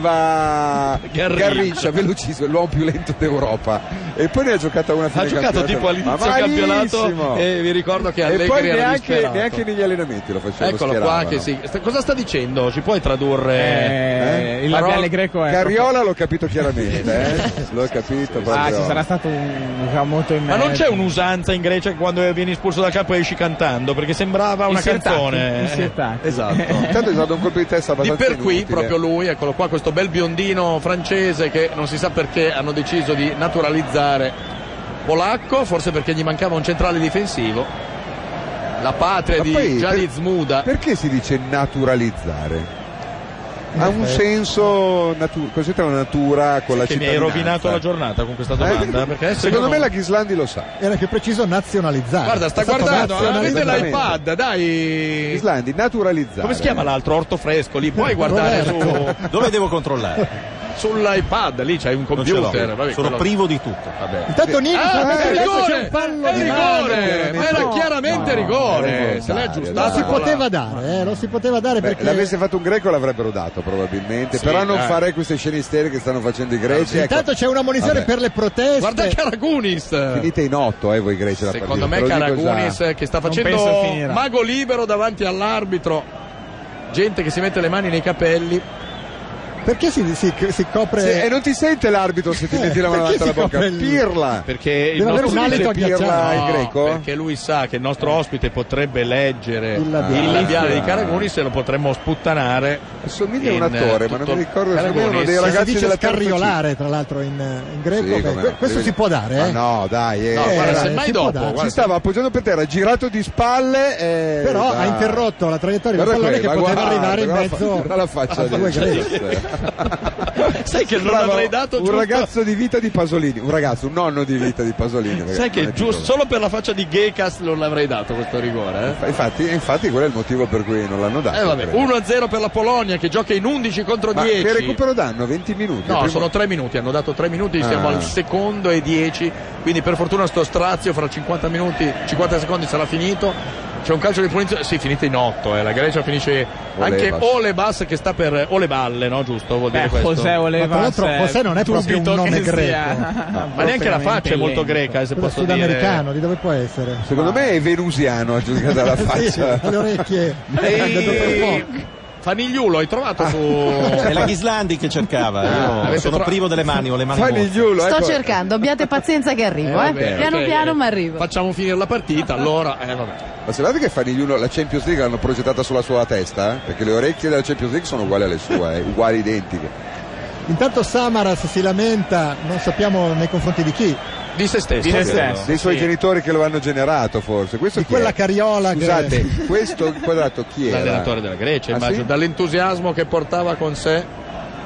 Speaker 1: sembrava
Speaker 6: Garri-
Speaker 1: Garriccia velocissimo l'uomo più lento d'Europa e poi ne ha giocata una a fine
Speaker 6: Ha giocato
Speaker 1: campionato.
Speaker 6: tipo all'inizio
Speaker 1: Ma malissimo.
Speaker 6: campionato e vi ricordo che
Speaker 1: e
Speaker 6: Allegri
Speaker 1: poi
Speaker 6: era
Speaker 1: neanche,
Speaker 6: disperato.
Speaker 1: neanche negli allenamenti lo faceva
Speaker 4: Eccolo qua che si. sta- Cosa sta dicendo? Ci puoi tradurre?
Speaker 5: Eh,
Speaker 1: eh?
Speaker 5: Il labiale greco è...
Speaker 1: Carriola l'ho capito chiaramente eh? l'ho capito
Speaker 5: Ah,
Speaker 1: proprio.
Speaker 5: ci sarà stato un tramonto in
Speaker 6: Ma
Speaker 5: mezzo.
Speaker 6: non c'è un'usanza in Grecia che quando vieni espulso dal campo esci cantando? Perché sembrava una
Speaker 5: Insertati,
Speaker 6: canzone.
Speaker 5: insertati.
Speaker 6: Esatto.
Speaker 1: intanto è stato un colpo di testa
Speaker 4: Di
Speaker 1: abbastanza
Speaker 4: per qui,
Speaker 1: inutile.
Speaker 4: proprio lui, eccolo qua, questo bel biondino francese che non si sa perché hanno deciso di naturalizzare polacco, forse perché gli mancava un centrale difensivo. La patria
Speaker 1: Ma
Speaker 4: di
Speaker 1: poi,
Speaker 4: Gianni
Speaker 1: per-
Speaker 4: Zmuda.
Speaker 1: Perché si dice naturalizzare? Ha un senso, natu- cos'entra la natura con la
Speaker 6: Eh. Che mi hai
Speaker 1: cittadinanza?
Speaker 6: rovinato la giornata con questa
Speaker 1: Eh,
Speaker 6: domanda. perché adesso
Speaker 1: secondo
Speaker 6: io
Speaker 1: me
Speaker 6: non-
Speaker 1: la Ghislandi lo sa.
Speaker 3: Era più preciso nazionalizzare.
Speaker 4: Guarda, sta
Speaker 3: È stato
Speaker 4: guardando,
Speaker 1: eh,
Speaker 3: nazionalizzato.
Speaker 4: avete
Speaker 1: esattamente.
Speaker 4: l'iPad, dai.
Speaker 1: Ghislandi naturalizzare.
Speaker 6: Come si chiama l'altro? Ortofresco lì? Puoi guardare su,
Speaker 12: Dove devo controllare?
Speaker 4: sull'iPad, lì c'hai un
Speaker 12: Non ce l'ho.
Speaker 4: computer. vabbè,
Speaker 12: Sono
Speaker 4: quello-
Speaker 12: privo di tutto.
Speaker 4: vabbè.
Speaker 3: Intanto Nini
Speaker 4: Ah,
Speaker 3: sta
Speaker 4: è
Speaker 3: vedendo se Eh, c'è
Speaker 4: rigore!
Speaker 3: un fallo
Speaker 4: È
Speaker 3: di
Speaker 4: rigore!
Speaker 3: mano.
Speaker 4: Era chiaramente veramente rigore, se l'è aggiustato.
Speaker 6: Ah,
Speaker 3: Lo si poteva dare, eh, lo si poteva dare
Speaker 1: Beh,
Speaker 3: perché
Speaker 1: L'avesse fatto un greco l'avrebbero dato probabilmente,
Speaker 3: Sì,
Speaker 1: però non
Speaker 3: dai.
Speaker 1: fare queste scene isteriche che stanno facendo i greci. ecco.
Speaker 3: intanto c'è una munizione
Speaker 1: Vabbè.
Speaker 3: per le proteste.
Speaker 4: Guarda Caragunis!
Speaker 1: Finite in otto, eh, voi greci la
Speaker 4: Secondo me
Speaker 1: partita, ve lo dico già.
Speaker 4: Caragunis eh, che sta facendo mago libero davanti all'arbitro, gente che si mette le mani nei capelli.
Speaker 3: Perché si, si- si copre
Speaker 1: Sì, e non ti sente l'arbitro
Speaker 6: eh,
Speaker 1: se ti metti la mano
Speaker 4: perché
Speaker 1: davanti alla
Speaker 4: si
Speaker 1: bocca?
Speaker 4: copre il-
Speaker 1: Pirla!
Speaker 6: Perché
Speaker 1: Deve
Speaker 6: il
Speaker 1: avere
Speaker 6: nostro
Speaker 1: un alito
Speaker 6: ospite-
Speaker 1: pirla
Speaker 6: No,
Speaker 1: in greco?
Speaker 6: Perché lui sa che il nostro ospite potrebbe leggere
Speaker 1: Il
Speaker 6: il
Speaker 1: labiale.
Speaker 6: labiale, di Caraguni se lo potremmo sputtanare.
Speaker 1: Somiglia a un
Speaker 4: eh,
Speaker 1: attore, ma non mi ricordo se è uno dei
Speaker 3: Si
Speaker 1: ragazzi
Speaker 3: dice
Speaker 1: della terza
Speaker 3: scarriolare, tra l'altro, in, in greco.
Speaker 1: Sì,
Speaker 3: Beh,
Speaker 1: come
Speaker 3: que-
Speaker 1: no.
Speaker 3: questo
Speaker 1: Devi-
Speaker 3: si può dare, eh?
Speaker 1: Ma no, dai, eh.
Speaker 3: No, guarda, Eh, semmai si può dopo, dare. guarda.
Speaker 1: Si stava appoggiando per terra, girato di spalle. eh,
Speaker 3: Però ha
Speaker 1: dai.
Speaker 3: interrotto la traiettoria del
Speaker 1: Guarda
Speaker 3: pallone che
Speaker 1: quella,
Speaker 3: poteva
Speaker 1: guarda,
Speaker 3: arrivare in
Speaker 1: guarda la
Speaker 3: mezzo
Speaker 1: fa- guarda la faccia
Speaker 3: a
Speaker 1: di-
Speaker 3: due greci.
Speaker 6: Sai che non
Speaker 1: Sembrava
Speaker 6: avrei dato
Speaker 1: un
Speaker 6: giusto-
Speaker 1: ragazzo di vita di Pasolini, un ragazzo, un nonno di vita di Pasolini. ragazzi,
Speaker 6: Sai
Speaker 1: non
Speaker 6: che
Speaker 1: è
Speaker 6: giusto
Speaker 1: piccolo.
Speaker 6: solo per la faccia di Gekas non l'avrei dato questo rigore. Eh?
Speaker 1: Infatti, infatti quello è il motivo per cui non l'hanno dato.
Speaker 4: Eh, vabbè,
Speaker 1: credo.
Speaker 4: 1-0 per la Polonia che gioca in 11 contro
Speaker 1: Ma
Speaker 4: 10.
Speaker 1: che recupero danno? 20 minuti?
Speaker 4: No,
Speaker 1: Primo-
Speaker 4: sono tre minuti, hanno dato tre minuti,
Speaker 1: Ah.
Speaker 4: siamo al secondo e 10, quindi per fortuna sto strazio fra 50 minuti, 50 secondi sarà finito. C'è un calcio di punizione, sì, finite in 8, eh. la Grecia finisce anche
Speaker 6: Olebas.
Speaker 4: Olebas che sta per Oleballe, no, giusto? Vuol dire
Speaker 6: Beh,
Speaker 4: questo.
Speaker 6: José Olebas,
Speaker 3: Ma tra l'altro eh, José non è proprio un nome greco.
Speaker 6: Ma neanche la faccia è molto
Speaker 4: eh,
Speaker 6: greca, se
Speaker 3: Quello
Speaker 6: posso dire.
Speaker 3: sudamericano, di dove può essere? Eh
Speaker 1: Secondo me è venusiano a giudicare dalla
Speaker 3: Sì,
Speaker 1: faccia.
Speaker 3: le orecchie.
Speaker 4: Ehi, Fanigliulo, hai trovato su...
Speaker 12: Ah.
Speaker 4: Ah,
Speaker 12: È la Ghislandi che cercava. Io
Speaker 4: avete
Speaker 12: sono
Speaker 4: tro-
Speaker 12: privo delle mani, ho le mani vuote.
Speaker 13: Sto
Speaker 1: ecco.
Speaker 13: cercando, abbiate pazienza che arrivo, eh. piano piano ma arrivo.
Speaker 4: Facciamo finire la partita, allora... Eh, vabbè.
Speaker 1: Ma sapete che Fanigliuno la Champions League l'hanno progettata sulla sua testa? eh? Perché le orecchie della Champions League sono uguali alle sue, eh, uguali identiche.
Speaker 3: Intanto Samaras si lamenta, non sappiamo nei confronti di chi.
Speaker 4: Di se stesso.
Speaker 1: Sì, Dei suoi
Speaker 4: sì.
Speaker 1: genitori che lo hanno generato forse. Questo
Speaker 3: Di
Speaker 1: chi è?
Speaker 3: quella cariola che-
Speaker 1: Scusate, questo inquadrato
Speaker 12: eh,
Speaker 1: chi era?
Speaker 4: L'allenatore della Grecia,
Speaker 1: Ah,
Speaker 4: immagino,
Speaker 1: sì?
Speaker 4: dall'entusiasmo che portava con sé.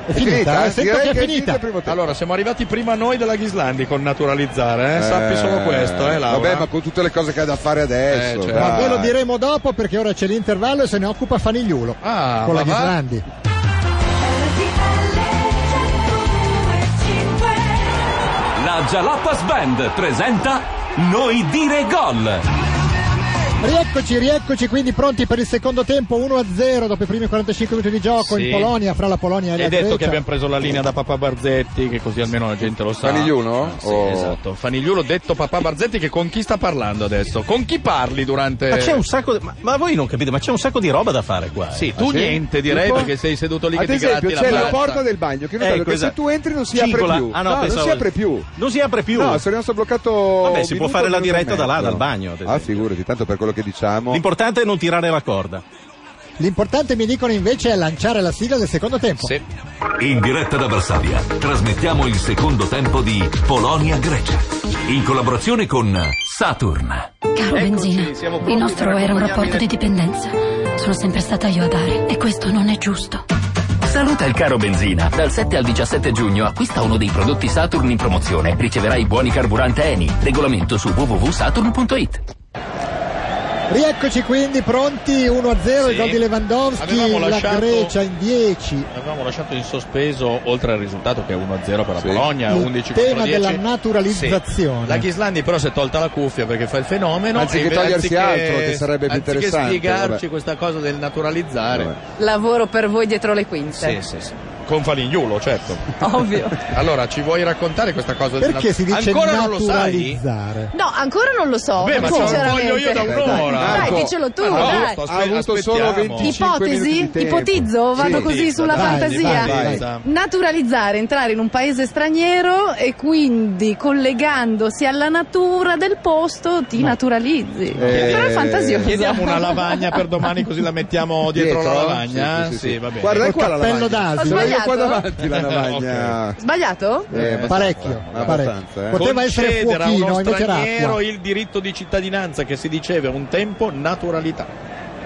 Speaker 3: È finita, eh? Sento
Speaker 4: Direi
Speaker 3: che è
Speaker 4: il
Speaker 3: finita.
Speaker 4: primo tempo. Allora, siamo arrivati prima noi della Ghislandi con naturalizzare, eh? sappi solo questo, eh, Laura.
Speaker 1: Vabbè, ma con tutte le cose che ha da fare adesso.
Speaker 4: Eh, certo.
Speaker 3: Ma
Speaker 1: dai.
Speaker 3: ve lo diremo dopo perché ora c'è l'intervallo e se ne occupa Fanigliulo
Speaker 4: Ah,
Speaker 3: con la
Speaker 4: ma va?
Speaker 3: Ghislandi.
Speaker 2: La Jalapas Band presenta Noi dire gol.
Speaker 3: Rieccoci, rieccoci quindi pronti per il secondo tempo 1-0 dopo i primi 45 minuti di gioco
Speaker 6: Sì.
Speaker 3: in Polonia, fra la Polonia e la
Speaker 6: Hai detto
Speaker 3: Grecia.
Speaker 6: che abbiamo preso la linea da papà Barzetti, che così almeno la gente lo sa.
Speaker 1: Fanigliuno?
Speaker 6: Sì,
Speaker 1: Oh.
Speaker 6: esatto. Fanigliuno detto papà Barzetti che con chi sta parlando adesso? Con chi parli durante...
Speaker 12: Ma c'è un sacco. Ma, ma voi non capite, ma c'è un sacco di roba da fare qua. eh. Ah,
Speaker 6: Sì, tu niente direi perché sei seduto lì
Speaker 1: Ad
Speaker 6: che ti gratti
Speaker 1: esempio,
Speaker 6: la
Speaker 1: c'è la,
Speaker 6: faccia.
Speaker 1: porta del bagno che, notate
Speaker 6: Ecco,
Speaker 1: che
Speaker 6: esatto.
Speaker 1: se tu entri non si
Speaker 6: Cincola.
Speaker 1: apre più.
Speaker 6: Ah, no,
Speaker 1: non
Speaker 6: pensavo-
Speaker 1: si apre più.
Speaker 12: Non si apre più.
Speaker 1: No, sono rimasto bloccato.
Speaker 12: Vabbè, si può
Speaker 1: minuto,
Speaker 12: fare la
Speaker 1: minuto e
Speaker 12: diretta da là,
Speaker 1: mezzo.
Speaker 12: dal bagno, ad
Speaker 1: Ah, figurati, tanto per quello che diciamo.
Speaker 12: L'importante è non tirare la corda.
Speaker 3: L'importante mi dicono invece è lanciare la sigla del secondo tempo.
Speaker 2: In diretta da Varsavia trasmettiamo il secondo tempo di Polonia-Grecia in collaborazione con Saturn.
Speaker 11: Caro Benzina, il nostro era un rapporto di dipendenza. Sono sempre stata io a dare e questo non è giusto.
Speaker 14: Saluta il caro Benzina. Dal 7 al 17 giugno acquista uno dei prodotti Saturn in promozione. Riceverai buoni carburante Eni. Regolamento su www.saturn.it.
Speaker 3: Rieccoci quindi pronti 1-0 il
Speaker 6: Sì.
Speaker 3: gol di Lewandowski,
Speaker 6: Avevamo
Speaker 3: la
Speaker 6: lasciato- Eh,
Speaker 3: Grecia in 10.
Speaker 6: Avevamo lasciato in sospeso, oltre al risultato che è 1-0 per la Polonia,
Speaker 3: Il
Speaker 6: 11 contro
Speaker 3: tema
Speaker 6: 10.
Speaker 3: della naturalizzazione.
Speaker 6: Sì. La Ghislandi però si è tolta la cuffia perché fa il fenomeno.
Speaker 1: Anziché
Speaker 6: e invece-
Speaker 1: togliersi altro, che sarebbe più
Speaker 6: anziché
Speaker 1: interessante,
Speaker 6: spiegarci
Speaker 1: vabbè.
Speaker 6: questa cosa del
Speaker 1: diciamo,
Speaker 6: naturalizzare.
Speaker 13: Lavoro per voi dietro le quinte.
Speaker 6: Sì, sì, sì. Con Falignolo, certo.
Speaker 13: Ovvio.
Speaker 6: allora, ci vuoi raccontare questa cosa del
Speaker 3: Perché si dice
Speaker 6: Ancora non lo sai?
Speaker 3: naturalizzare?
Speaker 13: No, ancora non lo so.
Speaker 6: Beh, ma
Speaker 13: Come?
Speaker 6: ce lo voglio io da
Speaker 13: Sinceramente.
Speaker 6: un'ora.
Speaker 13: Dai,
Speaker 6: Marco.
Speaker 13: dicelo tu,
Speaker 6: Ma no,
Speaker 13: dai.
Speaker 6: sto-
Speaker 1: Ha avuto solo
Speaker 6: aspettiamo.
Speaker 1: 25
Speaker 13: Ipotesi?
Speaker 1: minuti di tempo.
Speaker 13: Ipotizzo? Vado
Speaker 1: Sì.
Speaker 13: così sulla
Speaker 1: Dai,
Speaker 13: fantasia?
Speaker 1: vai, vai.
Speaker 13: Naturalizzare, entrare in un paese straniero e quindi collegandosi alla natura del posto ti naturalizzi. Però è fantasioso.
Speaker 6: Chiediamo una lavagna per domani così la mettiamo dietro,
Speaker 1: Dietro?
Speaker 6: la lavagna.
Speaker 1: Sì,
Speaker 6: Sì,
Speaker 1: sì, sì.
Speaker 6: va bene.
Speaker 1: Guarda, è qua la
Speaker 3: cappello
Speaker 1: lavagna.
Speaker 3: d'asino.
Speaker 1: Ce
Speaker 13: Ho
Speaker 1: l'ho io qua
Speaker 13: sbagliato?
Speaker 1: davanti la lavagna.
Speaker 13: Sbagliato?
Speaker 1: Eh, abbastanza,
Speaker 3: parecchio,
Speaker 1: abbastanza, eh.
Speaker 3: parecchio. Poteva essere
Speaker 6: Concedere a
Speaker 3: fuochino,
Speaker 6: uno
Speaker 3: invece era
Speaker 6: straniero
Speaker 3: acqua.
Speaker 6: il diritto di cittadinanza che si diceva un tempo naturalità.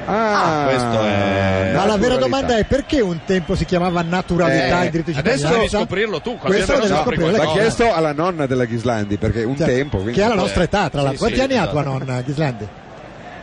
Speaker 1: Ah,
Speaker 6: questo è.
Speaker 3: Ma la vera domanda è perché un tempo si chiamava naturalità
Speaker 6: Eh,
Speaker 3: il diritto di
Speaker 6: adesso
Speaker 3: cittadinanza?
Speaker 6: devi scoprirlo tu, quasi
Speaker 3: Questo lo
Speaker 6: almeno
Speaker 3: devi
Speaker 6: no,
Speaker 3: scoprire.
Speaker 1: L'ha
Speaker 3: lei.
Speaker 1: chiesto alla nonna della Ghislandi perché un
Speaker 3: Cioè,
Speaker 1: tempo. quindi-
Speaker 3: Che ha la nostra età, tra
Speaker 1: Sì,
Speaker 3: l'altro. Quanti
Speaker 1: sì,
Speaker 3: anni ha
Speaker 1: esatto.
Speaker 3: tua nonna Ghislandi?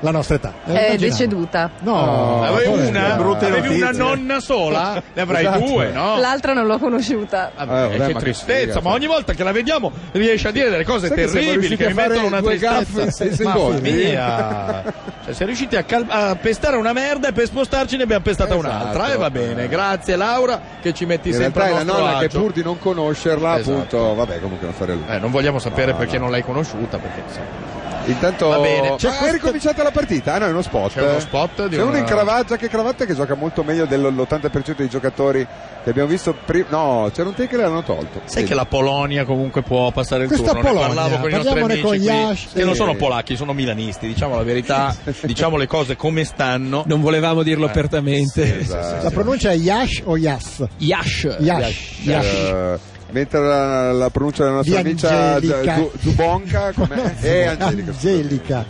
Speaker 3: la nostra età. Eh,
Speaker 13: È
Speaker 3: immaginavo.
Speaker 13: deceduta.
Speaker 3: No.
Speaker 4: Avevi
Speaker 3: povera.
Speaker 4: una?
Speaker 3: Brutte
Speaker 4: Avevi
Speaker 3: notizie.
Speaker 4: una nonna sola? Ne avrai
Speaker 3: Esatto.
Speaker 4: due, no?
Speaker 13: L'altra non l'ho conosciuta.
Speaker 4: Eh, che tristezza, ma ogni volta che la vediamo riesce a dire delle cose
Speaker 6: Sai che siamo
Speaker 4: terribili
Speaker 6: riusciti
Speaker 4: che mi
Speaker 6: a fare
Speaker 4: mettono una
Speaker 6: due
Speaker 4: tristezza.
Speaker 6: gaffe in sei
Speaker 4: Ma
Speaker 6: secondi?
Speaker 4: via. Cioè, siamo riusciti a, cal- a pestare una merda e per spostarci ne abbiamo pestata
Speaker 1: Esatto.
Speaker 4: un'altra. E va bene, grazie Laura che ci metti
Speaker 1: In
Speaker 4: sempre
Speaker 1: realtà
Speaker 4: a
Speaker 1: è la
Speaker 4: nostro
Speaker 1: nonna che
Speaker 4: agio.
Speaker 1: pur di non conoscerla,
Speaker 4: Esatto.
Speaker 1: appunto, vabbè, comunque non fare lui.
Speaker 4: Eh, non vogliamo sapere
Speaker 1: No,
Speaker 4: perché
Speaker 1: no.
Speaker 4: non l'hai conosciuta, perché insomma.
Speaker 1: Intanto
Speaker 4: Va bene.
Speaker 1: C'è-
Speaker 4: Basta.
Speaker 1: è ricominciata la partita. Ah no, è uno spot.
Speaker 4: C'è uno spot di
Speaker 1: C'è uno
Speaker 4: una-
Speaker 1: in Cravatta che Cravatta che gioca molto meglio dell'80% dei giocatori che abbiamo visto prima. No, c'era un take che l'hanno tolto.
Speaker 4: Sai che la Polonia comunque può passare il
Speaker 1: Questa
Speaker 4: turno,
Speaker 1: Polonia,
Speaker 4: ne parlavo con i nostri
Speaker 1: parliamone
Speaker 4: amici
Speaker 1: con
Speaker 4: qui,
Speaker 1: Yash,
Speaker 4: che non
Speaker 1: sì.
Speaker 4: sono polacchi, sono milanisti, diciamo la verità, diciamo le cose come stanno.
Speaker 10: Non volevamo dirlo apertamente.
Speaker 1: Eh, esatto.
Speaker 3: La pronuncia è Yash o Yas?
Speaker 10: Yash.
Speaker 3: Yash.
Speaker 1: Eh, mentre la, la pronuncia della nostra
Speaker 3: Di
Speaker 1: amica
Speaker 3: Angelica.
Speaker 1: Z- Zu- Zubonka com'è? Eh, Angelica.
Speaker 3: Angelica.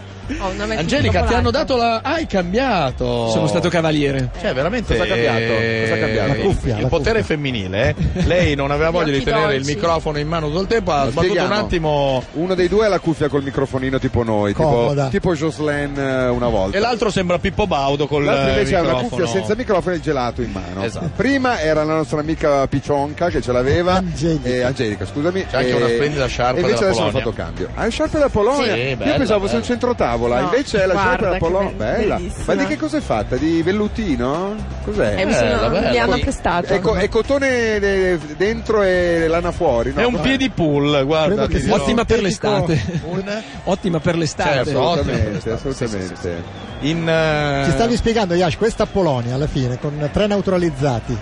Speaker 4: Angelica, ti hanno dato la. Hai cambiato!
Speaker 10: Sono stato cavaliere.
Speaker 4: Cioè, veramente. eh,
Speaker 6: Cosa ha cambiato? Cosa ha cambiato?
Speaker 4: Il-
Speaker 6: La cuffia,
Speaker 4: il
Speaker 6: la
Speaker 4: potere femminile, eh. Lei non aveva voglia
Speaker 6: Gli
Speaker 4: di
Speaker 6: occhi
Speaker 4: tenere il
Speaker 6: dolci.
Speaker 4: microfono in mano tutto il tempo, ha
Speaker 1: Lo
Speaker 4: sbattuto un
Speaker 1: spieghiamo.
Speaker 4: attimo.
Speaker 1: Uno dei due ha la cuffia col microfonino tipo noi, tipo,
Speaker 4: Comoda.
Speaker 1: tipo Jocelyn eh, una volta.
Speaker 4: E l'altro sembra Pippo Baudo col.
Speaker 1: L'altro invece
Speaker 4: eh,
Speaker 1: ha una
Speaker 4: microfono.
Speaker 1: cuffia senza microfono e il gelato in mano.
Speaker 4: Esatto.
Speaker 1: Prima era la nostra amica Piccionca che ce l'aveva. Angelica. Angelica, scusami.
Speaker 4: C'è anche
Speaker 1: E-
Speaker 4: una splendida sciarpa
Speaker 1: E invece
Speaker 4: della
Speaker 1: adesso hanno
Speaker 4: Polonia.
Speaker 1: fatto cambio. Ah, è sciarpa della Polonia.
Speaker 4: Sì,
Speaker 1: Io
Speaker 4: bella,
Speaker 1: pensavo fosse
Speaker 4: bella.
Speaker 1: un centrotavola,
Speaker 4: No,
Speaker 1: invece è la
Speaker 4: guarda,
Speaker 1: sciarpa della
Speaker 4: che
Speaker 1: Polonia.
Speaker 4: be-
Speaker 1: bella.
Speaker 4: bellissima.
Speaker 1: Ma di che cos'è fatta? Di vellutino? Cos'è?
Speaker 7: Eh, mi sono- Bella, bella. li hanno
Speaker 1: Poi-
Speaker 7: prestato.
Speaker 1: È, co- è cotone de- dentro e lana fuori. No?
Speaker 4: È un piedi pull, guarda. ti dirò.
Speaker 10: Ottima per l'estate.
Speaker 4: Un-
Speaker 5: Eh.
Speaker 10: Ottima per l'estate.
Speaker 4: Certo, ottima per
Speaker 1: Assolutamente, assolutamente.
Speaker 4: In, eh,
Speaker 3: Ci stavi spiegando, Yash, questa Polonia alla fine con tre neutralizzati.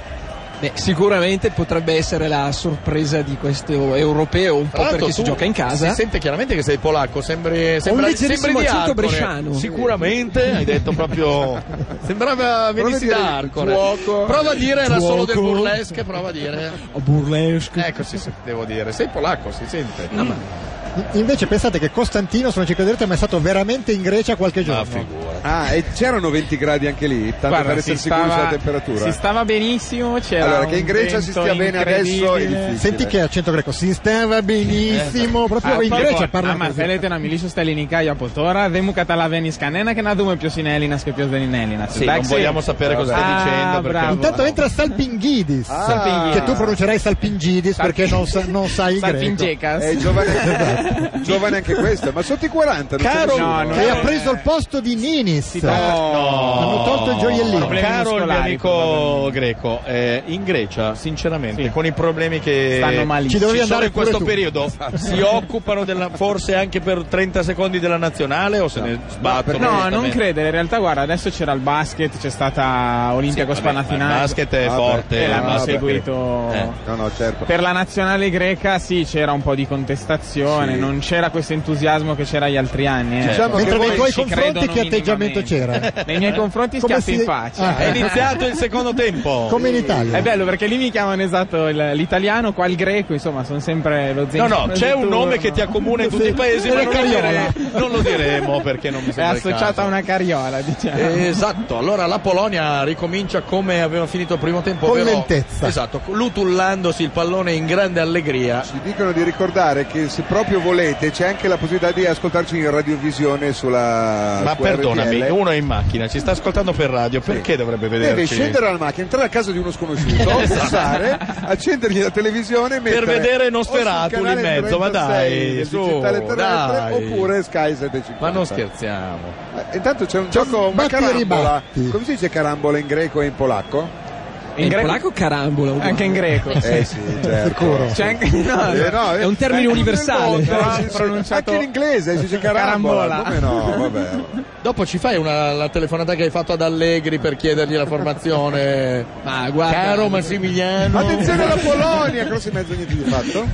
Speaker 10: Beh, sicuramente potrebbe essere la sorpresa di questo europeo, un
Speaker 4: Tra
Speaker 10: po'
Speaker 4: l'altro
Speaker 10: perché si
Speaker 4: tu
Speaker 10: gioca in casa.
Speaker 4: Si sente chiaramente che sei polacco, sembri, sembra,
Speaker 10: leggerissimo
Speaker 4: sembri di
Speaker 10: accento
Speaker 4: Arcole.
Speaker 10: bresciano.
Speaker 4: Sicuramente, hai detto proprio sembrava venissi
Speaker 10: Prova a dire
Speaker 4: da Arcole.
Speaker 10: giuoco.
Speaker 4: Prova a dire era solo del
Speaker 10: Giuoco.
Speaker 4: burlesque, prova a dire.
Speaker 10: Burlesque.
Speaker 4: Ecco, sì, sì, devo dire, sei polacco, si sente.
Speaker 3: I- Invece pensate che Costantino, se non ci credete, ma è stato veramente in Grecia qualche giorno.
Speaker 1: Ah, e c'erano 20 gradi anche lì, tanto
Speaker 5: Guarda,
Speaker 1: per
Speaker 5: si
Speaker 1: essere sicuri
Speaker 5: stava-
Speaker 1: sulla temperatura.
Speaker 5: Si stava benissimo, c'era
Speaker 1: Allora, che in
Speaker 5: un
Speaker 1: Grecia si
Speaker 5: vento
Speaker 1: stia bene adesso è
Speaker 5: incredibile.
Speaker 1: difficile.
Speaker 3: Senti che accento greco, si stava benissimo,
Speaker 5: Ah,
Speaker 3: proprio in Grecia
Speaker 6: Ah,
Speaker 5: A
Speaker 3: parla così.
Speaker 5: Marfelete na μιλήσω στα ελληνικά για από τώρα. Δεν μου καταλαβαίνει κανένα και να δούμε ποιο είναι Έλληνα και ποιο δεν είναι Έλληνα.
Speaker 6: Sì, non vogliamo sapere cosa
Speaker 5: Ah,
Speaker 6: stai dicendo, perché-
Speaker 3: Intanto entra Salpinghidis,
Speaker 5: Salpingidis.
Speaker 3: che tu pronuncerai Salpingidis perché non, sa- non sai il greco.
Speaker 5: Salpingecas.
Speaker 1: È
Speaker 5: Esatto.
Speaker 1: giovane, giovane anche questo, ma sotto i 40 non
Speaker 3: Caro,
Speaker 1: c'è nessuno. Cioè,
Speaker 3: che ha preso il posto di Ninis. Hanno tolto il gioiellino.
Speaker 6: Caro
Speaker 5: Ah,
Speaker 6: il mio amico greco, eh, in Grecia, sinceramente, con i problemi che
Speaker 5: Stanno malissimo.
Speaker 6: ci
Speaker 5: Ci dovevi
Speaker 6: sono
Speaker 5: andare
Speaker 6: in questo
Speaker 5: pure tu.
Speaker 6: periodo, Esatto. si occupano della, forse anche per 30 secondi della nazionale o se ne sbattono?
Speaker 5: No, non
Speaker 6: credo.
Speaker 5: credere. In realtà, guarda, adesso c'era il basket, c'è stata Olimpiakos
Speaker 6: Sì, vabbè,
Speaker 5: Panathinaikos.
Speaker 6: ma il basket è
Speaker 5: Vabbè,
Speaker 6: forte,
Speaker 5: E l'hanno
Speaker 6: vabbè. Eh.
Speaker 5: seguito.
Speaker 1: No, no, certo.
Speaker 5: Per la nazionale greca sì, c'era un po' di contestazione,
Speaker 1: Sì.
Speaker 5: non c'era questo entusiasmo che c'era gli altri anni. eh.
Speaker 3: Diciamo Mentre che nei voi- tuoi
Speaker 5: Ci
Speaker 3: confronti
Speaker 5: credono
Speaker 3: che atteggiamento
Speaker 5: minimamente.
Speaker 3: c'era?
Speaker 5: Nei miei confronti
Speaker 3: Come
Speaker 5: schiaffi
Speaker 3: si-
Speaker 5: in faccia. Eh,
Speaker 3: Ah. È
Speaker 6: iniziato il secondo tempo.
Speaker 3: Come in Italia.
Speaker 5: È bello perché lì mi chiamano esatto il- l'italiano, qua il greco, insomma, sono sempre lo
Speaker 6: No,
Speaker 5: zenzino.
Speaker 6: no, c'è
Speaker 5: di
Speaker 6: un
Speaker 5: turno.
Speaker 6: nome che ti accomuna in tutti i paesi, ma non lo, dire- non lo diremo perché non mi
Speaker 5: È
Speaker 6: sembra il
Speaker 5: associata a
Speaker 6: caso.
Speaker 5: una carriola, diciamo.
Speaker 4: Esatto, allora la Polonia ricomincia come aveva finito il primo tempo,
Speaker 1: Con
Speaker 4: ovvero-
Speaker 1: lentezza.
Speaker 4: Esatto, lutullandosi il pallone in grande allegria.
Speaker 1: Ci dicono di ricordare che se proprio volete c'è anche la possibilità di ascoltarci in radiovisione sulla
Speaker 6: Ma
Speaker 1: su
Speaker 6: perdonami,
Speaker 1: RTL.
Speaker 6: uno è in macchina, ci sta ascoltando per radio, perché dovrebbe
Speaker 1: Deve
Speaker 6: vederci? Esatto.
Speaker 1: scendere dalla macchina, entrare a casa di uno sconosciuto, passare, accendergli la televisione e mettere
Speaker 6: vedere
Speaker 1: Nosferatu
Speaker 6: in mezzo, ma dai, su, dai.
Speaker 1: oppure Sky 750.
Speaker 4: Ma non scherziamo.
Speaker 1: Eh, intanto c'è un gioco, ma
Speaker 3: sbatti Cioè, e
Speaker 1: carambola. Come si dice carambola in greco e in polacco?
Speaker 10: In, polacco carambola. uguale.
Speaker 5: Anche in greco.
Speaker 1: Eh sì, certo.
Speaker 3: Sicuro.
Speaker 5: C'è anche- no,
Speaker 1: Eh, no,
Speaker 10: è un termine
Speaker 1: eh,
Speaker 10: universale.
Speaker 1: no,
Speaker 10: Però
Speaker 1: sì, sì,
Speaker 5: pronunciato-
Speaker 1: Anche in inglese si dice carambola. Come no? Vabbè.
Speaker 4: Dopo ci fai una, la telefonata che hai fatto ad Allegri per chiedergli la formazione. Ma
Speaker 10: guarda- eh,
Speaker 4: Caro Massimiliano.
Speaker 1: Attenzione alla Polonia, cosa si mezzo niente di fatto?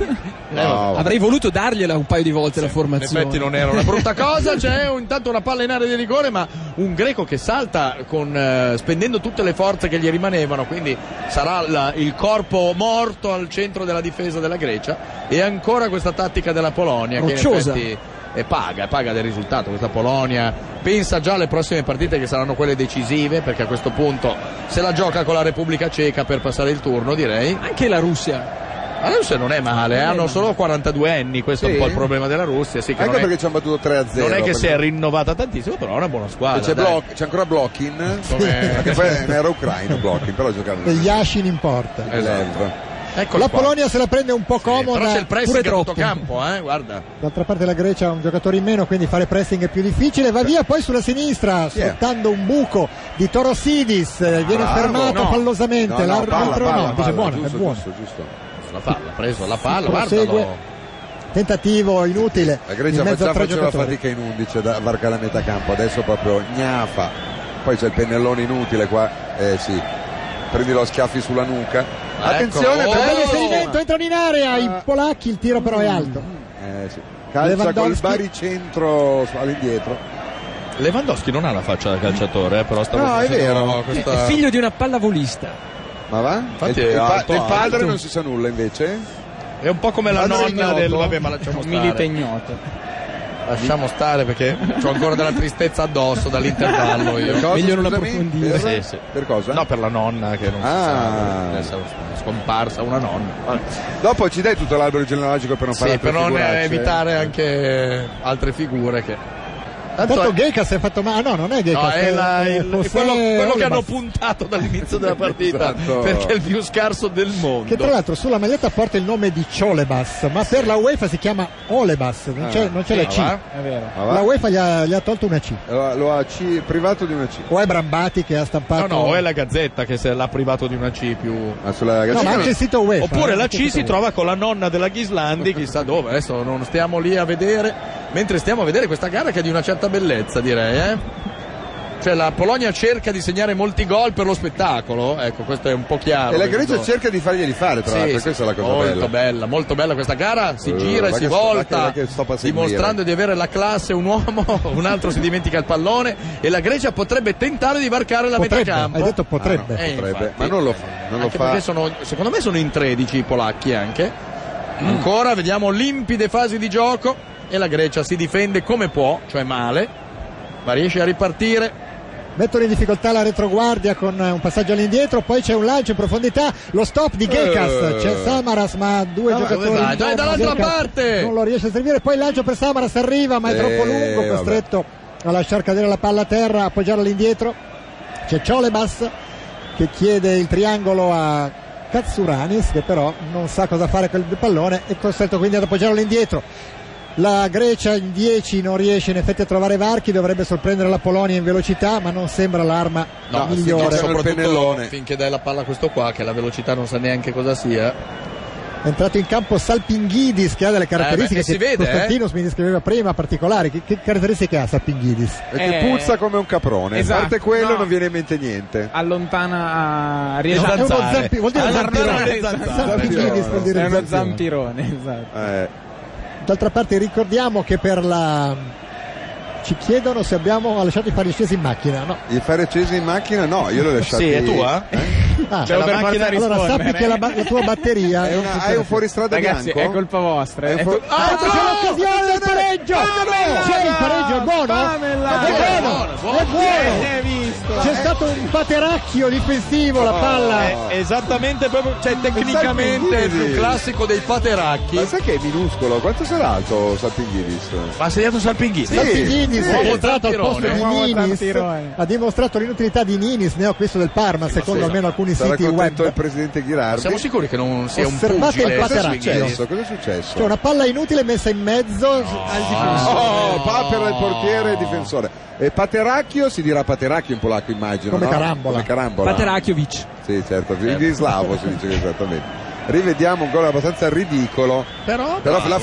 Speaker 1: No,
Speaker 10: Avrei voluto dargliela un paio di volte la
Speaker 4: In
Speaker 10: formazione.
Speaker 4: effetti non era una brutta cosa, c'è un- intanto una palla in area di rigore, ma un greco che salta con, eh, spendendo tutte le forze che gli rimanevano, quindi sarà la- il corpo morto al centro della difesa della Grecia e ancora questa tattica della Polonia
Speaker 10: Rocciosa.
Speaker 4: che in effetti eh, paga, paga del risultato questa Polonia pensa già alle prossime partite che saranno quelle decisive perché a questo punto se la gioca con la Repubblica Ceca per passare il turno direi
Speaker 10: Anche la Russia.
Speaker 4: La Russia non è male, eh, hanno solo 42 anni, questo è
Speaker 1: Sì?
Speaker 4: un po' il problema della Russia. Sì, che
Speaker 1: Anche
Speaker 4: non è-
Speaker 1: Ecco perché ci hanno battuto 3 a 0.
Speaker 4: non è che si è
Speaker 1: perché-
Speaker 4: rinnovata tantissimo, però è una buona
Speaker 1: e
Speaker 4: squadra.
Speaker 1: c'è,
Speaker 4: dai.
Speaker 1: Bloch- c'è ancora Blockin,
Speaker 4: Come-
Speaker 1: che poi era ucraino Blockin, però giocava
Speaker 3: E Yashin in porta.
Speaker 1: eh,
Speaker 3: Ecco, la Polonia se la prende un po' comoda,
Speaker 4: Ecco Però c'è il
Speaker 3: pure
Speaker 4: pressing a
Speaker 3: troppo.
Speaker 4: tutto campo, eh, guarda.
Speaker 3: D'altra parte la Grecia ha un giocatore in meno, quindi fare pressing è più difficile. Va via poi sulla sinistra,
Speaker 4: Chi è?
Speaker 3: sfruttando un buco di Torosidis, eh, viene
Speaker 4: Ah,
Speaker 3: fermato
Speaker 4: no.
Speaker 3: pallosamente.
Speaker 4: No, no,
Speaker 3: L'arbitro
Speaker 4: palla, palla,
Speaker 3: no, dice
Speaker 4: palla,
Speaker 3: buona,
Speaker 4: giusto,
Speaker 3: è buona.
Speaker 1: giusto, giusto.
Speaker 4: La palla, ha preso la palla,
Speaker 3: Prosegue.
Speaker 4: guardalo.
Speaker 3: Tentativo inutile.
Speaker 1: La
Speaker 3: in
Speaker 1: Grecia
Speaker 3: mezzo
Speaker 1: già
Speaker 3: a tre
Speaker 1: faceva
Speaker 3: giocatori.
Speaker 1: fatica in 11 da varcare la metà campo, adesso proprio gnafa. Poi c'è il pennellone inutile qua, eh sì, prendi lo schiaffi sulla nuca. Attenzione,
Speaker 3: Ecco.
Speaker 1: perché-
Speaker 3: Bello inserimento, entrano in area i polacchi, il tiro però è alto.
Speaker 1: Eh, sì. Calcia col
Speaker 3: Lewandowski.
Speaker 1: baricentro all'indietro.
Speaker 4: Lewandowski non ha la faccia da calciatore, eh, però stavo
Speaker 1: No, è
Speaker 4: facendo
Speaker 1: vero.
Speaker 5: Eh.
Speaker 4: questa-
Speaker 10: È figlio di una pallavolista.
Speaker 1: Ma va?
Speaker 4: Infatti
Speaker 1: E il,
Speaker 4: è
Speaker 1: pa-
Speaker 4: alto,
Speaker 1: del padre
Speaker 4: alto.
Speaker 1: non si sa nulla invece?
Speaker 4: È un po' come la
Speaker 1: Padre
Speaker 4: nonna
Speaker 1: ignoto.
Speaker 4: del... Vabbè, ma lasciamo stare.
Speaker 5: Milita ignoto.
Speaker 4: Lasciamo stare perché ho ancora della tristezza addosso dall'intervallo. Io.
Speaker 5: Per cosa, Meglio non
Speaker 1: scusami? approfondire. Per-
Speaker 4: Sì, sì.
Speaker 1: Per cosa?
Speaker 4: No, per la nonna che non
Speaker 1: Ah.
Speaker 4: si sa, è scomparsa una nonna.
Speaker 1: Dopo ci dai tutto l'albero genealogico per non fare
Speaker 4: Sì,
Speaker 1: altre
Speaker 4: per non eh,
Speaker 1: figuracce.
Speaker 4: evitare anche altre figure che...
Speaker 3: Tanto Gekas si è fatto male, no, non è Gekas.
Speaker 4: No, è la-
Speaker 3: è
Speaker 4: il-
Speaker 3: José
Speaker 4: quello, quello che hanno
Speaker 3: Olivas.
Speaker 4: puntato dall'inizio della partita
Speaker 1: Esatto.
Speaker 4: perché è il più scarso del mondo.
Speaker 3: Che tra l'altro sulla maglietta porta il nome di Ciolebas, ma per la UEFA si chiama Olebas, non
Speaker 4: Ah,
Speaker 3: c'è, non c'è la C.
Speaker 5: È vero.
Speaker 1: Ma va?
Speaker 3: La UEFA gli ha, gli ha tolto una C.
Speaker 1: Lo, lo ha ci- privato di una C.
Speaker 3: O è Brambati che ha
Speaker 4: No,
Speaker 3: stampato.
Speaker 4: no, o è la Gazzetta che se l'ha privato di una C più.
Speaker 1: Ma sulla
Speaker 3: No, ma anche il sito UEFA. eh,
Speaker 4: Oppure la
Speaker 3: Anche
Speaker 4: C
Speaker 3: il sito
Speaker 4: si
Speaker 3: UEFA.
Speaker 4: trova con la nonna della Ghislandi, chissà dove, adesso non stiamo lì a vedere. Mentre stiamo a vedere questa gara che è di una certa bellezza, direi, eh. Cioè la Polonia cerca di segnare molti gol per lo spettacolo, ecco, questo è un po' chiaro.
Speaker 1: E la
Speaker 4: questo.
Speaker 1: Grecia cerca di farglieli fare, tra
Speaker 4: Sì,
Speaker 1: l'altro,
Speaker 4: sì,
Speaker 1: questa è la cosa
Speaker 4: molto
Speaker 1: bella.
Speaker 4: molto bella questa gara, si
Speaker 1: Eh,
Speaker 4: gira e
Speaker 1: ma
Speaker 4: si
Speaker 1: che sto- ma
Speaker 4: volta,
Speaker 1: che- ma che sto per seguire.
Speaker 4: dimostrando di avere la classe un uomo, un altro si dimentica il pallone e la Grecia potrebbe tentare di varcare la
Speaker 3: Potrebbe,
Speaker 4: metà campo.
Speaker 3: hai detto potrebbe.
Speaker 4: Ah, no,
Speaker 3: Eh,
Speaker 1: Potrebbe,
Speaker 4: infatti.
Speaker 1: ma non lo fa. Non lo
Speaker 4: Anche
Speaker 1: fa.
Speaker 4: perché sono- secondo me sono in 13 i polacchi anche. Ancora vediamo limpide fasi di gioco e la Grecia si difende come può, cioè male, ma riesce a ripartire.
Speaker 3: Mettono in difficoltà la retroguardia con eh, un passaggio all'indietro, poi c'è un lancio in profondità, lo stop di Gekas,
Speaker 4: Eh.
Speaker 3: c'è Samaras ma due
Speaker 4: Ah, ma
Speaker 3: giocatori...
Speaker 4: dove va?
Speaker 3: intorno,
Speaker 4: Dai, dall'altra
Speaker 3: Gekas
Speaker 4: parte!
Speaker 3: Non lo riesce a servire, poi il lancio per Samaras arriva ma è
Speaker 1: Eh,
Speaker 3: troppo lungo,
Speaker 1: vabbè.
Speaker 3: costretto a lasciar cadere la palla a terra, appoggiarla all'indietro. C'è Ciolebas che chiede il triangolo a Katsuranis che però non sa cosa fare con il pallone è costretto quindi ad appoggiarlo indietro la Grecia in 10 non riesce in effetti a trovare varchi dovrebbe sorprendere la Polonia in velocità ma non sembra l'arma migliore
Speaker 1: sì, il
Speaker 4: soprattutto
Speaker 1: pennellone.
Speaker 4: finché dai la palla a questo qua, che la velocità non sa neanche cosa sia.
Speaker 3: è entrato in campo Salpinghidis che ha delle caratteristiche
Speaker 4: Eh beh, e si
Speaker 3: che
Speaker 4: vede,
Speaker 3: Costantinos mi descriveva prima particolari che, che caratteristiche ha Salpinghidis?
Speaker 1: E che
Speaker 5: Eh.
Speaker 1: puzza come un caprone.
Speaker 5: Esatto,
Speaker 1: A parte quello
Speaker 5: no.
Speaker 1: non viene in mente niente.
Speaker 5: Allontana a
Speaker 3: È uno zampi- vuol dire
Speaker 5: Allontana
Speaker 3: zampirone.
Speaker 5: le zanzare.
Speaker 3: Salpinghidis vuol dire
Speaker 5: È uno
Speaker 3: zampirone.
Speaker 5: zampirone, esatto.
Speaker 1: Eh,
Speaker 3: D'altra parte ricordiamo che per la... ci chiedono se abbiamo lasciato i fariscesi in macchina, no?
Speaker 1: il fare accesi in macchina no, io l'ho lasciato.
Speaker 4: Sì, è tua?
Speaker 3: Ah,
Speaker 5: C'è la
Speaker 3: allora
Speaker 5: macchina eh. a
Speaker 3: allora
Speaker 5: rispondere.
Speaker 3: sappi che la, ba- la tua batteria Eh,
Speaker 1: È una-
Speaker 3: non ti
Speaker 1: hai un
Speaker 3: interessa.
Speaker 1: fuoristrada
Speaker 5: Ragazzi,
Speaker 1: bianco?
Speaker 5: è colpa vostra.
Speaker 1: È
Speaker 5: eh.
Speaker 1: un fu-
Speaker 5: Ah,
Speaker 3: Adesso c'è l'occasione del pareggio!
Speaker 5: Pamela!
Speaker 3: C'è il pareggio, è buono?
Speaker 5: Pamela!
Speaker 3: È
Speaker 4: Buono,
Speaker 3: buono!
Speaker 4: buono.
Speaker 3: È
Speaker 5: Eh, si
Speaker 3: buono!
Speaker 5: è visto. Oh,
Speaker 3: C'è stato un pateracchio difensivo
Speaker 1: Ah!
Speaker 3: la palla!
Speaker 6: Eh, esattamente proprio, cioè
Speaker 4: Tecnicamente è il più
Speaker 1: Salpinghidis.
Speaker 4: classico dei
Speaker 1: Ma
Speaker 4: pateracchi.
Speaker 1: sai che è minuscolo? Quanto sarà alto Salpinghidis?
Speaker 4: Ma ha segnato Salpinghini.
Speaker 1: Sì.
Speaker 3: Salpinghidis
Speaker 4: Uomo
Speaker 3: è entrato al posto
Speaker 4: zampirone.
Speaker 3: di
Speaker 5: Uomo
Speaker 3: Ninis
Speaker 5: zampirone.
Speaker 3: ha dimostrato l'inutilità di Ninis neoacquisto del Parma secondo almeno alcuni
Speaker 1: Sarà
Speaker 3: siti
Speaker 1: contento il
Speaker 3: web
Speaker 1: presidente Ghirardi.
Speaker 4: Siamo sicuri che non sia un
Speaker 3: Osservate il
Speaker 4: pugile.
Speaker 1: Cosa è
Speaker 3: Pateracchi.
Speaker 1: successo? Cosa è successo?
Speaker 3: c'è una palla inutile messa in mezzo al difensore
Speaker 1: Oh, papera il portiere e difensore. E Pateracchio si dirà Pateracchio in polacco, immagino.
Speaker 3: Come
Speaker 1: no?
Speaker 3: Carambola.
Speaker 1: Come Carambola.
Speaker 10: Paterakiovic.
Speaker 1: Sì, certo, in slavo si dice che esattamente. Rivediamo un gol abbastanza ridicolo.
Speaker 4: Però,
Speaker 1: Però
Speaker 4: bravo,
Speaker 1: la
Speaker 4: eh.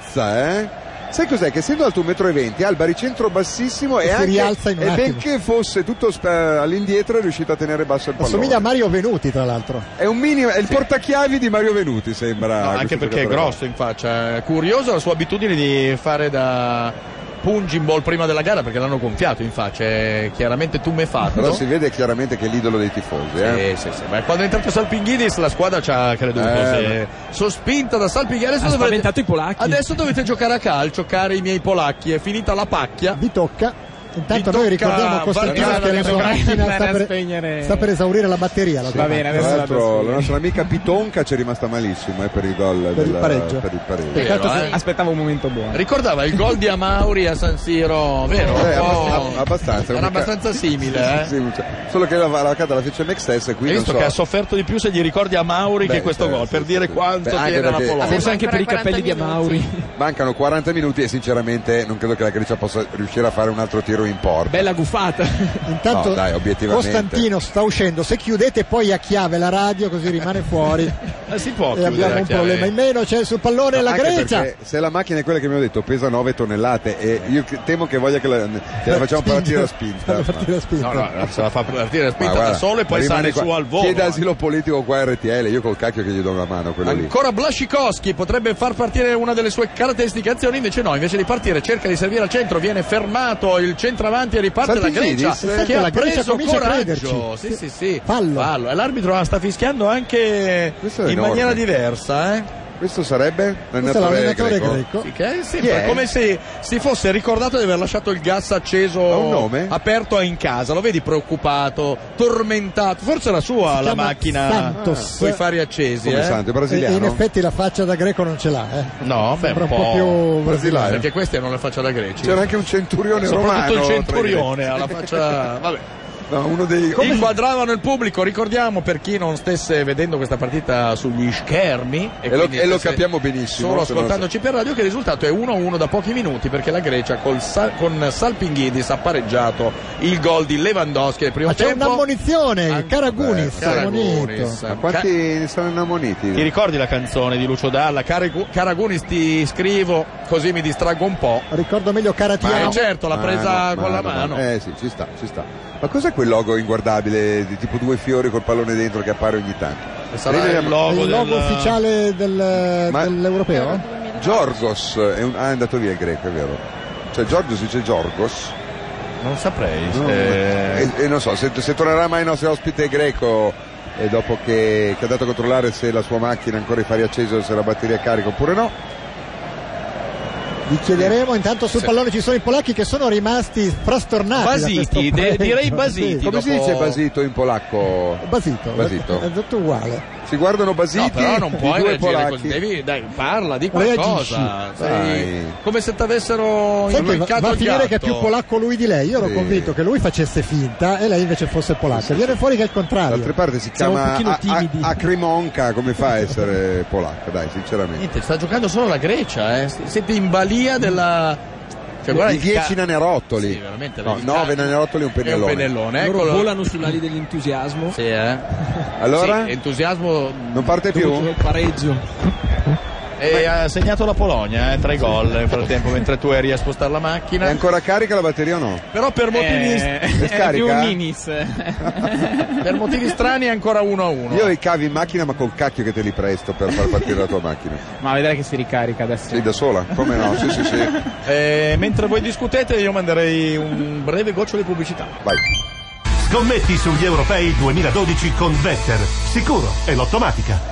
Speaker 1: freddezza, eh. Sai cos'è? Che essendo alto 1,20 m ha il baricentro bassissimo e,
Speaker 3: si
Speaker 1: anche,
Speaker 3: rialza in un
Speaker 1: e
Speaker 3: attimo.
Speaker 1: benché fosse tutto sp- all'indietro è riuscito a tenere basso il pallone.
Speaker 3: assomiglia a Mario Venuti tra l'altro
Speaker 1: È un minimo, è il portachiavi di Mario Venuti sembra. eh,
Speaker 4: No,
Speaker 1: questo
Speaker 4: anche perché è
Speaker 1: giocatore.
Speaker 4: grosso in faccia. È curioso la sua abitudine di fare da punching ball prima della gara perché l'hanno gonfiato in faccia. È chiaramente
Speaker 1: Però
Speaker 4: tumefatto.
Speaker 1: si vede chiaramente che è l'idolo dei tifosi, eh.
Speaker 4: Sì, sì, sì. Ma quando è entrato Salpinghidis la squadra ci ha creduto.
Speaker 1: Eh,
Speaker 4: sì. Sospinta da Salpinghidis. Adesso,
Speaker 10: Ha
Speaker 4: dovrete-
Speaker 10: spaventato i polacchi.
Speaker 4: adesso dovete giocare a calcio, cari miei polacchi. È finita la pacchia.
Speaker 3: vi tocca Intanto noi ricordiamo a Costantino che la sua macchina sta per, sta per esaurire la batteria. La sua macchina.
Speaker 1: Tra l'altro, la nostra amica Pitonca ci è rimasta malissimo eh, per il gol
Speaker 3: Per il
Speaker 1: della-
Speaker 3: pareggio.
Speaker 1: per il pareggio.
Speaker 4: Vero, eh?
Speaker 5: Aspettavo un momento buono.
Speaker 4: Ricordava il gol di Amauri a San Siro, vero?
Speaker 1: Eh,
Speaker 6: Oh.
Speaker 4: Un po'-
Speaker 1: abbast- abbastanza.
Speaker 4: Era
Speaker 1: Comunque-
Speaker 4: abbastanza simile, eh?
Speaker 1: Sì, sì, cioè, solo che la varacata la fece Mexes e
Speaker 6: Hai
Speaker 1: quindi non
Speaker 6: visto
Speaker 1: so.
Speaker 6: che ha sofferto di più se gli ricordi a Mauri
Speaker 1: Beh,
Speaker 6: che questo
Speaker 1: sì,
Speaker 6: gol,
Speaker 1: sì,
Speaker 6: per
Speaker 1: sì,
Speaker 6: dire
Speaker 1: sì.
Speaker 6: quanto
Speaker 1: Beh,
Speaker 6: che
Speaker 1: anche
Speaker 6: era la
Speaker 1: perché-
Speaker 6: Polonia.
Speaker 1: Forse
Speaker 10: anche per i capelli di Amauri.
Speaker 1: Mancano 40 minuti e sinceramente non credo che la Grecia possa riuscire a fare un altro tiro in porta.
Speaker 10: Bella guffata.
Speaker 3: Intanto
Speaker 1: No, dai, obiettivamente.
Speaker 3: Costantino sta uscendo, se chiudete poi a chiave la radio così rimane fuori
Speaker 6: Eh, si può
Speaker 3: e
Speaker 6: chiudere
Speaker 3: abbiamo
Speaker 6: la
Speaker 3: un
Speaker 6: chiave.
Speaker 3: problema in meno, c'è sul pallone la
Speaker 1: Anche
Speaker 3: Grecia.
Speaker 1: perché se la macchina è quella che mi ho detto pesa 9 tonnellate e io che- temo che voglia che la, che la facciamo partire la spinta.
Speaker 3: partire la spinta.
Speaker 1: No, no, se la fa
Speaker 6: partire la spinta da solo e poi sale su al volo. eh.
Speaker 1: Chiede asilo politico qua a RTL, io col cacchio che gli do una mano a quello lì.
Speaker 4: Ancora Blaschikowski potrebbe far partire una delle sue caratteristiche azioni, invece no, invece di partire cerca di servire al centro, viene fermato il centravanti e riparte la Grecia
Speaker 6: Sartigidis, eh.
Speaker 4: che ha
Speaker 6: La Grecia
Speaker 4: preso
Speaker 6: comincia a
Speaker 4: coraggio.
Speaker 6: crederci.
Speaker 4: Sì, sì, sì.
Speaker 3: Fallo.
Speaker 4: E l'arbitro ah, sta fischiando anche in
Speaker 1: enorme.
Speaker 4: maniera diversa, eh?
Speaker 1: Questo sarebbe l'allenatore greco.
Speaker 3: Oh.
Speaker 4: Sì, che è
Speaker 1: Chi
Speaker 4: sempre
Speaker 1: è?
Speaker 4: come se si fosse ricordato di aver lasciato il gas acceso aperto in casa. Lo vedi preoccupato, tormentato. Forse era sua
Speaker 3: Si
Speaker 4: la
Speaker 3: chiama
Speaker 4: macchina
Speaker 3: Santos.
Speaker 4: con i fari accesi.
Speaker 1: Come
Speaker 4: eh?
Speaker 1: Santos,
Speaker 3: E in effetti la faccia da greco non ce l'ha. eh.
Speaker 4: No, beh,
Speaker 3: Sembra
Speaker 4: un
Speaker 3: un po' più brasiliano.
Speaker 4: Perché questa non la faccia da greci.
Speaker 1: C'era anche un centurione
Speaker 4: Soprattutto
Speaker 1: romano.
Speaker 4: il
Speaker 1: tra i
Speaker 4: centurione
Speaker 1: greci.
Speaker 4: alla faccia... Vabbè.
Speaker 1: No, uno dei...
Speaker 4: Inquadravano il pubblico, ricordiamo per chi non stesse vedendo questa partita sugli schermi
Speaker 1: E lo-
Speaker 4: quindi
Speaker 1: e lo
Speaker 4: stesse
Speaker 1: capiamo benissimo,
Speaker 4: Solo
Speaker 1: se non-
Speaker 4: ascoltandoci per radio che il risultato è 1-1 da pochi minuti perché la Grecia col Sa- con Salpinghidis ha pareggiato il gol di Lewandowski nel primo
Speaker 3: Ma c'è
Speaker 4: tempo.
Speaker 3: un'ammonizione, Caragunis, ammonito.
Speaker 1: Ma quanti ne sono ammoniti?
Speaker 6: Ti ricordi la canzone di Lucio Dalla?
Speaker 4: Carigu- Caragunis ti scrivo così mi distraggo un po'.
Speaker 3: Ricordo meglio Caratiano.
Speaker 4: Ma eh, certo, l'ha presa con la mano.
Speaker 1: Eh sì, ci sta, ci sta. Ma cos'è quel logo inguardabile di tipo due fiori col pallone dentro che appare ogni tanto?
Speaker 4: Sarà
Speaker 1: Vedi,
Speaker 4: il logo
Speaker 3: Il logo ufficiale del-
Speaker 1: Ma-
Speaker 3: dell'europeo?
Speaker 7: Eh,
Speaker 1: Giorgos è, un- ah, è andato via il greco, è vero. Cioè Giorgos dice Giorgos.
Speaker 6: Non saprei.
Speaker 1: No,
Speaker 4: eh.
Speaker 6: se-
Speaker 1: E, e non so, se, se tornerà mai il nostro ospite greco e dopo che, che è andato a controllare se la sua macchina ha ancora i fari accesi o se la batteria è carica oppure no.
Speaker 3: Vi chiederemo, intanto sul
Speaker 1: Sì.
Speaker 3: pallone ci sono i polacchi che sono rimasti frastornati. da questo pareggio. Sì.
Speaker 1: Come si dice basito in polacco?
Speaker 3: Basito. È tutto uguale.
Speaker 1: Si guardano basiti
Speaker 4: No, però non
Speaker 1: i
Speaker 4: puoi
Speaker 1: due
Speaker 4: reagire
Speaker 1: polacchi.
Speaker 4: così, devi, dai, parla di
Speaker 3: Reagisci.
Speaker 4: qualcosa.
Speaker 1: Dai.
Speaker 4: Sei- Come se t'avessero
Speaker 3: Sai che va,
Speaker 4: impiccato
Speaker 3: va a
Speaker 4: il
Speaker 3: finire che è
Speaker 4: gatto.
Speaker 3: più polacco lui di lei. Io ero
Speaker 1: Sì.
Speaker 3: convinto che lui facesse finta e lei invece fosse polacca. Viene fuori che è il contrario.
Speaker 1: D'altra parte si
Speaker 3: Siamo
Speaker 1: chiama
Speaker 3: un pochino
Speaker 1: a- a-
Speaker 3: timidi.
Speaker 1: Acrimonca, come fa a essere polacca, dai, sinceramente.
Speaker 4: Niente, sta giocando solo la Grecia, eh. Siete in balia della. Cioè,
Speaker 1: Di
Speaker 4: guarda il
Speaker 1: 10
Speaker 4: ca-
Speaker 1: nanerottoli.
Speaker 4: Sì, veramente,
Speaker 1: no,
Speaker 4: il
Speaker 1: 9 nanerottoli e un
Speaker 4: È un
Speaker 1: pennellone.
Speaker 4: pennellone,
Speaker 10: Loro
Speaker 4: eccolo.
Speaker 10: volano sull'ali dell'entusiasmo.
Speaker 4: Sì, eh.
Speaker 1: Allora?
Speaker 4: Sì, entusiasmo.
Speaker 1: Non parte più?
Speaker 10: Dovuto al pareggio.
Speaker 6: E ha segnato la Polonia, eh, tre gol nel frattempo, mentre tu eri a spostare la
Speaker 1: È
Speaker 6: macchina.
Speaker 1: ancora carica la batteria o no?
Speaker 4: Però per motivi.
Speaker 5: Eh,
Speaker 1: Le
Speaker 5: è più
Speaker 1: scarica?
Speaker 5: minis.
Speaker 4: per motivi strani è ancora 1 a 1.
Speaker 1: Io li cavi in macchina ma col cacchio che te li presto per far partire la tua macchina.
Speaker 5: Ma vedrai che si ricarica adesso.
Speaker 1: Sei da sola? Come no? Sì, sì, sì.
Speaker 6: Eh, mentre voi discutete io manderei un breve goccio di pubblicità.
Speaker 1: Vai.
Speaker 9: Scommetti sugli europei 2012 con Better. Sicuro e l'automatica.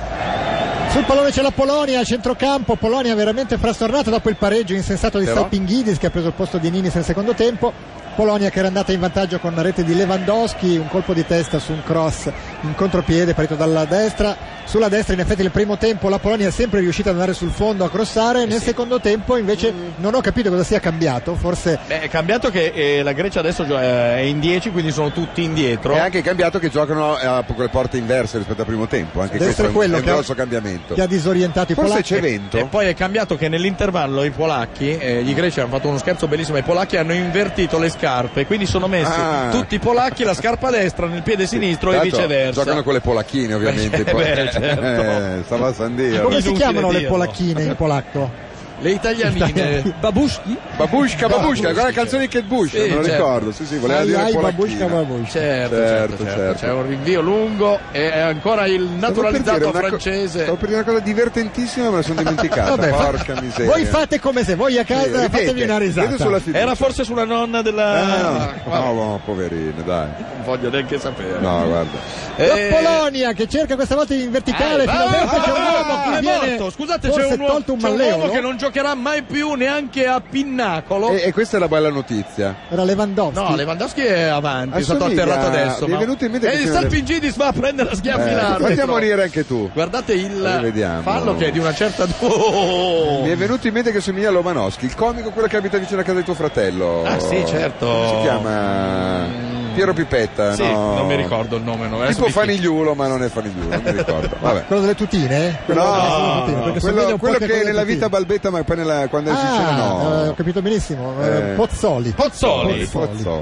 Speaker 3: Sul pallone c'è la Polonia, a centrocampo, Polonia veramente frastornata dopo il pareggio insensato di
Speaker 9: Però?
Speaker 3: Salpinghidis che ha preso il posto di Ninis nel secondo tempo. Polonia che era andata in vantaggio con la rete di Lewandowski, un colpo di testa su un cross in contropiede partito dalla destra. Sulla destra in effetti nel primo tempo la Polonia è sempre riuscita ad andare sul fondo a
Speaker 1: Eh
Speaker 3: crossare, nel secondo tempo invece
Speaker 1: Mm.
Speaker 3: non ho capito cosa sia cambiato, forse
Speaker 6: Beh, è cambiato che eh, la Grecia adesso gio- eh, è in 10, quindi sono tutti indietro.
Speaker 1: È anche cambiato che giocano eh, a- con le porte inverse rispetto al primo tempo. Anche
Speaker 6: Adesso
Speaker 1: questo
Speaker 6: è
Speaker 1: è un,
Speaker 6: quello
Speaker 1: è un
Speaker 6: che ha-
Speaker 1: grosso cambiamento.
Speaker 3: che ha disorientato i
Speaker 1: Forse
Speaker 3: polacchi.
Speaker 1: c'è vento.
Speaker 5: Eh,
Speaker 6: E poi è cambiato che nell'intervallo i polacchi, eh, gli greci hanno fatto uno scherzo bellissimo, i polacchi hanno invertito le scarpe, quindi sono messi
Speaker 1: Ah.
Speaker 6: tutti i polacchi la scarpa destra nel piede sinistro e
Speaker 1: Tanto
Speaker 6: viceversa.
Speaker 1: Giocano con le polacchine
Speaker 5: Eh,
Speaker 1: ovviamente.
Speaker 6: Beh,
Speaker 1: poi.
Speaker 6: beh, certo.
Speaker 1: Eh, stava a San Diego.
Speaker 3: Come si chiamano le
Speaker 1: dirlo.
Speaker 3: polacchine in polacco?
Speaker 4: Le italianine.
Speaker 10: Babushki?
Speaker 1: Babushka, Babushka, guarda la canzone di Kate Bush, non lo
Speaker 5: certo.
Speaker 1: ricordo. Sì, sì, voleva
Speaker 4: Ai,
Speaker 1: dire
Speaker 4: ai,
Speaker 1: polacchina.
Speaker 4: Babushka, Babushka. Certo, certo, certo,
Speaker 1: certo.
Speaker 4: C'è un rinvio lungo e è ancora il
Speaker 1: Stavo per
Speaker 4: naturalizzato
Speaker 1: dire una co-
Speaker 4: francese.
Speaker 1: stavo per dire una cosa divertentissima, me la sono dimenticata.
Speaker 3: Vabbè, fa-
Speaker 1: porca miseria.
Speaker 3: Voi fate come se voi a
Speaker 1: Sì,
Speaker 3: casa
Speaker 1: ripete,
Speaker 3: fatevi una risata.
Speaker 1: ripete sulla fiducia.
Speaker 6: Era forse sulla nonna
Speaker 4: eh,
Speaker 6: della...
Speaker 1: Ah, no, no, poverino, dai.
Speaker 6: Non voglio neanche sapere.
Speaker 1: No, guarda.
Speaker 4: Eh,
Speaker 3: La Polonia che cerca questa volta in verticale,
Speaker 6: Eh,
Speaker 3: finalmente
Speaker 6: ah,
Speaker 3: c'è un
Speaker 6: ah,
Speaker 3: uomo che
Speaker 6: è
Speaker 3: viene
Speaker 6: morto. Scusate,
Speaker 3: forse
Speaker 6: c'è un uomo-
Speaker 3: tolto un
Speaker 6: c'è un
Speaker 3: malleolo.
Speaker 6: uomo che non
Speaker 4: giocherà mai più neanche a Pinnacolo.
Speaker 1: E, e questa è la bella notizia.
Speaker 3: Era Lewandowski.
Speaker 4: No, Lewandowski è avanti, è stato
Speaker 1: Assomiglia-
Speaker 4: atterrato adesso.
Speaker 1: mi è
Speaker 4: ma-
Speaker 1: venuto in mente che
Speaker 4: e il
Speaker 1: c'era-
Speaker 4: Salpingidis va a prendere la schiaffilata.
Speaker 1: Eh, fatti morire anche tu.
Speaker 4: Guardate il
Speaker 1: Rivediamo.
Speaker 4: fallo che è di una certa. Oh!
Speaker 1: Mi è venuto in mente che somiglia a Lomanowski, il comico quello che abita vicino a casa di tuo fratello.
Speaker 4: Ah, sì, certo.
Speaker 1: Come si chiama? Piero Pipetta.
Speaker 4: Sì,
Speaker 1: no.
Speaker 4: non mi ricordo il nome. No. Adesso
Speaker 1: Tipo
Speaker 4: mi-
Speaker 1: fanigliulo, ma non è fanigliulo, non mi ricordo. Vabbè.
Speaker 3: Quello delle tutine? eh? Quello- quello delle tutine, perché somiglia
Speaker 1: quello,
Speaker 3: un po' anche
Speaker 1: quello
Speaker 3: a
Speaker 1: che
Speaker 3: quello
Speaker 1: nella
Speaker 3: delle
Speaker 1: vita
Speaker 3: tutine.
Speaker 1: balbetta, ma poi nella- quando è
Speaker 3: Ah,
Speaker 1: vicino no.
Speaker 3: eh, ho capito benissimo. Eh,
Speaker 1: Eh.
Speaker 3: Pozzoli.
Speaker 4: Pozzoli.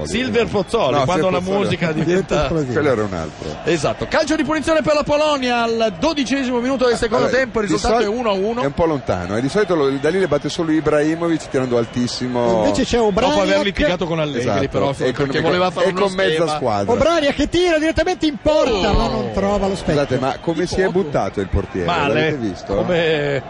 Speaker 4: Silver Pozzoli,
Speaker 1: No,
Speaker 4: quando
Speaker 1: sì,
Speaker 4: la
Speaker 1: Pozzoli.
Speaker 4: musica diventa.
Speaker 1: Quello era un altro.
Speaker 4: Esatto, calcio di punizione per la Polonia al dodicesimo minuto del secondo
Speaker 1: Vabbè,
Speaker 4: tempo, il
Speaker 1: di
Speaker 4: risultato
Speaker 1: solito-
Speaker 4: è 1-1.
Speaker 1: È un po' lontano, eh. di solito lo, da lì le batte solo Ibrahimovic tirando altissimo.
Speaker 3: Invece c'è Obraniak.
Speaker 4: Dopo aver litigato con Allegri,
Speaker 1: Esatto,
Speaker 4: però,
Speaker 1: e
Speaker 4: perché
Speaker 1: con-
Speaker 4: voleva fare
Speaker 1: e
Speaker 4: uno
Speaker 1: con mezza
Speaker 4: schema. Oh,
Speaker 1: squadra.
Speaker 3: Obrania che tira direttamente in porta, ma non trova lo specchio.
Speaker 1: Scusate, ma come si è buttato il portiere?
Speaker 4: Male,
Speaker 1: L'avete visto?
Speaker 4: come,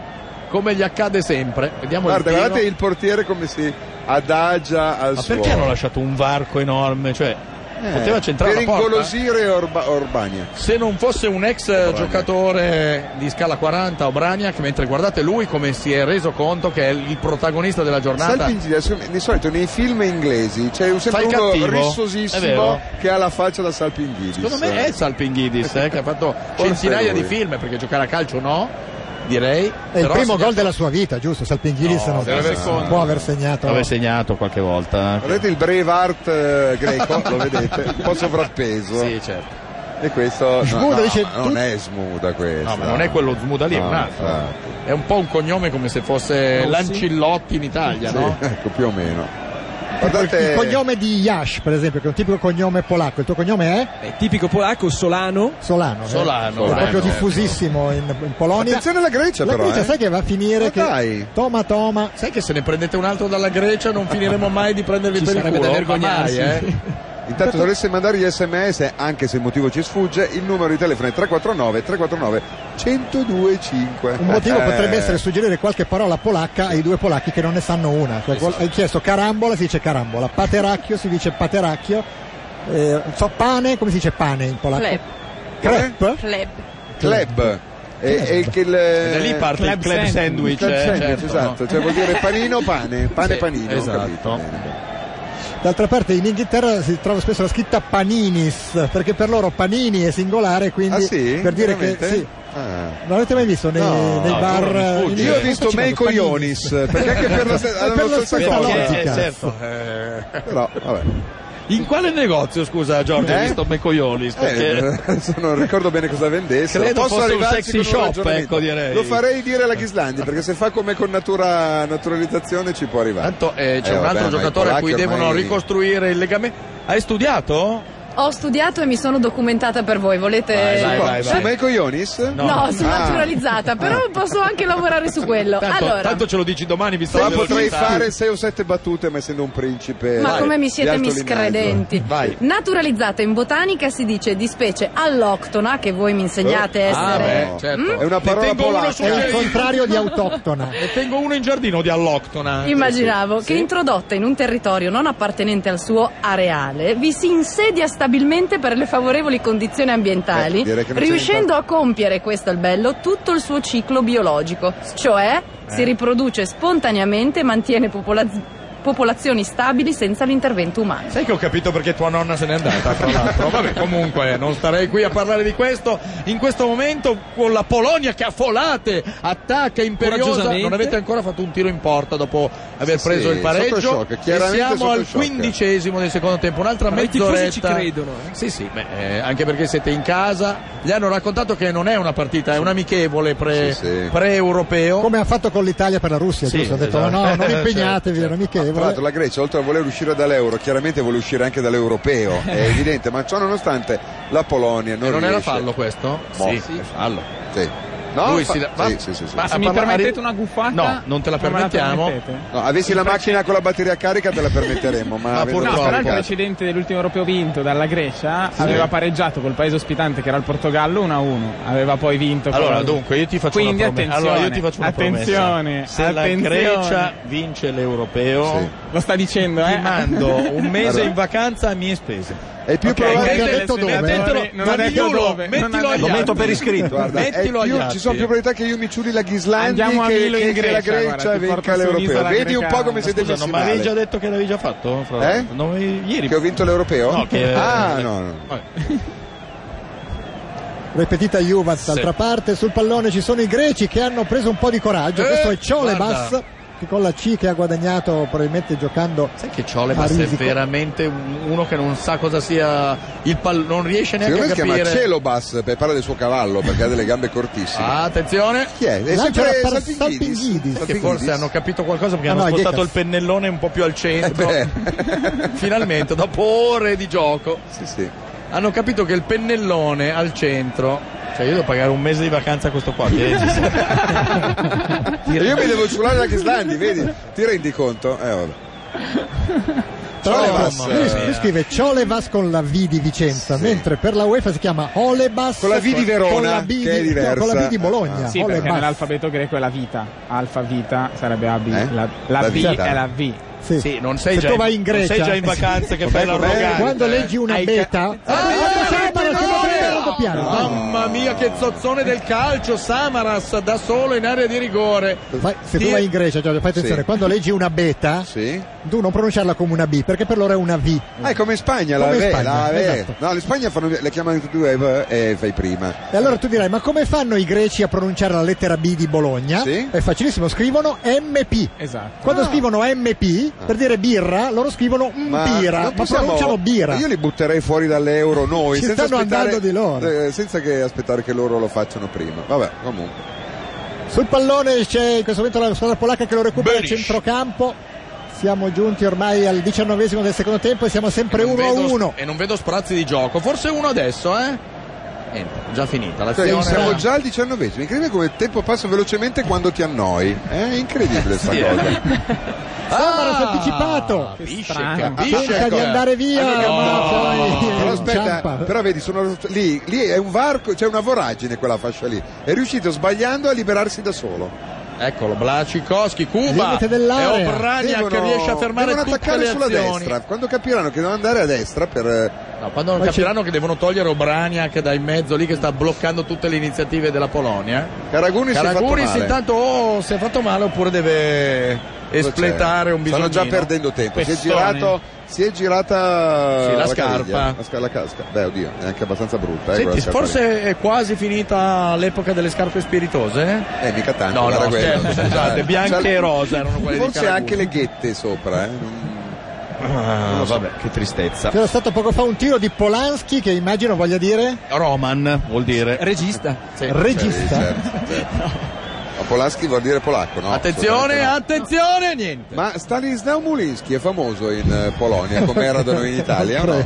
Speaker 4: come gli accade sempre. Vediamo
Speaker 1: Guarda,
Speaker 4: il tiro.
Speaker 1: guardate il portiere come si adagia al
Speaker 4: Ma
Speaker 1: suolo.
Speaker 4: perché hanno lasciato un varco enorme? Cioè,
Speaker 1: Eh,
Speaker 4: poteva centrare
Speaker 1: per
Speaker 4: la porta.
Speaker 1: ingolosire Orba- Orbania.
Speaker 4: Se non fosse un ex giocatore di scala 40, Obraniak, mentre guardate lui come si è reso conto che è il protagonista della giornata.
Speaker 1: Salpingida, eh, di solito nei film inglesi c'è un- sempre
Speaker 4: Fa il
Speaker 1: uno
Speaker 4: cattivo. È
Speaker 1: rissosissimo
Speaker 4: vero.
Speaker 1: che ha la faccia da Salpingidis.
Speaker 4: Secondo me è Salpinghidis eh, che ha fatto
Speaker 1: Forse
Speaker 4: centinaia
Speaker 1: lui.
Speaker 4: di film perché giocare a calcio no, direi.
Speaker 3: È il primo gol della sua vita, giusto? Salpinghilis
Speaker 4: No,
Speaker 3: non
Speaker 4: deve aver secondo.
Speaker 3: può aver segnato.
Speaker 4: L'aveva segnato qualche volta.
Speaker 1: Vedete il Braveheart eh, greco, lo vedete? Un po' sovrappeso.
Speaker 4: Sì, certo.
Speaker 1: E questo no,
Speaker 4: Smuda
Speaker 1: no,
Speaker 4: dice
Speaker 1: non
Speaker 4: tut-
Speaker 1: è smuda questo.
Speaker 4: No, ma non è quello Zmuda lì, è
Speaker 1: No, eh.
Speaker 4: un altro.
Speaker 1: infatti.
Speaker 4: È un po' un cognome come se fosse
Speaker 1: Rossi?
Speaker 4: Lancillotti in Italia,
Speaker 1: Sì,
Speaker 4: no?
Speaker 1: Ecco, più o meno.
Speaker 3: Il
Speaker 1: Guardate,
Speaker 3: cognome di Yash, per esempio, che è un tipico cognome polacco. Il tuo cognome è?
Speaker 10: È tipico polacco, Solano.
Speaker 3: Solano. eh?
Speaker 10: Solano,
Speaker 3: È proprio
Speaker 10: Solano,
Speaker 3: diffusissimo in, in Polonia.
Speaker 1: Attenzione alla Grecia,
Speaker 3: La
Speaker 1: però,
Speaker 3: Grecia
Speaker 1: eh.
Speaker 3: sai che va a finire
Speaker 1: Ma
Speaker 3: che
Speaker 1: dai.
Speaker 3: Toma Toma.
Speaker 4: Sai che se ne prendete un altro dalla Grecia non finiremo mai di prendervi
Speaker 10: Ci
Speaker 4: per il
Speaker 10: sarebbe
Speaker 4: culo.
Speaker 10: da vergognarsi.
Speaker 4: Ma mai, eh?
Speaker 1: intanto dovreste mandare gli sms, anche se il motivo ci sfugge, il numero di telefono è 349 349 1025.
Speaker 3: Un motivo
Speaker 1: Eh,
Speaker 3: potrebbe essere suggerire qualche parola polacca ai due polacchi che non ne sanno una. Cioè, qual- Hai chiesto carambola, si dice carambola, pateracchio, si dice pateracchio, eh, so, pane, come si dice pane in polacco?
Speaker 15: Club.
Speaker 3: Crepe?
Speaker 15: Club.
Speaker 1: club. E, e che il,
Speaker 4: da lì parte il club sandwich,
Speaker 1: club
Speaker 4: eh,
Speaker 1: sandwich,
Speaker 4: certo,
Speaker 1: esatto,
Speaker 4: no?
Speaker 1: cioè vuol dire panino o pane, pane
Speaker 4: Sì,
Speaker 1: panino, ho
Speaker 4: esatto.
Speaker 1: capito Ah, bene.
Speaker 3: D'altra parte in Inghilterra si trova spesso la scritta paninis, perché per loro panini è singolare, quindi
Speaker 1: Ah sì?
Speaker 3: per dire
Speaker 1: Veramente?
Speaker 3: che sì.
Speaker 1: Ah.
Speaker 3: Non l'avete mai visto nei,
Speaker 1: No,
Speaker 3: nei
Speaker 1: no,
Speaker 3: bar? eh,
Speaker 1: mi sfugge.
Speaker 3: in-
Speaker 1: Io ho visto
Speaker 3: Ci vado,
Speaker 1: Mei Coyonis,
Speaker 3: paninis.
Speaker 1: perché anche per la st-
Speaker 3: È
Speaker 1: hanno la stessa cosa.
Speaker 4: Eh,
Speaker 3: logica.
Speaker 4: certo.
Speaker 1: Però, vabbè.
Speaker 4: In quale negozio, scusa Giorgio,
Speaker 1: Eh?
Speaker 4: hai visto Mecoiolis?
Speaker 1: Eh,
Speaker 4: Perché...
Speaker 1: adesso non ricordo bene cosa vendesse.
Speaker 4: Credo
Speaker 1: Posso
Speaker 4: fosse un
Speaker 1: arrivarci
Speaker 4: sexy
Speaker 1: con
Speaker 4: shop,
Speaker 1: ragionamento.
Speaker 4: ecco, direi.
Speaker 1: Lo farei dire alla Ghislandi, perché se fa come con natura, naturalizzazione ci può arrivare.
Speaker 4: Tanto eh, c'è
Speaker 1: Eh,
Speaker 4: un
Speaker 1: vabbè,
Speaker 4: altro
Speaker 1: ma i
Speaker 4: giocatore a cui
Speaker 1: polacchi
Speaker 4: devono
Speaker 1: ormai-
Speaker 4: ricostruire il legamento. Hai studiato?
Speaker 15: Ho studiato e mi sono documentata per voi, volete...
Speaker 4: Vai, vai,
Speaker 1: Co-
Speaker 4: vai,
Speaker 1: Su
Speaker 4: vai.
Speaker 1: Mei Coyonis?
Speaker 15: No, sono
Speaker 1: Ah.
Speaker 15: naturalizzata, però posso anche lavorare su quello.
Speaker 4: Tanto,
Speaker 15: allora,
Speaker 4: tanto ce lo dici domani, vi
Speaker 1: Qua
Speaker 4: stavo
Speaker 1: potrei fare 6 o 7 battute, ma essendo un principe.
Speaker 15: ma
Speaker 1: Vai.
Speaker 15: come mi siete
Speaker 1: di alto linaggio.
Speaker 15: miscredenti?
Speaker 1: Vai.
Speaker 15: Naturalizzata in botanica si dice di specie alloctona, che voi mi
Speaker 1: Eh.
Speaker 15: insegnate a essere...
Speaker 4: beh, certo.
Speaker 15: Mm?
Speaker 1: Ah, È una
Speaker 4: Ne
Speaker 1: parola
Speaker 4: tengo uno su-
Speaker 1: polacca.
Speaker 3: È il contrario di autoctona.
Speaker 4: Ne tengo uno in giardino di alloctona.
Speaker 15: Immaginavo che introdotta in un territorio non appartenente al suo areale, vi si insedia stabilmente per le favorevoli condizioni ambientali,
Speaker 1: Eh, direi che non c'è
Speaker 15: riuscendo a compiere, questo è il bello, tutto il suo ciclo biologico, cioè si riproduce spontaneamente e mantiene popola- popolazioni stabili senza l'intervento umano.
Speaker 4: Sai che ho capito perché tua nonna se n'è andata, tra l'altro. Vabbè, comunque, non starei qui a parlare di questo. In questo momento, con la Polonia che a folate attacca imperiosa,
Speaker 10: Coraggiosamente.
Speaker 4: non avete ancora fatto un tiro in porta dopo aver
Speaker 1: Sì,
Speaker 4: preso
Speaker 1: sì,
Speaker 4: il
Speaker 1: sotto
Speaker 4: pareggio.
Speaker 1: shock,
Speaker 4: e
Speaker 1: chiaramente
Speaker 4: siamo
Speaker 1: sotto
Speaker 4: al
Speaker 1: shock.
Speaker 4: quindicesimo del secondo tempo, un'altra
Speaker 10: Ma i tifosi
Speaker 4: mezz'oretta.
Speaker 10: ci credono, eh.
Speaker 4: Sì, sì, beh, eh, anche perché siete in casa. Gli hanno raccontato che non è una partita, è un amichevole pre-
Speaker 1: Sì, sì.
Speaker 4: pre-europeo.
Speaker 3: Come ha fatto con l'Italia per la Russia,
Speaker 4: Sì,
Speaker 3: giusto? Ha detto
Speaker 4: esatto.
Speaker 3: no, non impegnatevi, non
Speaker 1: Tra l'altro
Speaker 3: amichevole.
Speaker 1: Eh, la Grecia, oltre a voler uscire dall'euro, chiaramente vuole uscire anche dall'europeo, è evidente, ma ciò nonostante la Polonia non,
Speaker 4: E non era
Speaker 1: riesce.
Speaker 4: fallo questo?
Speaker 1: Boh,
Speaker 4: Sì, sì. fallo.
Speaker 1: Sì. No,
Speaker 4: Lui
Speaker 1: fa-
Speaker 4: si da- va-
Speaker 1: sì, sì, sì, sì.
Speaker 4: ma-
Speaker 5: Se mi
Speaker 4: parla-
Speaker 5: permettete una guffata?
Speaker 4: No, non te la
Speaker 5: me
Speaker 4: permettiamo.
Speaker 5: permettete.
Speaker 1: No, avessi la macchina con la batteria carica te la permetteremmo, ma,
Speaker 4: Ma
Speaker 1: avendo
Speaker 5: No,
Speaker 4: purtroppo-
Speaker 5: tra l'altro il
Speaker 1: scaricato-
Speaker 5: precedente dell'ultimo europeo vinto dalla Grecia aveva pareggiato col paese ospitante che era il Portogallo 1-1, aveva poi vinto con-
Speaker 4: Allora, dunque, io ti faccio
Speaker 5: Quindi
Speaker 4: una promessa.
Speaker 5: attenzione.
Speaker 4: Allora, io ti faccio una
Speaker 5: attenzione,
Speaker 4: promessa. Se
Speaker 5: attenzione.
Speaker 4: la Grecia vince l'europeo,
Speaker 1: Sì.
Speaker 5: Lo sta dicendo, eh?
Speaker 4: ti mando un mese
Speaker 1: Allora.
Speaker 4: in vacanza a mie spese.
Speaker 1: È più
Speaker 4: Ok,
Speaker 1: probabile.
Speaker 4: mettilo- mettilo-
Speaker 1: Non
Speaker 4: ma
Speaker 1: ha detto
Speaker 4: diglielo,
Speaker 1: dove.
Speaker 4: mettilo agli atti.
Speaker 1: Guarda, è
Speaker 4: mettilo agli
Speaker 1: più-
Speaker 4: atti.
Speaker 1: ci sono più probabilità che Iumiculli la Ghislandi
Speaker 4: Andiamo a
Speaker 1: che,
Speaker 4: Milo
Speaker 1: che,
Speaker 4: in
Speaker 1: che la
Speaker 4: Grecia,
Speaker 1: Grecia
Speaker 4: guarda, ti porta
Speaker 1: vinca
Speaker 4: su
Speaker 1: l'Europeo.
Speaker 4: un'isola
Speaker 1: Vedi un
Speaker 4: greca.
Speaker 1: po' come siete
Speaker 4: Scusa,
Speaker 1: messi
Speaker 4: non mi avevi
Speaker 1: male.
Speaker 4: già detto che l'avevi già fatto? Fra-
Speaker 1: Eh?
Speaker 4: non mi- ieri.
Speaker 1: Che ho vinto l'Europeo?
Speaker 4: No, che-
Speaker 1: Ah, no, no.
Speaker 3: Ripetita Juventus, d'altra parte sul pallone ci sono i greci che hanno preso un po' di coraggio.
Speaker 4: Eh,
Speaker 3: Questo è Ciolebas
Speaker 4: guarda.
Speaker 3: che con la C che ha guadagnato probabilmente giocando
Speaker 4: Che Ciolebas
Speaker 3: a
Speaker 4: è
Speaker 3: risico.
Speaker 4: veramente un- uno che non sa cosa sia il pallone, non riesce neanche
Speaker 1: Secondo
Speaker 4: a
Speaker 1: me si chiama
Speaker 4: capire.
Speaker 1: Celobas per parla del suo cavallo perché ha delle gambe cortissime.
Speaker 4: Ah, attenzione.
Speaker 1: Chi è? È
Speaker 4: Lancia
Speaker 1: sempre
Speaker 4: la par-
Speaker 1: Salpinghidis.
Speaker 4: Salpinghidis. Che forse hanno capito qualcosa
Speaker 1: No,
Speaker 4: perché hanno
Speaker 1: no,
Speaker 4: spostato
Speaker 1: Gekas.
Speaker 4: il pennellone un po' più al
Speaker 1: Eh
Speaker 4: centro. Finalmente, dopo ore di gioco, hanno capito che il pennellone al centro. Cioè, io devo pagare un mese di vacanza a questo qua. ti rendi-
Speaker 1: E Io mi devo ciulare la Ghislandi, vedi? Ti rendi conto? Eh, vabbè.
Speaker 3: Ciolebas,
Speaker 1: Ciolebas,
Speaker 3: lui,
Speaker 1: eh.
Speaker 3: lui scrive Ciolebas con la V di Vicenza, mentre per la UEFA si chiama Olebas
Speaker 1: Con la V di Verona,
Speaker 3: con la B di,
Speaker 1: che è
Speaker 3: no,
Speaker 1: diversa.
Speaker 3: con la V di Bologna.
Speaker 5: Sì, perché
Speaker 3: Olebas.
Speaker 5: nell'alfabeto greco è la vita. Alfa vita sarebbe AB.
Speaker 1: Eh?
Speaker 5: La, la
Speaker 4: La
Speaker 5: B
Speaker 4: vita.
Speaker 5: è la V.
Speaker 3: Sì.
Speaker 4: non sei già in- non sei già in vacanza che fai Eh, l'arrogante.
Speaker 3: eh, Quando leggi una
Speaker 4: Hai ca- Ah,
Speaker 3: beta, Ah,
Speaker 4: No, eh, Mamma mia, che zozzone del calcio! Samaras da solo in area di rigore.
Speaker 3: Fai- se tu vai in Grecia, Giorgio, fai attenzione,
Speaker 4: Sì.
Speaker 3: quando leggi una beta, tu non pronunciarla come una B, perché per loro è una V.
Speaker 1: Ah, è come in Spagna, la
Speaker 3: Come in
Speaker 1: ve,
Speaker 3: Spagna,
Speaker 1: la ve.
Speaker 3: esatto.
Speaker 1: No, in Spagna fanno, le chiamano tutti e due eh, e fai prima.
Speaker 3: E allora tu dirai, ma come fanno i greci a pronunciare la lettera B di Bologna?
Speaker 1: Sì.
Speaker 3: È facilissimo, scrivono MP.
Speaker 5: Esatto.
Speaker 3: Quando scrivono MP, per dire birra, loro scrivono mbira, ma,
Speaker 1: non possiamo-
Speaker 3: pronunciano birra.
Speaker 1: Io li butterei fuori dall'euro noi.
Speaker 3: Ci
Speaker 1: senza
Speaker 3: stanno
Speaker 1: aspettare-
Speaker 3: andando di loro.
Speaker 1: eh, senza che aspettare che loro lo facciano prima. Vabbè, comunque.
Speaker 3: Sul pallone c'è in questo momento la squadra polacca che lo recupera a centrocampo. Siamo giunti ormai al diciannovesimo del secondo tempo e siamo sempre
Speaker 4: Non
Speaker 3: 1 a
Speaker 4: vedo-
Speaker 3: 1.
Speaker 4: E non vedo sprazzi di gioco. Forse uno adesso, eh? Niente, già finita l'azione.
Speaker 1: Cioè, siamo già al diciannovesimo. Incredibile come il tempo passa velocemente quando ti annoi. È incredibile sta
Speaker 4: Sì, eh.
Speaker 1: cosa.
Speaker 3: Samaras
Speaker 4: Ah.
Speaker 3: anticipato. Tenta Ah, di
Speaker 1: ecco.
Speaker 3: andare via,
Speaker 4: Ah,
Speaker 1: Allora,
Speaker 3: ma
Speaker 1: no.
Speaker 3: poi
Speaker 1: Però aspetta,
Speaker 3: inciampa.
Speaker 1: però vedi, sono lì, lì è un varco, c'è una voragine quella fascia lì. È riuscito sbagliando a liberarsi da solo.
Speaker 4: Eccolo, Blacikowski, Cuba.
Speaker 1: Limite
Speaker 4: E
Speaker 1: dell'area.
Speaker 4: Obrania che
Speaker 1: Devono-
Speaker 4: riesce a fermare
Speaker 1: devono
Speaker 4: tutte
Speaker 1: attaccare
Speaker 4: le
Speaker 1: sulla
Speaker 4: azioni.
Speaker 1: destra. Quando capiranno che devono andare a destra per eh,
Speaker 4: No, quando non capiranno che devono togliere Obraniak dai mezzo lì che sta bloccando tutte le iniziative della Polonia. eh.
Speaker 1: Caragunis si è fatto male.
Speaker 4: intanto o si è fatto male oppure deve espletare un
Speaker 1: Stanno
Speaker 4: bisognino.
Speaker 1: già perdendo tempo. Si è
Speaker 4: Pestone.
Speaker 1: girato si è girata
Speaker 4: Sì, la
Speaker 1: caviglia.
Speaker 4: scarpa.
Speaker 1: La, sca- la casca. Beh, oddio, è anche abbastanza brutta, eh,
Speaker 4: Senti,
Speaker 1: quella scarpa lì.
Speaker 4: forse è quasi finita l'epoca delle scarpe spiritose?
Speaker 1: Eh, mica tanto.
Speaker 4: No,
Speaker 1: guarda
Speaker 4: no, certo,
Speaker 1: quella.
Speaker 4: scherzo, scusate,
Speaker 1: Cioè,
Speaker 4: bianche
Speaker 1: cioè,
Speaker 4: e rosa erano quelle di
Speaker 1: Forse
Speaker 4: Caragunis.
Speaker 1: anche le ghette sopra, eh. Non-
Speaker 4: Ah,
Speaker 1: non lo so.
Speaker 4: vabbè, che tristezza.
Speaker 3: C'era stato poco fa un tiro di Polanski che immagino voglia dire
Speaker 4: Roman vuol dire
Speaker 10: regista.
Speaker 4: certo.
Speaker 3: regista.
Speaker 1: certo, Ma Polanski vuol dire polacco, no?
Speaker 4: Attenzione, attenzione, niente.
Speaker 1: Ma Stanislav Mulinski è famoso in eh, Polonia come era da noi in Italia, o no?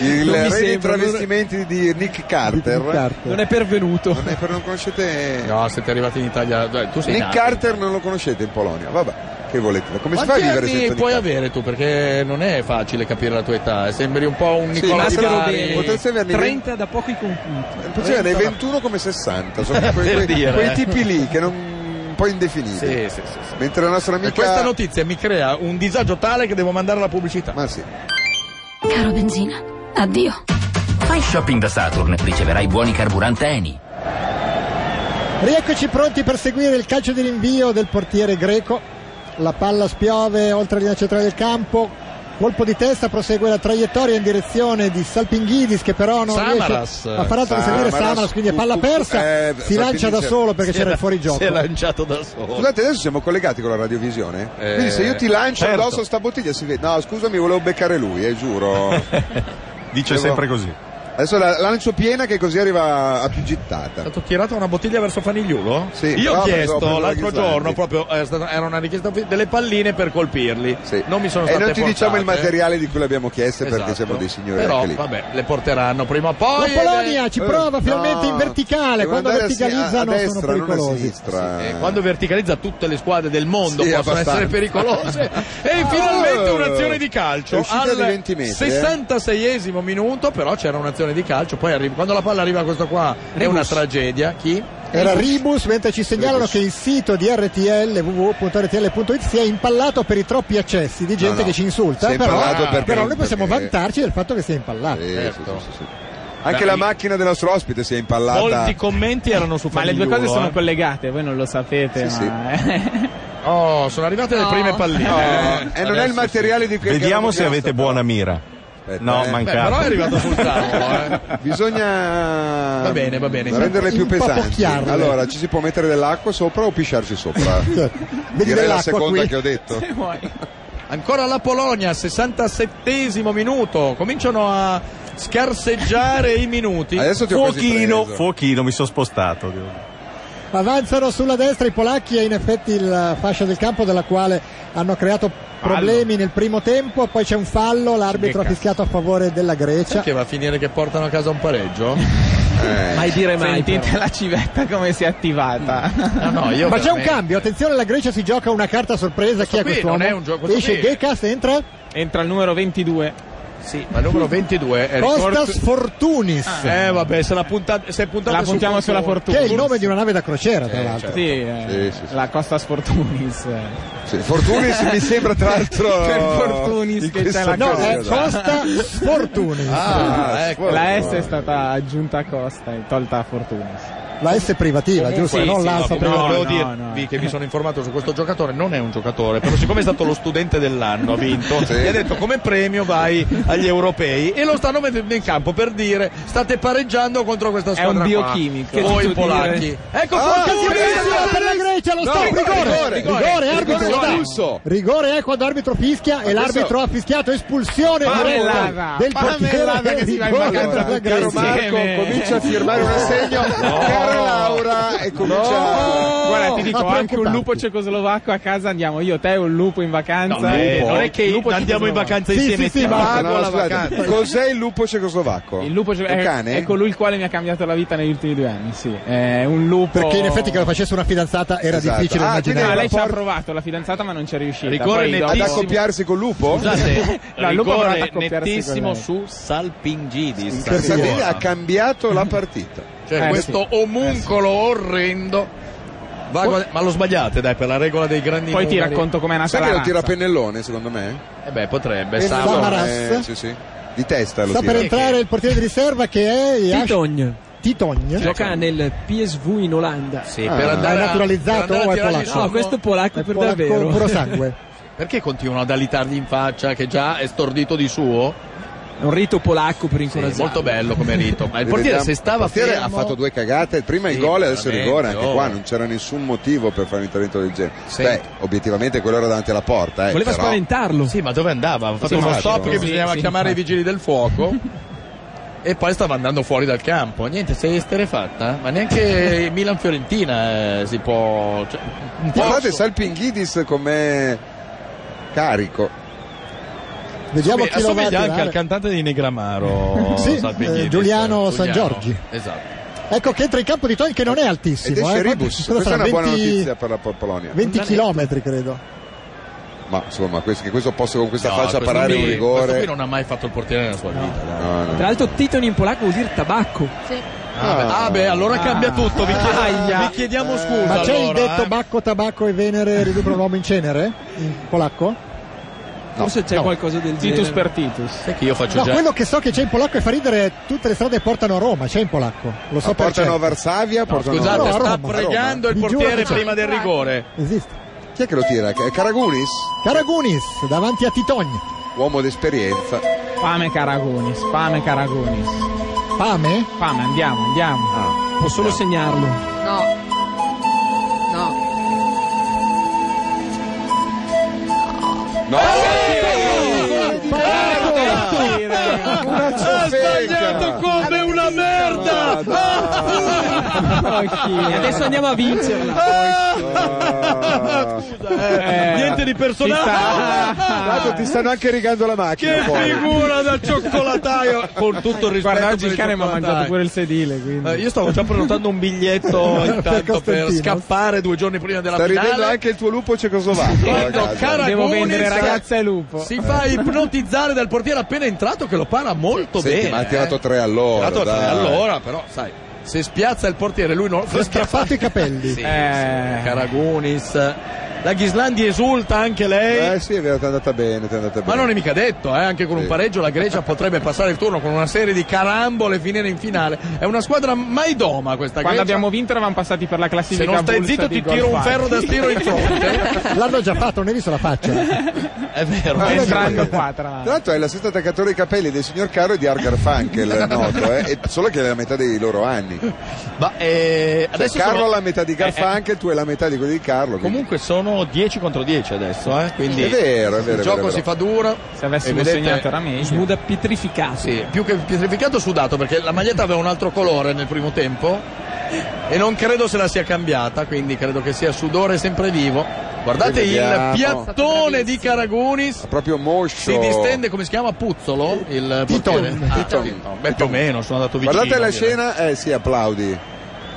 Speaker 1: Il
Speaker 10: Non mi
Speaker 1: re dei
Speaker 10: sembra,
Speaker 1: travestimenti di Nick Carter.
Speaker 10: Non è pervenuto.
Speaker 1: Non, è per- non conoscete.
Speaker 4: No, siete arrivati in Italia. dai, Tu sei
Speaker 1: Nick
Speaker 4: nato.
Speaker 1: Carter non lo conoscete in Polonia, vabbè, che volete? Come si fa a
Speaker 4: Quanti
Speaker 1: vivere
Speaker 4: anni
Speaker 1: senza Nick
Speaker 4: puoi
Speaker 1: Carter?
Speaker 4: avere tu? Perché non è facile capire la tua età. eh, Sembri un po' un
Speaker 1: Sì,
Speaker 4: Nicola
Speaker 1: potresti averne-
Speaker 4: Scari.
Speaker 1: potresti averne
Speaker 10: 30 da poco i computer.
Speaker 1: Potresti averne 21 come 60, sono quei,
Speaker 4: Per
Speaker 1: quei-
Speaker 4: dire,
Speaker 1: quei
Speaker 4: eh.
Speaker 1: tipi lì che non un po' indefiniti.
Speaker 4: Sì, sì, sì, sì.
Speaker 1: Mentre la nostra
Speaker 4: E
Speaker 1: amica
Speaker 4: Questa notizia mi crea un disagio tale che devo mandare la pubblicità.
Speaker 1: Ma sì.
Speaker 11: Caro benzina, addio.
Speaker 14: Fai shopping da Saturn, riceverai buoni carburanti Eni.
Speaker 3: Rieccoci pronti per seguire il calcio di rinvio del portiere greco. La palla spiove oltre la linea centrale del campo. Colpo di testa prosegue la traiettoria in direzione di Salpinghidis che però non
Speaker 4: Samaras.
Speaker 3: riesce a far altro che seguire
Speaker 1: Samaras,
Speaker 3: Samaras, quindi è
Speaker 1: tu-
Speaker 3: palla
Speaker 1: tu-
Speaker 3: persa.
Speaker 1: eh,
Speaker 3: si lancia da
Speaker 1: Salpinghidis-
Speaker 3: solo perché
Speaker 1: si
Speaker 3: c'era
Speaker 1: era-
Speaker 3: il fuorigioco.
Speaker 4: Si è lanciato da solo.
Speaker 1: Scusate, adesso siamo collegati con la radiovisione. Quindi se io ti lancio
Speaker 4: certo.
Speaker 1: addosso sta bottiglia si vede. No, scusami, volevo beccare lui, eh, giuro.
Speaker 9: Dice
Speaker 1: Devo-
Speaker 9: sempre così.
Speaker 1: Adesso la lancio piena che così arriva a più gittata.
Speaker 4: È stato tirato una bottiglia verso Fanigliulo?
Speaker 1: Sì,
Speaker 4: Io
Speaker 1: però
Speaker 4: ho
Speaker 1: ho preso
Speaker 4: chiesto
Speaker 1: la
Speaker 4: l'altro
Speaker 1: Ghislandi.
Speaker 4: giorno, proprio eh, è stata- era una richiesta uffi- delle palline per colpirli. Non mi sono
Speaker 1: E
Speaker 4: state
Speaker 1: non ti diciamo
Speaker 4: portate.
Speaker 1: il materiale di cui l'abbiamo chiesto perché
Speaker 4: Esatto.
Speaker 1: siamo dei signori
Speaker 4: Però
Speaker 1: anche lì.
Speaker 4: vabbè, le porteranno prima o poi.
Speaker 3: La Polonia ci
Speaker 4: Eh,
Speaker 3: prova finalmente
Speaker 4: no.
Speaker 3: in verticale.
Speaker 4: Devono
Speaker 3: Quando
Speaker 4: andare a si-
Speaker 3: verticalizzano
Speaker 4: a
Speaker 3: sono
Speaker 4: destra, non a
Speaker 3: pericolosi.
Speaker 1: sinistra.
Speaker 4: Eh, quando verticalizza tutte le squadre del mondo
Speaker 1: Sì,
Speaker 4: possono
Speaker 1: abbastanza.
Speaker 4: essere pericolose e finalmente un'azione di
Speaker 1: È
Speaker 4: calcio
Speaker 1: uscita
Speaker 4: al
Speaker 1: di 20 metri, eh.
Speaker 4: 66esimo minuto però c'era un'azione di calcio poi arriva- quando la palla arriva a questo qua è una tragedia chi?
Speaker 3: Era Ribus, mentre ci segnalano che il sito di RTL www.rtl.it si è impallato per i troppi accessi di gente
Speaker 1: No, no.
Speaker 3: che ci insulta.
Speaker 1: Si è
Speaker 3: Però, Ah.
Speaker 1: impallato perché-
Speaker 3: però noi possiamo
Speaker 1: perché-
Speaker 3: vantarci del fatto che sia impallato.
Speaker 1: Sì,
Speaker 4: certo.
Speaker 1: sì, sì, sì, sì. Anche la macchina del nostro ospite si è impallata.
Speaker 5: commenti erano su Ma le due
Speaker 1: Famigliulo,
Speaker 5: cose sono
Speaker 1: eh.
Speaker 5: collegate, voi non lo sapete.
Speaker 1: Sì,
Speaker 5: ma... eh.
Speaker 4: Oh, sono arrivate le prime palline. Eh,
Speaker 1: No, eh, e non è il materiale di cui
Speaker 12: Vediamo se avete buona mira. no,
Speaker 1: eh.
Speaker 12: mancato.
Speaker 1: Beh, però è
Speaker 4: arrivato sul eh.
Speaker 1: tavolo, Bisogna
Speaker 4: Va bene, va bene.
Speaker 1: renderle più pesanti.
Speaker 4: Impapocchiarle.
Speaker 1: Allora, ci si può mettere dell'acqua sopra o pisciarci sopra? Direi la
Speaker 4: dell'acqua
Speaker 1: seconda
Speaker 4: qui.
Speaker 1: che ho detto.
Speaker 4: Ancora la Polonia, 67esimo minuto. Cominciano a scarseggiare i minuti.
Speaker 12: fuochino, fuochino, mi sono spostato. devo dire.
Speaker 3: Avanzano sulla destra i polacchi e in effetti la fascia del campo della quale hanno creato problemi nel primo tempo, poi c'è un fallo, l'arbitro ha
Speaker 4: Becca.
Speaker 3: fischiato a favore della Grecia.
Speaker 4: Sai che va a finire che portano a casa un pareggio?
Speaker 1: Eh,
Speaker 5: Mai dire mai, Eh, Sentite però.
Speaker 4: la civetta come si è attivata. No, Ah, no, io
Speaker 3: Ma c'è un
Speaker 4: veramente-
Speaker 3: cambio, attenzione, la Grecia si gioca una carta sorpresa, chi è
Speaker 5: qui
Speaker 3: quest'uomo?
Speaker 5: non è un gioco- questo
Speaker 3: Esce
Speaker 5: qui-
Speaker 3: Gekas, entra
Speaker 5: Entra il numero 22. Sì,
Speaker 4: ma il numero 22
Speaker 1: Eh,
Speaker 4: è
Speaker 3: Costas Fortunis.
Speaker 5: Ah,
Speaker 4: Eh vabbè, se la punta- se è puntata
Speaker 5: La
Speaker 4: su
Speaker 5: puntiamo
Speaker 4: Fortu-
Speaker 5: sulla Fortunis.
Speaker 3: Che è il nome di una nave da crociera, tra l'altro.
Speaker 5: Sì, eh, la Costa Sfortunis.
Speaker 1: Fortunis mi sembra tra l'altro
Speaker 5: per Fortunis
Speaker 1: in
Speaker 5: che c'è
Speaker 1: questa
Speaker 5: la
Speaker 3: No, è
Speaker 1: cosa.
Speaker 3: Costa Sfortunis.
Speaker 1: Ah, ecco.
Speaker 5: La S è stata aggiunta a Costa e tolta a Fortunis.
Speaker 3: La S privativa, giusto?
Speaker 4: Sì,
Speaker 3: non
Speaker 4: sì,
Speaker 3: l'alfa
Speaker 4: no,
Speaker 3: privativa.
Speaker 4: volevo dirvi che mi sono informato su questo giocatore, non è un giocatore, però siccome è stato lo studente dell'anno, ha vinto,
Speaker 1: Sì.
Speaker 4: gli ha detto come premio vai agli europei e lo stanno mettendo in campo per dire state pareggiando contro questa
Speaker 5: È un
Speaker 4: squadra qua.
Speaker 5: biochimico. Che
Speaker 4: Voi
Speaker 5: ti devo
Speaker 4: polacchi.
Speaker 5: dire?
Speaker 4: Ecco
Speaker 3: Ah,
Speaker 4: Fortunis!
Speaker 3: Occasionissima per la Grecia, lo
Speaker 4: No,
Speaker 3: stop, rigore, rigore,
Speaker 4: rigore,
Speaker 3: arbitro,
Speaker 4: rigore
Speaker 3: dai.
Speaker 4: avulso.
Speaker 3: rigore è quando arbitro fischia e
Speaker 1: questo-
Speaker 3: l'arbitro ha fischiato espulsione
Speaker 1: Marellata.
Speaker 3: del portiere
Speaker 1: Marellata
Speaker 3: del
Speaker 1: che si va in
Speaker 3: rigore
Speaker 1: vacanza
Speaker 3: della
Speaker 1: tutti
Speaker 3: Grecia.
Speaker 1: Marco comincia a firmare un assegno cara Laura e comincia
Speaker 5: Guarda, ti dico,
Speaker 1: Ma
Speaker 5: anche un
Speaker 1: preoccupante.
Speaker 5: lupo cecoslovacco a casa andiamo io, te, un lupo in vacanza.
Speaker 1: No,
Speaker 5: eh,
Speaker 1: lupo.
Speaker 5: non è che
Speaker 1: Lupo
Speaker 5: andiamo in vacanza
Speaker 1: Sì,
Speaker 5: insieme.
Speaker 1: sì, sì, ma- Ah, No, no, scusate, cos'è il lupo cecoslovacco?
Speaker 5: Il lupo ce-
Speaker 1: Un
Speaker 5: è,
Speaker 1: cane?
Speaker 5: è colui il quale mi ha cambiato la vita negli ultimi due anni, sì. È un lupo.
Speaker 3: Perché in effetti che lo facesse una fidanzata era
Speaker 5: Esatto.
Speaker 3: difficile
Speaker 5: Ah, quindi
Speaker 3: immaginare.
Speaker 5: lei ci ha provato la fidanzata, ma non ci è riuscita. Poi dopo-
Speaker 1: ad accoppiarsi col lupo?
Speaker 5: Scusate, No, il lupo rigore vorrà accoppiarsi con
Speaker 6: nettissimo
Speaker 5: lei.
Speaker 6: su Salpingidis.
Speaker 1: Salvini ha cambiato la partita.
Speaker 4: Cioè, questo omuncolo orrendo. va a guad- ma lo sbagliate, dai, per la regola dei grandi
Speaker 5: Poi ti
Speaker 4: numeri.
Speaker 5: racconto com'è nata
Speaker 1: Sai
Speaker 5: la
Speaker 1: che lo
Speaker 5: razza.
Speaker 1: tira a pennellone, secondo me?
Speaker 4: Eh beh, potrebbe,
Speaker 1: Pensavo,
Speaker 3: Samaras.
Speaker 1: eh, sì, sì. Di testa lo
Speaker 3: Sta per
Speaker 1: tira.
Speaker 3: entrare il portiere di riserva che è Titogn. Titogn.
Speaker 10: Gioca nel PSV in Olanda.
Speaker 4: Ecco. Sì,
Speaker 3: Ah, è naturalizzato o è polacco?
Speaker 10: No, questo è polacco
Speaker 3: È
Speaker 10: per
Speaker 3: polacco
Speaker 10: davvero.
Speaker 3: puro sangue.
Speaker 4: Perché continuano ad alitargli in faccia che già è stordito di suo?
Speaker 10: È un rito polacco per
Speaker 4: incoraggiare.
Speaker 10: incoraggiarlo.
Speaker 4: molto bello come rito, ma il
Speaker 1: Vediamo.
Speaker 4: portiere se stava
Speaker 1: Il portiere
Speaker 4: fermo
Speaker 1: ha fatto due cagate, prima
Speaker 4: Sì,
Speaker 1: il gol e adesso il
Speaker 4: veramente,
Speaker 1: rigore, anche
Speaker 4: oh.
Speaker 1: qua non c'era nessun motivo per fare un intervento del genere.
Speaker 4: Sì.
Speaker 1: Beh, obiettivamente quello era davanti alla porta, eh,
Speaker 4: Voleva
Speaker 1: però.
Speaker 10: spaventarlo.
Speaker 4: Sì, ma dove andava? Ha fatto
Speaker 1: Sì,
Speaker 4: uno
Speaker 1: infatti,
Speaker 4: stop
Speaker 1: no.
Speaker 4: che
Speaker 1: Sì,
Speaker 4: bisognava
Speaker 1: sì,
Speaker 4: chiamare
Speaker 1: infatti.
Speaker 4: i vigili del fuoco. E poi stava andando fuori dal campo. Niente, sei esterrefatta. Ma neanche Milan-Fiorentina eh, si può. Cioè, un po'
Speaker 1: Guardate Salpinghidis com'è carico.
Speaker 3: Vediamo
Speaker 4: Assomiglia-
Speaker 3: chi lo va a
Speaker 4: assomiglia anche
Speaker 3: tirare.
Speaker 4: al cantante di Negramaro.
Speaker 3: Sì, eh,
Speaker 4: Salpinghidis.
Speaker 3: Giuliano San Giorgi.
Speaker 4: Esatto.
Speaker 3: Ecco che entra in campo di Togn che non è altissimo.
Speaker 1: Ed esce
Speaker 3: eh,
Speaker 1: Ribus,
Speaker 3: quanto- cosa
Speaker 1: questa
Speaker 3: sarà?
Speaker 1: è una buona
Speaker 3: 20
Speaker 1: notizia per la Pol- Polonia.
Speaker 3: 20 chilometri credo.
Speaker 1: Ma insomma, questo, che questo possa con questa
Speaker 4: No,
Speaker 1: faccia
Speaker 4: questo
Speaker 1: parare
Speaker 4: qui-
Speaker 1: un
Speaker 4: Questo qui
Speaker 1: rigore.
Speaker 4: non ha mai fatto il portiere nella sua vita. dai.
Speaker 1: No, no.
Speaker 10: Tra l'altro Titoni in polacco vuol dire tabacco.
Speaker 4: Ah, beh, ah, beh, allora cambia tutto. Vi chiediamo, vi chiediamo scusa.
Speaker 3: Ma c'è il
Speaker 4: allora,
Speaker 3: detto
Speaker 4: eh.
Speaker 3: bacco, tabacco e venere riducono l'uomo in cenere? In polacco?
Speaker 10: Forse c'è qualcosa del genere.
Speaker 5: Titus per Titus.
Speaker 4: Sai che io faccio
Speaker 3: No,
Speaker 4: già.
Speaker 3: quello che so che c'è in polacco e fa ridere è tutte le strade portano a Roma, c'è in polacco. Lo
Speaker 4: Ah,
Speaker 3: so per
Speaker 1: Ma Ah, portano a
Speaker 3: certo.
Speaker 1: Varsavia,
Speaker 4: No,
Speaker 1: portano
Speaker 4: scusate,
Speaker 1: a
Speaker 4: sta
Speaker 1: Roma.
Speaker 4: pregando il
Speaker 3: Vi giuro
Speaker 4: portiere
Speaker 3: che c'è.
Speaker 4: prima del rigore.
Speaker 3: Esiste.
Speaker 1: Chi è che lo tira? È Caragunis?
Speaker 3: Caragunis davanti a Titogn.
Speaker 1: Uomo d'esperienza.
Speaker 4: Ah,
Speaker 5: Fame Caragonis, fame Caragonis.
Speaker 3: Fame?
Speaker 5: Fame, andiamo, andiamo.
Speaker 4: Ah,
Speaker 10: Può solo segnarlo.
Speaker 7: No. No.
Speaker 1: No! Una ciofeca!
Speaker 4: come una
Speaker 1: Ah,
Speaker 4: merda!
Speaker 10: E adesso andiamo a vincerla.
Speaker 4: Ah,
Speaker 1: Ah.
Speaker 4: Eh, niente di personale.
Speaker 1: Tanto ti stanno anche rigando la macchina.
Speaker 4: Che
Speaker 1: poi.
Speaker 4: figura da cioccolataio! Con tutto il rispetto.
Speaker 5: Guarda, oggi
Speaker 4: per
Speaker 5: il cane mi ha
Speaker 4: cioccolataio.
Speaker 5: mangiato pure il sedile, quindi.
Speaker 4: Eh, io stavo già prenotando un biglietto Oh, intanto per
Speaker 5: Costantino.
Speaker 4: scappare due giorni prima della
Speaker 1: Sta ridendo
Speaker 4: finale.
Speaker 1: anche il tuo lupo cecoslovacco. ragazzi.
Speaker 4: Cara
Speaker 5: Devo vendere ragazza e lupo.
Speaker 4: Si fa ipnotizzare dal portiere appena entrato che lo para molto
Speaker 1: Senti,
Speaker 4: bene.
Speaker 1: ma ha
Speaker 4: eh.
Speaker 1: tirato tre all'ora.
Speaker 4: Tirato tre
Speaker 1: dai.
Speaker 4: all'ora, però sai. se spiazza il portiere lui non
Speaker 3: Si è strappato i capelli.
Speaker 4: Sì,
Speaker 1: Eh.
Speaker 5: Eh,
Speaker 4: sì, Caragunis. La Ghislandi esulta anche lei.
Speaker 1: Eh sì, è vero, ti è andata bene, ti è andata
Speaker 4: Ma
Speaker 1: bene.
Speaker 4: non è mica detto, eh, anche con un pareggio la Grecia potrebbe passare il turno con una serie di carambole e finire in finale. È una squadra mai doma questa
Speaker 16: Quando
Speaker 4: Grecia.
Speaker 16: abbiamo vinto eravamo passati per la
Speaker 4: Se
Speaker 16: classifica.
Speaker 4: non stai
Speaker 16: avulsa
Speaker 4: zitto
Speaker 16: di
Speaker 4: ti
Speaker 16: gol
Speaker 4: tiro un
Speaker 16: fatti.
Speaker 4: ferro da stiro in fronte.
Speaker 3: L'hanno già fatto, non hai visto la faccia?
Speaker 4: È vero, Eh,
Speaker 1: Ah,
Speaker 4: è strano.
Speaker 16: qua,
Speaker 1: tra l'altro è l'assetto attaccatore ai capelli del signor Caro e di Argar Funkel, noto, eh, e solo che è la metà dei loro anni.
Speaker 4: Ma eh,
Speaker 1: Cioè,
Speaker 4: adesso
Speaker 1: Carlo
Speaker 4: sono-
Speaker 1: ha la metà di Garfunkel, tu hai la metà di quelli di Carlo. quindi-
Speaker 4: Comunque sono 10 contro 10 adesso, eh? quindi
Speaker 1: È vero, è vero, è vero,
Speaker 4: il
Speaker 1: è
Speaker 4: gioco
Speaker 1: vero.
Speaker 4: si fa duro.
Speaker 16: Se avessimo
Speaker 4: E vedete-
Speaker 16: segnato era meglio.
Speaker 5: Smuda pietrificato.
Speaker 4: Sì, più che pietrificato sudato perché la maglietta aveva un altro colore nel primo tempo e non credo se la sia cambiata, quindi credo che sia sudore sempre vivo. Guardate
Speaker 1: Poi
Speaker 4: il
Speaker 1: vediamo.
Speaker 4: piattone di Caragunis.
Speaker 1: Proprio moscio.
Speaker 4: Si distende, come si chiama? Puzzolo? Il portiere? Ah, Titon. Beh, più o meno, sono andato vicino.
Speaker 1: Guardate la
Speaker 4: direi. Eh.
Speaker 1: scena, eh sì, applaudi.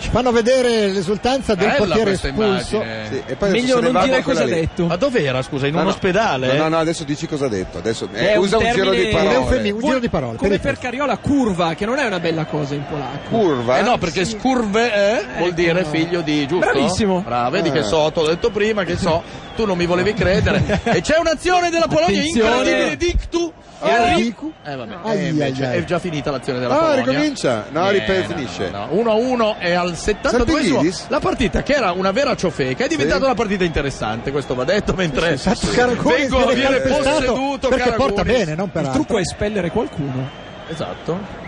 Speaker 3: Ci fanno vedere l'esultanza del
Speaker 4: Bella
Speaker 3: portiere
Speaker 4: questa
Speaker 3: espulso.
Speaker 4: immagine.
Speaker 1: Sì, e poi adesso se ne va con quella lì.
Speaker 4: Ma dov'era, scusa, in
Speaker 1: No,
Speaker 4: un
Speaker 1: no.
Speaker 4: ospedale?
Speaker 1: No, no, no, adesso dici cosa ha detto. Adesso, eh,
Speaker 5: eh. È un
Speaker 1: usa un, giro di
Speaker 5: termine-
Speaker 1: parole.
Speaker 5: un eufemismo,
Speaker 3: un giro di parole.
Speaker 5: Come per Cariola, curva, che non è una bella cosa in polacco.
Speaker 1: Curva?
Speaker 4: Eh no, perché scurve eh, vuol dire figlio di giusto.
Speaker 5: Bravissimo.
Speaker 4: Brava, vedi
Speaker 5: Eh.
Speaker 4: che so, te l'ho detto prima che so, tu non mi volevi credere. e c'è un'azione della Polonia
Speaker 5: Attenzione.
Speaker 4: incredibile, Dictu.
Speaker 1: Ah,
Speaker 4: E arri-
Speaker 1: Dictu.
Speaker 4: Eh vabbè,
Speaker 1: Ai,
Speaker 4: eh, invece
Speaker 1: ai, ai.
Speaker 4: è già finita l'azione della
Speaker 1: Ah,
Speaker 4: Polonia.
Speaker 1: ricomincia? No, ripe-
Speaker 4: Eh,
Speaker 1: finisce.
Speaker 4: No, 1 a 1 e al 72
Speaker 1: Sarpigidis?
Speaker 4: la partita che era una vera ciofeca è diventata
Speaker 1: Sì.
Speaker 4: una partita interessante, questo va detto mentre
Speaker 3: Caragunis
Speaker 4: vengo a
Speaker 3: viene
Speaker 4: viene
Speaker 3: calpestato
Speaker 4: posseduto
Speaker 3: perché porta
Speaker 4: Caragunis.
Speaker 3: bene, non per
Speaker 5: Il
Speaker 3: altro.
Speaker 5: trucco è espellere qualcuno.
Speaker 4: Esatto.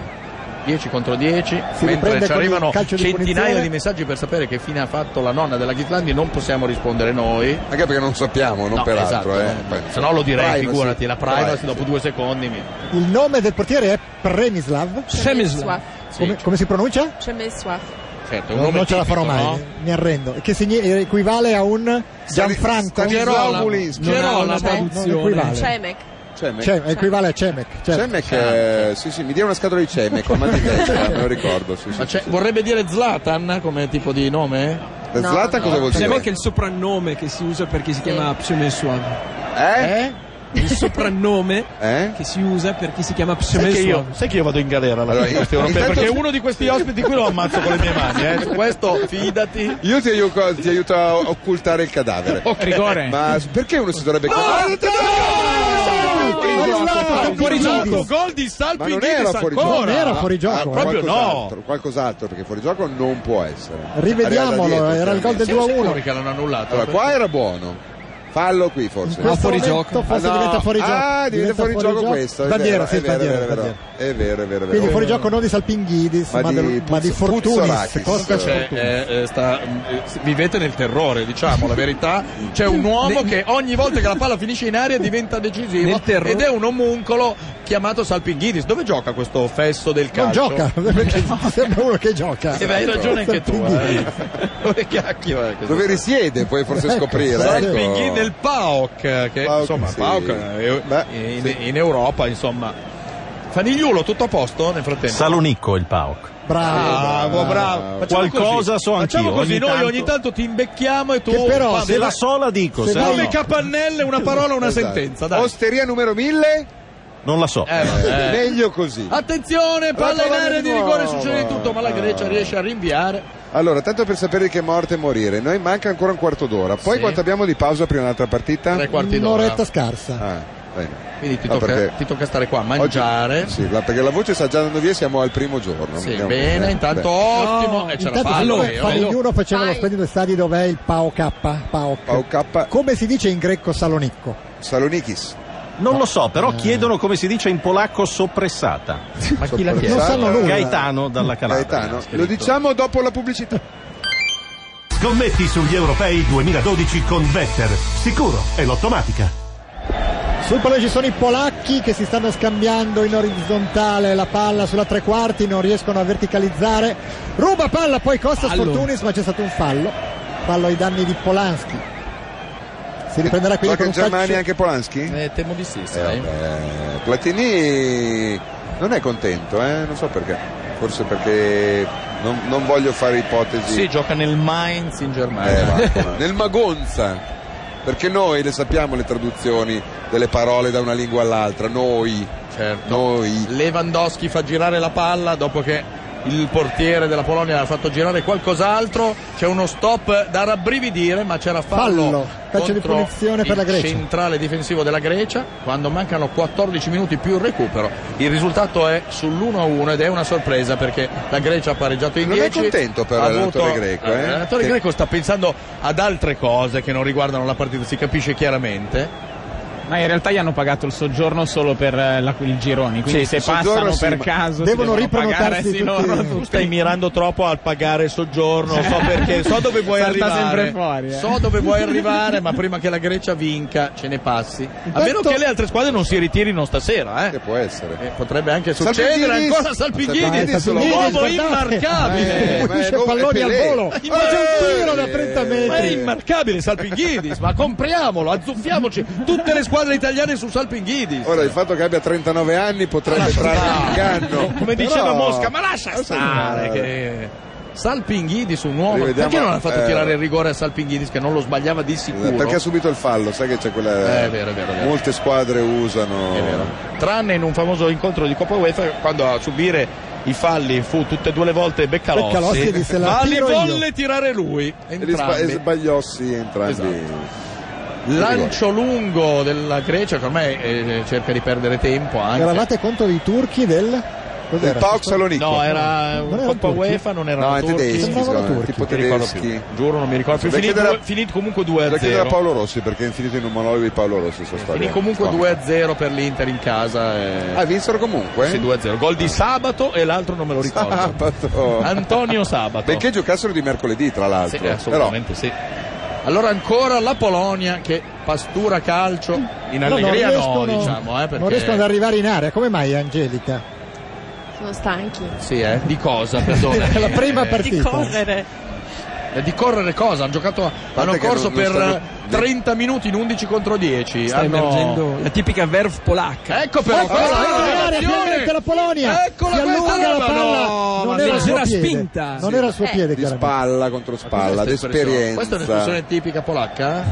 Speaker 4: 10 contro 10,
Speaker 3: Si riprende con
Speaker 4: mentre ci
Speaker 3: il
Speaker 4: arrivano
Speaker 3: calcio di
Speaker 4: centinaia
Speaker 3: punizione.
Speaker 4: di messaggi per sapere che fine ha fatto la nonna della Ghislandi, non possiamo rispondere noi.
Speaker 1: Anche perché non sappiamo, non
Speaker 4: No,
Speaker 1: per
Speaker 4: esatto,
Speaker 1: altro. eh.
Speaker 4: no,
Speaker 1: Beh,
Speaker 4: Se no lo direi,
Speaker 1: privacy.
Speaker 4: figurati, la privacy,
Speaker 1: Privacy.
Speaker 4: dopo due secondi. mi-
Speaker 3: Il nome del portiere è Premislav.
Speaker 7: Przemysław.
Speaker 3: Come, come si pronuncia?
Speaker 7: Przemysław.
Speaker 4: Certo, è un
Speaker 3: Non,
Speaker 4: nome
Speaker 3: non ce la farò
Speaker 4: tipico,
Speaker 3: mai, eh.
Speaker 4: no?
Speaker 3: mi arrendo. Che signi- equivale a un Gianfranco?
Speaker 1: Stanislao Gulinski.
Speaker 4: Gerolamo.
Speaker 3: Non equivale.
Speaker 4: Cioè,
Speaker 7: Cemek.
Speaker 1: Cemek.
Speaker 5: Cioè, eh,
Speaker 3: Cem- equivale a Cemek. certo.
Speaker 1: Cemek, eh, sì, sì, mi dia una scatola di Cemek, ma di testa, me lo ricordo. Sì, sì.
Speaker 4: Ma c'è- Cioè, vorrebbe dire Zlatan come tipo di nome?
Speaker 1: No, Zlatan cosa no. vuol dire?
Speaker 5: C'è anche il soprannome che si usa per chi si chiama Psemesuav.
Speaker 1: Eh?
Speaker 5: Il soprannome
Speaker 1: Eh?
Speaker 5: che si usa per chi si chiama
Speaker 4: Sai che, io,
Speaker 5: Psemesuav.
Speaker 4: sai che io vado in galera alla
Speaker 1: Allora,
Speaker 4: fine di questi
Speaker 1: intanto-
Speaker 4: europei perché uno di questi ospiti qui lo ammazzo con le mie mani. Eh. Su Questo fidati.
Speaker 1: Io ti aiuto, ti aiuto a occultare il cadavere.
Speaker 16: Rigore.
Speaker 1: Ma perché uno si dovrebbe.
Speaker 4: Fuori gioco,
Speaker 3: Gigis.
Speaker 4: gol di
Speaker 1: Ma
Speaker 4: Salpi
Speaker 1: non era fuori gioco,
Speaker 4: ancora.
Speaker 3: Non era fuori gioco. eh.
Speaker 1: Ah,
Speaker 4: proprio no.
Speaker 1: qualcos'altro, Qualcos'altro, perché fuori gioco non può essere.
Speaker 3: Rivediamolo,
Speaker 1: Arriva da dietro,
Speaker 3: era il gol del
Speaker 1: chiaramente.
Speaker 3: 2 a 1.
Speaker 4: Sicuri che l'hanno annullato.
Speaker 1: Allora, qua era buono. Fallo qui forse.
Speaker 3: questo
Speaker 5: fuori
Speaker 3: momento
Speaker 5: gioco.
Speaker 3: Forse
Speaker 1: Ah, no.
Speaker 3: diventa fuori gioco.
Speaker 1: Ah, diventa, fuori, gioco, questo. è
Speaker 3: Bandiera,
Speaker 1: vero,
Speaker 3: sì,
Speaker 1: è vero,
Speaker 3: bandiera,
Speaker 1: è vero,
Speaker 3: bandiera.
Speaker 1: È vero, è vero, è vero.
Speaker 3: Quindi fuori gioco non di Salpinghidis,
Speaker 1: Ma
Speaker 3: ma,
Speaker 1: di
Speaker 3: del- ma di,
Speaker 1: Puzzo-
Speaker 3: Fortunis.
Speaker 1: Puzzorakis.
Speaker 3: Costa
Speaker 4: Cioè,
Speaker 3: Fortunis.
Speaker 4: eh, eh, sta- eh, vivete nel terrore, diciamo la verità. C'è un uomo che ogni volta che la palla finisce in aria diventa decisivo
Speaker 5: Nel terrore.
Speaker 4: ed è un omuncolo chiamato Salpinghidis. Dove gioca questo fesso del
Speaker 3: Non
Speaker 4: calcio?
Speaker 3: gioca, perché ti sembra uno che gioca.
Speaker 4: Eh, beh, hai ragione anche tu.
Speaker 3: Salpinghidis.
Speaker 4: eh. Dove cacchio è questo?
Speaker 1: Dove risiede puoi forse
Speaker 3: Ecco,
Speaker 1: scoprire.
Speaker 3: esatto.
Speaker 4: Salpinghidis
Speaker 1: Ecco.
Speaker 4: del PAOK, che
Speaker 1: PAOK,
Speaker 4: insomma
Speaker 1: sì.
Speaker 4: PAOK è-
Speaker 1: Beh,
Speaker 4: in,
Speaker 1: sì.
Speaker 4: in Europa, insomma. Fanigliulo, tutto a posto nel frattempo?
Speaker 14: Salonicco il PAOK.
Speaker 4: Bravo, bravo. Facciamo
Speaker 14: Qualcosa
Speaker 4: così.
Speaker 14: so anch'io,
Speaker 4: Facciamo così,
Speaker 14: ogni
Speaker 4: noi
Speaker 14: tanto-
Speaker 4: ogni tanto ti imbecchiamo e tu
Speaker 3: Che però,
Speaker 4: fammi
Speaker 14: Se
Speaker 4: la-
Speaker 14: la sola dico,
Speaker 3: se
Speaker 14: se no
Speaker 3: vai-
Speaker 4: Come
Speaker 14: no.
Speaker 4: capannelle, una parola, una
Speaker 1: Esatto.
Speaker 4: sentenza. Dai.
Speaker 1: Osteria numero 1000.
Speaker 14: non la so.
Speaker 4: Eh, vabbè.
Speaker 1: Meglio così.
Speaker 4: Attenzione, palla in
Speaker 1: palla
Speaker 4: area
Speaker 1: di
Speaker 4: di rigore,
Speaker 1: nuovo.
Speaker 4: succede di tutto, ma la Grecia riesce a rinviare.
Speaker 1: Allora, tanto per sapere che morte e morire, noi manca ancora un quarto d'ora. Poi
Speaker 4: Sì.
Speaker 1: quanto abbiamo di pausa prima dell'altra partita?
Speaker 4: Tre quarti d'ora.
Speaker 3: Un'oretta scarsa.
Speaker 1: Ah, bene.
Speaker 4: Quindi ti
Speaker 1: No,
Speaker 4: tocca,
Speaker 1: perché-
Speaker 4: ti tocca stare qua a mangiare.
Speaker 1: Sì, la- perché la voce sta già andando via, siamo al primo giorno.
Speaker 4: Sì,
Speaker 1: Andiamo-
Speaker 4: bene,
Speaker 1: eh, beh.
Speaker 4: intanto ottimo.
Speaker 5: Eh,
Speaker 4: E ce la
Speaker 3: Intanto
Speaker 4: fa
Speaker 3: siccome
Speaker 4: lui. oh.
Speaker 3: Fanigliuno faceva lo
Speaker 7: Vai.
Speaker 3: splendido stadio dov'è il PAOK, PAOK.
Speaker 1: PAOK.
Speaker 3: Come si dice in greco Salonicco?
Speaker 1: Salonikis.
Speaker 14: Non lo so, però chiedono come si dice in polacco soppressata.
Speaker 4: Ma chi
Speaker 5: Eh,
Speaker 4: la
Speaker 3: Non
Speaker 4: chiede?
Speaker 3: sanno nulla.
Speaker 14: Gaetano dalla Calabria.
Speaker 1: Gaetano. Lo diciamo dopo la pubblicità.
Speaker 9: Scommetti sugli europei 2012 con Better. Sicuro e l'automatica.
Speaker 3: Sul pallone ci sono i polacchi che si stanno scambiando in orizzontale la palla sulla tre quarti, non riescono a verticalizzare. Ruba palla, poi Costa
Speaker 5: Fallo.
Speaker 3: Sfortunis, ma c'è stato un fallo. Fallo ai danni di Polanski. Si riprenderà quindi
Speaker 1: Gioca
Speaker 3: con
Speaker 1: in
Speaker 3: un calcio.
Speaker 1: Germania anche Polanski?
Speaker 4: Eh, temo di sì,
Speaker 1: Eh,
Speaker 4: sai.
Speaker 1: vabbè. Platini non è contento, eh? non so perché. Forse perché non, non voglio fare ipotesi.
Speaker 4: Sì, gioca nel Mainz in
Speaker 1: Eh,
Speaker 4: Germania.
Speaker 1: vattene. nel Magonza. Perché noi le sappiamo le traduzioni delle parole da una lingua all'altra, noi,
Speaker 4: certo.
Speaker 1: noi.
Speaker 4: Lewandowski fa girare la palla dopo che il portiere della Polonia l'ha fatto girare qualcos'altro, c'è uno stop da rabbrividire, ma c'era fallo,
Speaker 3: fallo calcio di punizione per la Grecia.
Speaker 4: Centrale difensivo della Grecia, quando mancano 14 minuti più il recupero. Il risultato è sull'1-1 ed è una sorpresa perché la Grecia ha pareggiato in
Speaker 1: non
Speaker 4: 10.
Speaker 1: Non è contento però l'allenatore avuto... greco, eh?
Speaker 4: L'allenatore
Speaker 1: che...
Speaker 4: greco sta pensando ad altre cose che non riguardano la partita, si capisce chiaramente.
Speaker 5: Ma in realtà gli hanno pagato il soggiorno solo per la, il gironi, quindi sì, se passano sì, per caso cioè,
Speaker 3: devono, devono
Speaker 5: riprenotarsi
Speaker 3: Eh sì, loro tutti.
Speaker 6: Tu stai mirando troppo al pagare il soggiorno, so perché, so dove vuoi arrivare.
Speaker 5: Fuori, eh.
Speaker 4: So dove vuoi arrivare, ma prima che la Grecia vinca ce ne passi. Intanto... A meno che le altre squadre non si ritirino stasera, eh.
Speaker 1: Che può essere. Eh,
Speaker 4: potrebbe anche succedere Salpigini, ancora Salpighini, uomo
Speaker 1: Ah,
Speaker 4: immarcabile.
Speaker 3: Eh, dice palloni al volo. Ma c'è un tiro da 30 metri.
Speaker 4: Ma è immarcabile Salpighini, ma compriamolo, azzuffiamoci tutte le squadre squadre italiane su Salpinghidis.
Speaker 1: Ora il fatto che abbia 39 anni potrebbe trarre inganno.
Speaker 4: Come diceva Però... Mosca, ma lascia
Speaker 1: Eh.
Speaker 4: stare Ah, che... Salpinghidis un uomo perché non ha fatto eh... tirare il rigore a Salpinghidis che non lo sbagliava di sicuro
Speaker 1: Eh, perché ha subito il fallo sai che c'è quella
Speaker 4: Eh, è vero, è vero, è vero.
Speaker 1: molte squadre usano
Speaker 4: tranne in un famoso incontro di Coppa UEFA quando a subire i falli fu tutte e due le volte Beccalossi,
Speaker 3: Beccalossi disse,
Speaker 4: ma li volle tirare lui entrambi.
Speaker 1: e sbagliò sì entrambi esatto
Speaker 4: lancio lungo della Grecia che ormai eh, cerca di perdere tempo anche.
Speaker 3: eravate contro i turchi del
Speaker 1: Cos'era? Del Paok Salonico
Speaker 4: no era non un Coppa UEFA non erano
Speaker 1: no,
Speaker 4: turchi
Speaker 1: tedeschi,
Speaker 4: non
Speaker 1: turchi tipo tedeschi
Speaker 4: giuro non mi ricordo più finito,
Speaker 1: era,
Speaker 4: finito comunque 2 a 0
Speaker 1: da Paolo Rossi perché è finito in un monologo di Paolo Rossi sono
Speaker 4: finì comunque 2 a 0 per l'Inter in casa e...
Speaker 1: ah vinsero comunque
Speaker 4: sì 2 a 0 gol di Sabato e l'altro non me lo ricordo
Speaker 1: Sabato
Speaker 4: Antonio Sabato
Speaker 1: perché giocassero di mercoledì tra l'altro
Speaker 4: sì, eh, assolutamente Però... sì allora ancora la Polonia che pastura calcio in
Speaker 3: non
Speaker 4: allegria no,
Speaker 3: riescono,
Speaker 4: no, diciamo, eh, perché...
Speaker 3: non riescono ad arrivare in area. Come mai Angelica?
Speaker 7: Sono stanchi.
Speaker 4: Sì, eh, di cosa? Perdona.
Speaker 3: la prima partita.
Speaker 7: Di correre.
Speaker 4: Eh, di correre cosa? Hanno giocato hanno corso non, non per stanno... 30 minuti in 11 contro 10.
Speaker 10: Sta
Speaker 4: hanno...
Speaker 10: emergendo la tipica verve polacca.
Speaker 4: Ecco però
Speaker 3: ecco oh, la Polonia.
Speaker 4: Eccola questa
Speaker 3: la palla. No, non era,
Speaker 10: era spinta.
Speaker 3: Non era il suo piede,
Speaker 1: Eh, di spalla contro spalla, d'esperienza.
Speaker 4: Questa è un'espressione tipica polacca?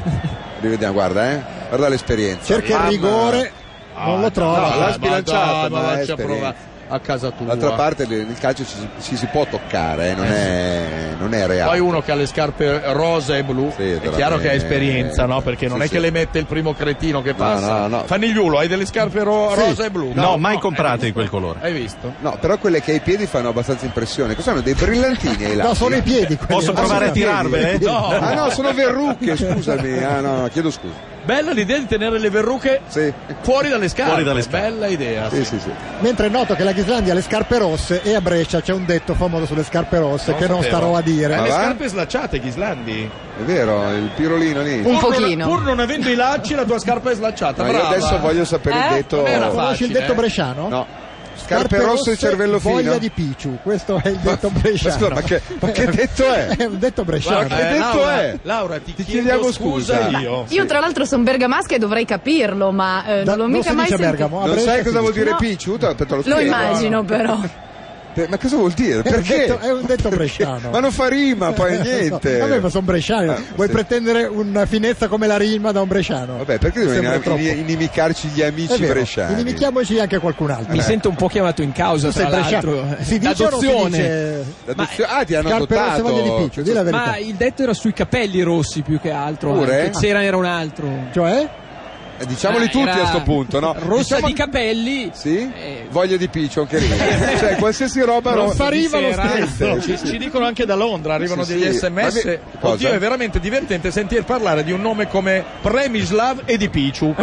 Speaker 1: Rivediamo, guarda, eh. Guarda l'esperienza.
Speaker 3: Cerca Mamma. il rigore. Ah, non lo trova.
Speaker 1: No, l'ha sbilanciato,
Speaker 4: ma faccia provare a casa tua.
Speaker 1: D'altra parte nel calcio ci, ci, si può toccare, eh? non, è, non, è, reale.
Speaker 4: Poi uno che ha le scarpe rosa e blu, sì, è chiaro me... che ha esperienza, no? Perché non sì, è sì. che le mette il primo cretino che passa. No, no, Fanigliulo, hai delle scarpe ro- rosa e blu?
Speaker 12: No, mai comprate in quel colore.
Speaker 4: Hai visto?
Speaker 1: No, però quelle che ai piedi fanno abbastanza impressione. Che sono dei brillantini ai lati.
Speaker 3: No, sono i piedi.
Speaker 12: Posso provare ah, a tirarvele?
Speaker 1: No. Ah no, sono verrucche, scusami. Ah no, chiedo scusa.
Speaker 4: Bella l'idea di tenere le verruche
Speaker 1: sì.
Speaker 4: fuori dalle scarpe.
Speaker 12: Fuori dalle scarpe.
Speaker 4: Bella idea.
Speaker 1: Sì, sì.
Speaker 3: Mentre è noto che la Ghislandia ha le scarpe rosse e a Brescia c'è un detto famoso sulle scarpe rosse non che non starò a dire.
Speaker 4: Ha le scarpe slacciate, Ghislandi.
Speaker 1: Ah, È vero, il pirolino lì.
Speaker 7: Un pur pochino.
Speaker 4: Non, pur non avendo i lacci, la tua scarpa è slacciata.
Speaker 1: No,
Speaker 4: Brava.
Speaker 1: Io adesso voglio sapere
Speaker 7: eh?
Speaker 1: il detto.
Speaker 3: Conosci il detto bresciano?
Speaker 1: No scarpe rosse e cervello fino
Speaker 3: voglia di Picciu questo è il detto
Speaker 1: ma,
Speaker 3: bresciano
Speaker 1: ma, che, ma che detto è?
Speaker 3: è un Eh, detto bresciano
Speaker 1: ma che detto
Speaker 4: Eh, Laura,
Speaker 1: è?
Speaker 4: Laura ti, ti chiediamo scusa, scusa
Speaker 15: io sì. io tra l'altro sono bergamasca e dovrei capirlo ma eh, da, non l'ho
Speaker 3: non
Speaker 15: mica mai sentito
Speaker 3: Bergamo,
Speaker 1: non sai cosa
Speaker 3: si
Speaker 1: vuol dire
Speaker 15: no.
Speaker 1: Picciu? Te lo, spiego,
Speaker 15: lo immagino no. però
Speaker 1: ma cosa vuol dire? Perché?
Speaker 3: È un detto, è un detto bresciano.
Speaker 1: ma non fa rima, poi niente.
Speaker 3: Vabbè, ma sono bresciano. Ah, Vuoi sì. pretendere una finezza come la rima da un bresciano?
Speaker 1: Vabbè, perché dobbiamo inimicarci gli amici bresciani?
Speaker 3: Inimichiamoci anche qualcun altro.
Speaker 10: Mi eh. sento un po' chiamato in causa, tu
Speaker 3: sei
Speaker 10: l'altro.
Speaker 15: eh,
Speaker 3: Si dice
Speaker 1: L'adozione. L'adozione. Ma, ah, ti hanno adottato.
Speaker 3: Di Piccio, di la verità.
Speaker 10: ma il detto era sui capelli rossi più che altro.
Speaker 1: Pure?
Speaker 10: Anche. C'era era un altro.
Speaker 3: Cioè?
Speaker 1: diciamoli ah, tutti a questo punto, no?
Speaker 10: Rossa
Speaker 1: diciamo...
Speaker 10: di capelli.
Speaker 1: Sì? Eh. Voglia di piccio anche lì. cioè, qualsiasi roba
Speaker 3: non fa riva lo stesso.
Speaker 4: Ci, ci, dicono anche da Londra, arrivano sì, degli sì. sms. Me... Oddio, è veramente divertente sentire parlare di un nome come Premislav e di Picciu.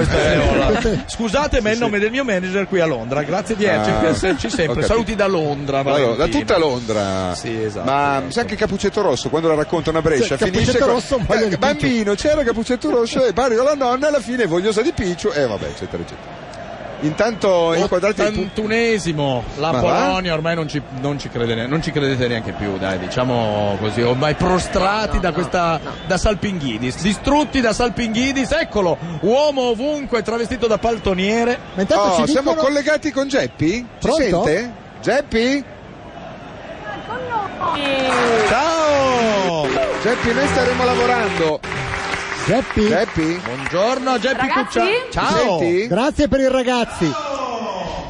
Speaker 4: Scusate, sì, ma è il nome del mio manager qui a Londra. Grazie di ah, esserci sempre. Saluti da Londra.
Speaker 1: Allora, da tutta Londra.
Speaker 4: Sì, esatto.
Speaker 1: Ma certo. sa che Capuccetto Rosso, quando la raccontano a Brescia,
Speaker 3: cioè,
Speaker 1: finisce
Speaker 3: Rosso, con...
Speaker 1: Rosso, eh, bambino, c'era Capuccetto Rosso e Mario la nonna alla fine vogliosa di Picciu e eh, vabbè eccetera eccetera Intanto inquadrati il
Speaker 4: puntunesimo, la Ma Polonia va? ormai non ci, non, ci crede, non ci, credete neanche più, dai, diciamo così, ormai prostrati no, no, da questa no. da Salpinghidis, distrutti da Salpinghidis, eccolo, uomo ovunque travestito da paltoniere.
Speaker 1: Ma oh, dicono... siamo collegati con Geppi? Ci sente? Geppi? Ciao! Geppi, noi staremo lavorando.
Speaker 3: Geppi.
Speaker 1: Geppi.
Speaker 4: Buongiorno Geppi
Speaker 15: Ragazzi?
Speaker 4: Cuccia. Ciao.
Speaker 1: Senti?
Speaker 3: Grazie per i ragazzi.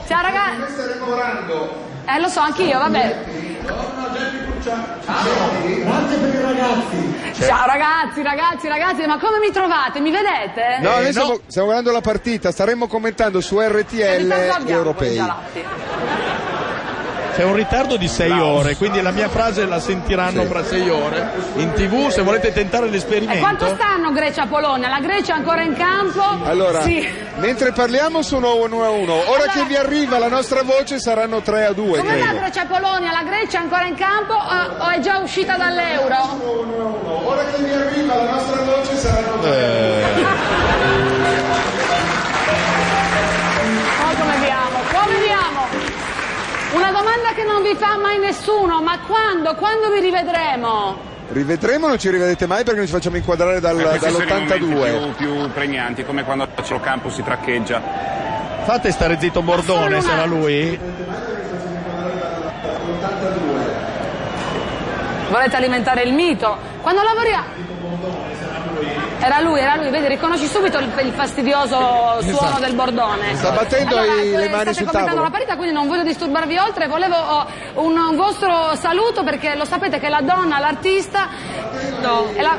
Speaker 15: Ciao ragazzi.
Speaker 1: Noi staremo lavorando.
Speaker 15: Eh lo so anch'io, vabbè.
Speaker 17: Grazie per i ragazzi.
Speaker 15: Ciao ragazzi, ragazzi, ragazzi, ma come mi trovate? Mi vedete?
Speaker 1: No, noi Stiamo, stiamo guardando la partita, staremmo commentando su RTL gli europei.
Speaker 4: C'è un ritardo di 6 ore, quindi la mia frase la sentiranno fra 6 ore in tv se volete tentare
Speaker 15: E quanto
Speaker 4: l'esperimento.
Speaker 15: stanno Grecia-Polonia? La Grecia è ancora in campo? Oh,
Speaker 1: Allora,
Speaker 15: Sì.
Speaker 1: mentre parliamo sono 1 a 1. Ora
Speaker 15: Allora-
Speaker 1: che vi arriva la nostra voce saranno 3 a 2,
Speaker 15: Come la
Speaker 1: credo.
Speaker 15: Grecia-Polonia? La Grecia è ancora in campo o o è già uscita dall'euro?
Speaker 1: Ora che mi arriva la nostra voce saranno
Speaker 15: Oh, come vi amo, come vi amo! Una domanda che non vi fa mai nessuno, ma quando? Quando vi rivedremo?
Speaker 1: Rivedremo, non ci rivedete mai perché noi ci facciamo inquadrare dal-
Speaker 18: Eh, questi sono i
Speaker 1: dall'82.
Speaker 18: momenti più, più pregnanti, come quando a Cielo si traccheggia.
Speaker 4: Fate stare zitto Bordone, sarà lui.
Speaker 15: Volete alimentare il mito? Quando lavoriamo... Era lui, era lui, vedi, riconosci subito il, il fastidioso oh, suono
Speaker 1: Esatto.
Speaker 15: del bordone.
Speaker 1: Sta battendo
Speaker 15: Allora,
Speaker 1: i-
Speaker 15: eh,
Speaker 1: le mani
Speaker 15: state
Speaker 1: sul
Speaker 15: commentando
Speaker 1: tavolo.
Speaker 15: la partita, quindi non voglio disturbarvi oltre, volevo oh, un, un vostro saluto perché lo sapete che la donna, l'artista, è la-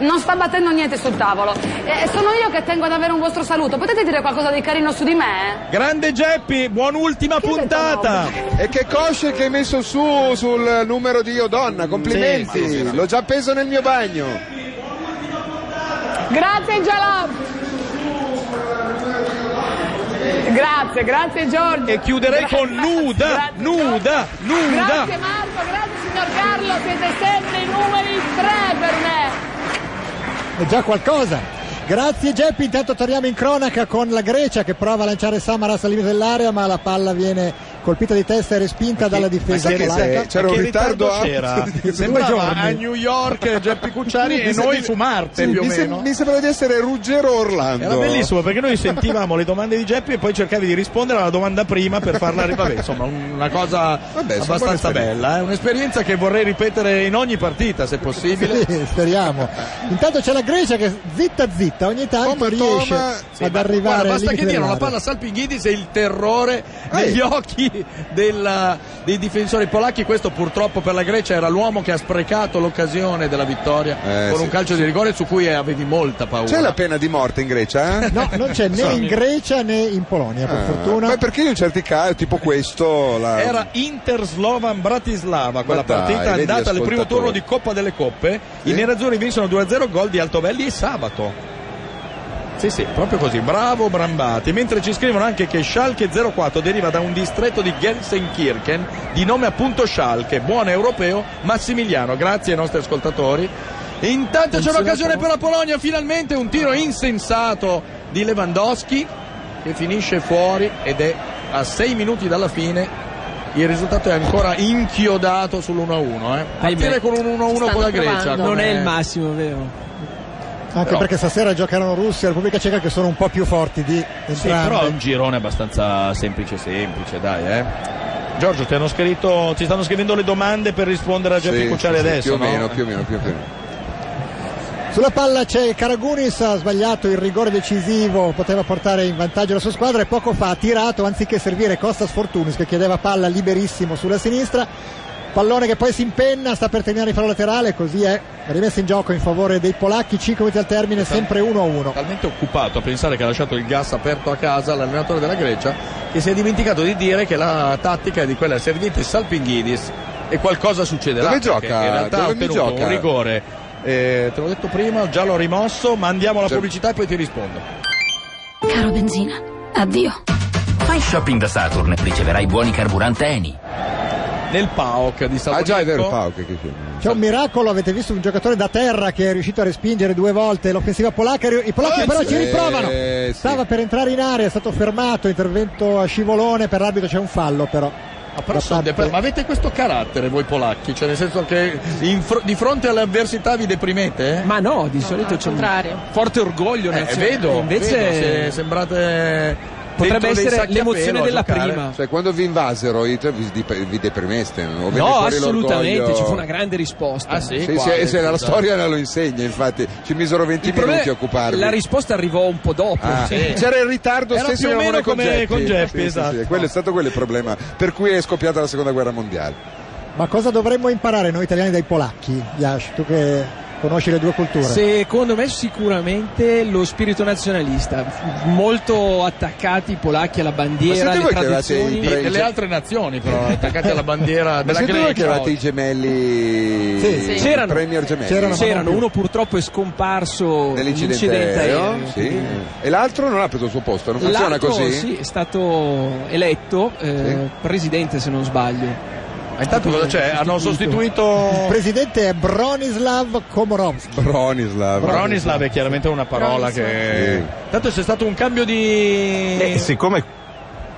Speaker 15: non sta battendo niente sul tavolo. Eh, sono io che tengo ad avere un vostro saluto, potete dire qualcosa di carino su di me?
Speaker 4: Grande Geppi, buon'ultima puntata.
Speaker 1: E che cosce che hai messo su sul numero di Io Donna, complimenti,
Speaker 4: Sì, sì, sì.
Speaker 1: l'ho già appeso nel mio bagno.
Speaker 15: Grazie Gialò! Grazie, grazie Giorgio.
Speaker 4: E chiuderei con nuda, nuda, nuda.
Speaker 15: Grazie Marco, grazie signor Carlo, siete sempre i numeri tre per me.
Speaker 3: È già qualcosa. Grazie Geppi, intanto torniamo in cronaca con la Grecia che prova a lanciare Samaras al limite dell'area ma la palla viene colpita di testa e respinta dalla difesa
Speaker 1: sai che
Speaker 3: polacca.
Speaker 1: se- c'era un
Speaker 4: Che
Speaker 1: ritardo
Speaker 4: ritardo
Speaker 1: ampio
Speaker 4: c'era?
Speaker 1: di due
Speaker 4: Sembrava
Speaker 1: giorni.
Speaker 4: a New York Geppi Cucciari e
Speaker 1: Mi sa-
Speaker 4: noi
Speaker 1: mi-
Speaker 4: su Marte
Speaker 1: sì,
Speaker 4: più o
Speaker 1: mi, se-
Speaker 4: meno.
Speaker 1: mi sembra di essere Ruggero Orlando.
Speaker 4: Era bellissimo perché noi sentivamo le domande di Geppi e poi cercavi di rispondere alla domanda prima per farla arrivare. Insomma, una cosa
Speaker 1: sono
Speaker 4: abbastanza
Speaker 1: buone
Speaker 4: bella. eh. Un'esperienza che vorrei ripetere in ogni partita se possibile.
Speaker 3: Sì, Cioè, speriamo. Intanto c'è la Grecia che zitta zitta ogni tanto riesce
Speaker 4: Sì,
Speaker 3: ad
Speaker 4: ma-
Speaker 3: arrivare
Speaker 4: guarda,
Speaker 3: al
Speaker 4: basta
Speaker 3: limite
Speaker 4: che diano la
Speaker 3: dell'area.
Speaker 4: palla a Salpinghidis e il terrore negli occhi della- dei difensori polacchi questo purtroppo per la Grecia era l'uomo che ha sprecato l'occasione della vittoria con
Speaker 1: Eh, sì,
Speaker 4: un calcio di rigore su cui avevi molta paura
Speaker 1: C'è la pena di morte in Grecia? eh?
Speaker 3: No, non c'è né in Grecia né in Polonia
Speaker 4: Ah,
Speaker 3: per fortuna.
Speaker 1: Ma perché in certi casi, tipo questo, la...
Speaker 4: era Inter-Slovan Bratislava quella
Speaker 1: Ma dai,
Speaker 4: partita
Speaker 1: vedi
Speaker 4: andata al primo
Speaker 1: ascoltatore.
Speaker 4: turno di Coppa delle Coppe i nerazzurri vincono 2-0 gol di Altovelli e Sabato sì, sì, proprio così. Bravo Brambati. Mentre ci scrivono anche che Schalke 04 deriva da un distretto di Gelsenkirchen di nome appunto Schalke. Buon europeo Massimiliano. Grazie ai nostri ascoltatori. Intanto c'è un'occasione per la Polonia, finalmente un tiro insensato di Lewandowski che finisce fuori ed è a 6 minuti dalla fine. Il risultato è ancora inchiodato sull'1-1. Eh. Partire con un 1-1 con la Grecia.
Speaker 10: Non
Speaker 4: come-
Speaker 10: è il massimo, vero?
Speaker 3: Anche
Speaker 4: però-
Speaker 3: perché stasera giocheranno Russia e Repubblica Ceca che sono un po' più forti di
Speaker 4: Sì, Eh, però è
Speaker 3: entrambi.
Speaker 4: un girone abbastanza semplice, semplice, dai, eh. Giorgio, ti, hanno scritto, ti stanno scrivendo le domande per rispondere a Geppi
Speaker 1: Sì,
Speaker 4: Cucciari
Speaker 1: sì, sì, Più
Speaker 4: adesso.
Speaker 1: o
Speaker 4: no?
Speaker 1: meno, più o meno, più o meno.
Speaker 3: Sulla palla c'è Caragunis, ha sbagliato il rigore decisivo, poteva portare in vantaggio la sua squadra e poco fa ha tirato anziché servire Costas Fortunis che chiedeva palla liberissimo sulla sinistra. Pallone che poi si impenna, sta per terminare in fallo laterale, così è rimessa in gioco in favore dei polacchi, 5 minuti al termine,
Speaker 1: Esatto.
Speaker 3: sempre 1-1.
Speaker 4: Talmente occupato a pensare che ha lasciato il gas aperto a casa l'allenatore della Grecia che si è dimenticato di dire che la tattica è di quella servite Salpinghidis e qualcosa succederà.
Speaker 1: Dove
Speaker 4: perché
Speaker 1: gioca?
Speaker 4: In realtà ha
Speaker 1: Dove mi
Speaker 4: ottenuto
Speaker 1: gioca?
Speaker 4: un rigore. Eh, te l'ho detto prima, già l'ho rimosso, ma andiamo alla
Speaker 14: Sì.
Speaker 4: pubblicità e poi ti rispondo.
Speaker 11: Caro benzina, addio.
Speaker 14: Fai shopping da Saturn, riceverai buoni carburanti Eni.
Speaker 4: Nel PAOC di Salpinghidis.
Speaker 1: Ah già, è vero, Pau, che, che, che-
Speaker 3: C'è un miracolo, avete visto un giocatore da terra che è riuscito a respingere due volte l'offensiva polacca, i polacchi
Speaker 1: Eh,
Speaker 3: però
Speaker 1: sì.
Speaker 3: ci riprovano.
Speaker 1: Eh, sì.
Speaker 3: Stava per entrare in area, è stato fermato, intervento a scivolone, per l'arbitro c'è un fallo però.
Speaker 4: Ah, Però
Speaker 3: Da
Speaker 4: sono
Speaker 3: parte-
Speaker 4: depre- Ma avete questo carattere voi polacchi? Cioè, nel senso che in fr- di fronte alle avversità vi deprimete?
Speaker 10: Ma no, di solito c'è
Speaker 7: contrario.
Speaker 10: un forte orgoglio
Speaker 4: Eh,
Speaker 10: nazionale.
Speaker 4: vedo,
Speaker 10: Invece
Speaker 4: vedo, se sembrate.
Speaker 10: Potrebbe
Speaker 4: dentro dei
Speaker 10: essere
Speaker 4: sacchi a
Speaker 10: l'emozione
Speaker 4: pelo a
Speaker 10: della
Speaker 4: giocare.
Speaker 10: prima.
Speaker 1: Cioè, quando vi invasero i tre, vi, dip- vi deprimeste? O venne
Speaker 10: No,
Speaker 1: fuori
Speaker 10: assolutamente,
Speaker 1: l'orgoglio?
Speaker 10: ci fu una grande risposta.
Speaker 4: Ah, sì?
Speaker 1: Sì, sì,
Speaker 4: Quale,
Speaker 1: sì, la
Speaker 4: scusa?
Speaker 1: storia lo insegna, infatti. Ci misero 20
Speaker 10: Il
Speaker 1: minuti a
Speaker 10: problema-
Speaker 1: occuparvi.
Speaker 10: La risposta arrivò un po' dopo.
Speaker 1: Ah,
Speaker 10: sì.
Speaker 1: C'era il ritardo
Speaker 4: Era
Speaker 1: stesso
Speaker 4: più o
Speaker 1: che
Speaker 4: meno
Speaker 1: avevamo noi
Speaker 4: come con Geppi,
Speaker 1: Sì, sì, sì,
Speaker 4: esatto.
Speaker 1: quello è stato quello il problema per cui è scoppiata la seconda guerra mondiale.
Speaker 3: Ma cosa dovremmo imparare noi italiani dai polacchi, Jash? Tu che conosci le due culture?
Speaker 10: Secondo me sicuramente lo spirito nazionalista, molto attaccati i polacchi alla bandiera, alle tradizioni
Speaker 4: pre- delle altre nazioni però, attaccati alla
Speaker 10: Ah,
Speaker 4: bandiera della
Speaker 1: Ma siete voi
Speaker 4: Grecia
Speaker 1: che eravate
Speaker 4: oggi.
Speaker 1: i gemelli
Speaker 10: Sì, sì.
Speaker 1: i
Speaker 10: C'erano.
Speaker 1: Premier gemelli
Speaker 10: C'erano, uno purtroppo è scomparso
Speaker 1: nell'incidente aereo
Speaker 5: eh,
Speaker 1: sì. e l'altro non ha preso il suo posto non funziona
Speaker 10: L'altro,
Speaker 1: così
Speaker 10: Sì, è stato eletto eh, presidente se non sbaglio.
Speaker 4: Ma intanto cosa c'è? Hanno sostituito
Speaker 3: Il presidente è Bronislav Komorowski.
Speaker 1: Bronislav
Speaker 4: Bronislav è chiaramente una parola
Speaker 3: Bronislav.
Speaker 4: che tanto c'è stato un cambio di
Speaker 1: Eh,
Speaker 12: E siccome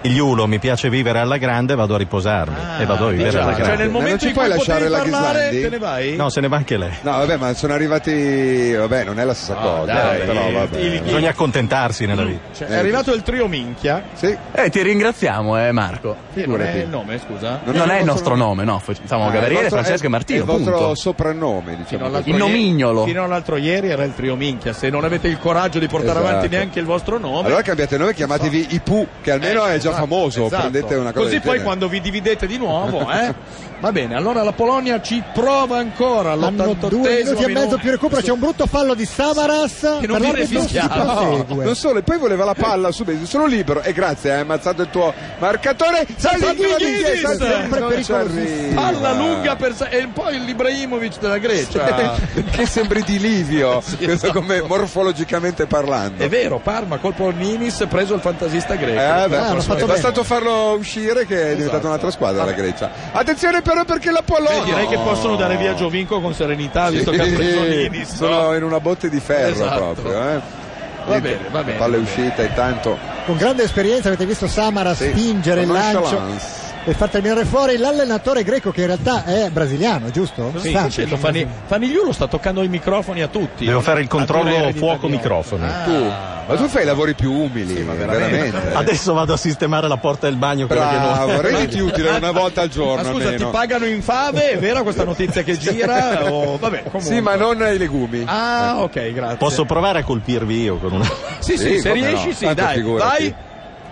Speaker 12: il Iulo mi piace vivere alla grande, vado a riposarmi.
Speaker 1: Ah,
Speaker 12: e Eh, vado a vivere
Speaker 4: diciamo,
Speaker 12: alla
Speaker 4: cioè
Speaker 12: grande.
Speaker 1: Ma
Speaker 4: nel
Speaker 1: non
Speaker 4: momento
Speaker 1: ci
Speaker 4: in
Speaker 1: puoi
Speaker 4: cui
Speaker 1: lasciare
Speaker 4: potevi
Speaker 1: la
Speaker 4: parlare
Speaker 1: Ghislandi?
Speaker 4: te ne vai
Speaker 12: No, se ne va anche lei.
Speaker 1: no vabbè ma sono arrivati vabbè non è la stessa cosa
Speaker 12: dai,
Speaker 1: però vabbè
Speaker 12: i- i- Eh, Bisogna accontentarsi nella vita.
Speaker 4: Cioè, è arrivato il trio minchia
Speaker 1: sì.
Speaker 19: Eh, ti ringraziamo, eh, Marco.
Speaker 4: Sì, non è
Speaker 19: Figurati.
Speaker 4: il nome scusa
Speaker 19: Non, è il nostro nome, no.
Speaker 1: Eh,
Speaker 19: Siamo Gavariere, Francesco e
Speaker 1: è
Speaker 19: Martino.
Speaker 1: il vostro
Speaker 19: Punto.
Speaker 1: soprannome diciamo
Speaker 4: Fino all'altro
Speaker 1: così.
Speaker 4: ieri- fino all'altro ieri era il trio minchia se non avete il coraggio di portare
Speaker 1: Esatto.
Speaker 4: avanti neanche il vostro nome
Speaker 1: allora cambiate nome chiamatevi Ipu che almeno è già
Speaker 4: Esatto,
Speaker 1: famoso
Speaker 4: esatto.
Speaker 1: prendete una cosa
Speaker 4: Così
Speaker 1: del
Speaker 4: poi
Speaker 1: genere.
Speaker 4: quando vi dividete di nuovo, eh? Va bene, allora la Polonia ci prova ancora
Speaker 3: Hanno
Speaker 4: all'88
Speaker 3: due minuti e mezzo più recupero, c'è un brutto fallo di Samaras.
Speaker 4: Che non
Speaker 3: per
Speaker 4: viene
Speaker 3: l'arbitro si
Speaker 4: fischiato.
Speaker 3: prosegue.
Speaker 1: non solo, e poi voleva la palla subito, sono libero e grazie, hai ammazzato il tuo marcatore.
Speaker 4: Salzingidis!
Speaker 1: sempre
Speaker 4: Non ci
Speaker 1: pericolosissimo.
Speaker 4: Palla lunga per sa- e poi l'Ibrahimovic della Grecia.
Speaker 1: che sembri di Livio, questo come morfologicamente parlando.
Speaker 4: È vero, Parma colpo Ninis preso il fantasista greco.
Speaker 1: Eh, beh,
Speaker 4: La
Speaker 3: Ah,
Speaker 4: prossima-
Speaker 1: è bastato farlo uscire che è
Speaker 4: Esatto.
Speaker 1: diventata un'altra squadra la Grecia. Attenzione però perché la Polonia...
Speaker 4: Beh, direi che possono dare via Giovinco con serenità visto che ha preso Ninis.
Speaker 1: Sono in una botte di ferro
Speaker 4: Esatto.
Speaker 1: proprio. Eh.
Speaker 4: Va
Speaker 1: Niente,
Speaker 4: bene, va bene.
Speaker 1: Palla è uscita intanto.
Speaker 3: Con grande esperienza avete visto Samaras
Speaker 1: Sì,
Speaker 3: spingere il
Speaker 1: con
Speaker 3: lancio
Speaker 1: nonchalance.
Speaker 3: e far terminare fuori l'allenatore greco che in realtà è brasiliano, giusto?
Speaker 4: Cosa sta
Speaker 3: Santos,
Speaker 4: facendo
Speaker 3: insomma.
Speaker 4: Fani- Fanigliulo sta toccando i microfoni a tutti.
Speaker 12: Devo fare il
Speaker 4: A
Speaker 12: controllo
Speaker 4: Torelli di
Speaker 12: fuoco
Speaker 4: Taglioni.
Speaker 12: microfoni.
Speaker 4: Ah,
Speaker 1: Tu, ma tu fai i lavori più umili, veramente.
Speaker 12: Adesso vado a sistemare la porta del bagno. quella che non-
Speaker 1: Bravo, renditi utile una volta al
Speaker 4: Ma
Speaker 1: giorno
Speaker 4: scusa,
Speaker 1: almeno.
Speaker 4: ti pagano in fave? È vera questa notizia che gira? O- vabbè, comunque.
Speaker 1: Sì, ma non i legumi.
Speaker 4: Ah, ok, grazie.
Speaker 12: Posso provare a colpirvi io con una.
Speaker 4: Sì, sì,
Speaker 1: Sì,
Speaker 4: se
Speaker 1: come no.
Speaker 4: riesci, sì,
Speaker 1: Tanto
Speaker 4: dai,
Speaker 1: figurati.
Speaker 4: vai.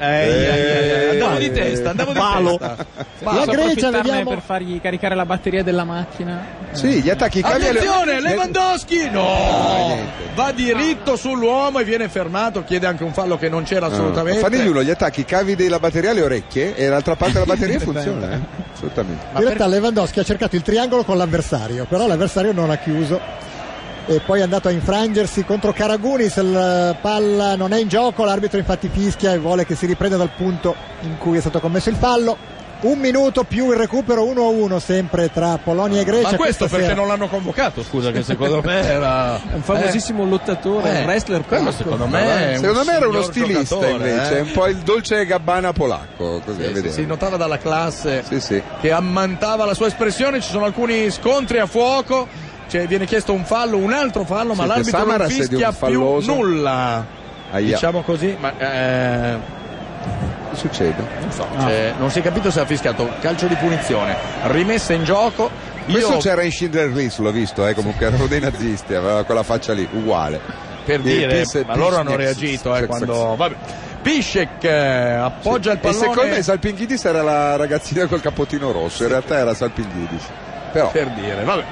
Speaker 4: Eh, eh, eh, andiamo di testa, andiamo di
Speaker 12: Palo.
Speaker 4: testa.
Speaker 3: La
Speaker 4: Basta.
Speaker 3: Grecia,
Speaker 5: approfittarne
Speaker 3: vediamo.
Speaker 5: per fargli caricare la batteria della macchina.
Speaker 1: Sì, gli attacchi cambiano.
Speaker 4: Attenzione, Lewandowski! No!
Speaker 1: eh, Ah, niente.
Speaker 4: Va diritto sull'uomo e viene fermato, chiede anche un fallo che non c'era assolutamente.
Speaker 1: Fanigliulo Ah. gli attacchi i cavi della batteria alle orecchie e l'altra parte della batteria funziona, eh? Assolutamente.
Speaker 3: In realtà Lewandowski ha cercato il triangolo con l'avversario, però l'avversario non ha chiuso e poi è andato a infrangersi contro Caragunis, il palla non è in gioco, l'arbitro infatti fischia e vuole che si riprenda dal punto in cui è stato commesso il fallo. Un minuto più il recupero 1-1 sempre tra Polonia e Grecia.
Speaker 4: Ma
Speaker 3: questa
Speaker 4: questo perché
Speaker 3: sera.
Speaker 4: non l'hanno convocato? Scusa, che secondo me era
Speaker 10: Un famosissimo lottatore,
Speaker 4: Eh,
Speaker 10: un wrestler
Speaker 4: quello
Speaker 10: polacco.
Speaker 4: secondo me è Eh, un
Speaker 1: eh. Secondo me era uno
Speaker 4: signor
Speaker 1: stilista
Speaker 4: giocatore,
Speaker 1: invece,
Speaker 4: eh.
Speaker 1: un po' il dolce gabbana polacco, così a
Speaker 4: Sì, sì,
Speaker 1: vedere.
Speaker 4: si notava dalla classe
Speaker 1: Sì, sì.
Speaker 4: che ammantava la sua espressione, ci sono alcuni scontri a fuoco, cioè, viene chiesto un fallo, un altro fallo, ma
Speaker 1: Sì,
Speaker 4: l'arbitro non
Speaker 1: Samaras è di un
Speaker 4: fischia più
Speaker 1: falloso.
Speaker 4: nulla.
Speaker 1: Aia.
Speaker 4: Diciamo così, ma eh,
Speaker 1: Che succede?
Speaker 4: non so, cioè, non si è capito se ha fischiato calcio di punizione, rimessa in gioco.
Speaker 1: Questo
Speaker 4: Io
Speaker 1: c'era in Schindler List, l'ho visto, eh, comunque erano dei nazisti, aveva quella faccia lì, uguale.
Speaker 4: per
Speaker 1: Eh,
Speaker 4: dire,
Speaker 1: pisse-
Speaker 4: ma loro hanno
Speaker 1: pisse-
Speaker 4: reagito eh,
Speaker 1: sex-
Speaker 4: quando vabbè. Piscek eh, appoggia il
Speaker 1: E
Speaker 4: pallone
Speaker 1: secondo me Salpinghidis era la ragazzina col cappottino rosso, in realtà era Salpinghidis. Però
Speaker 4: per dire, vabbè.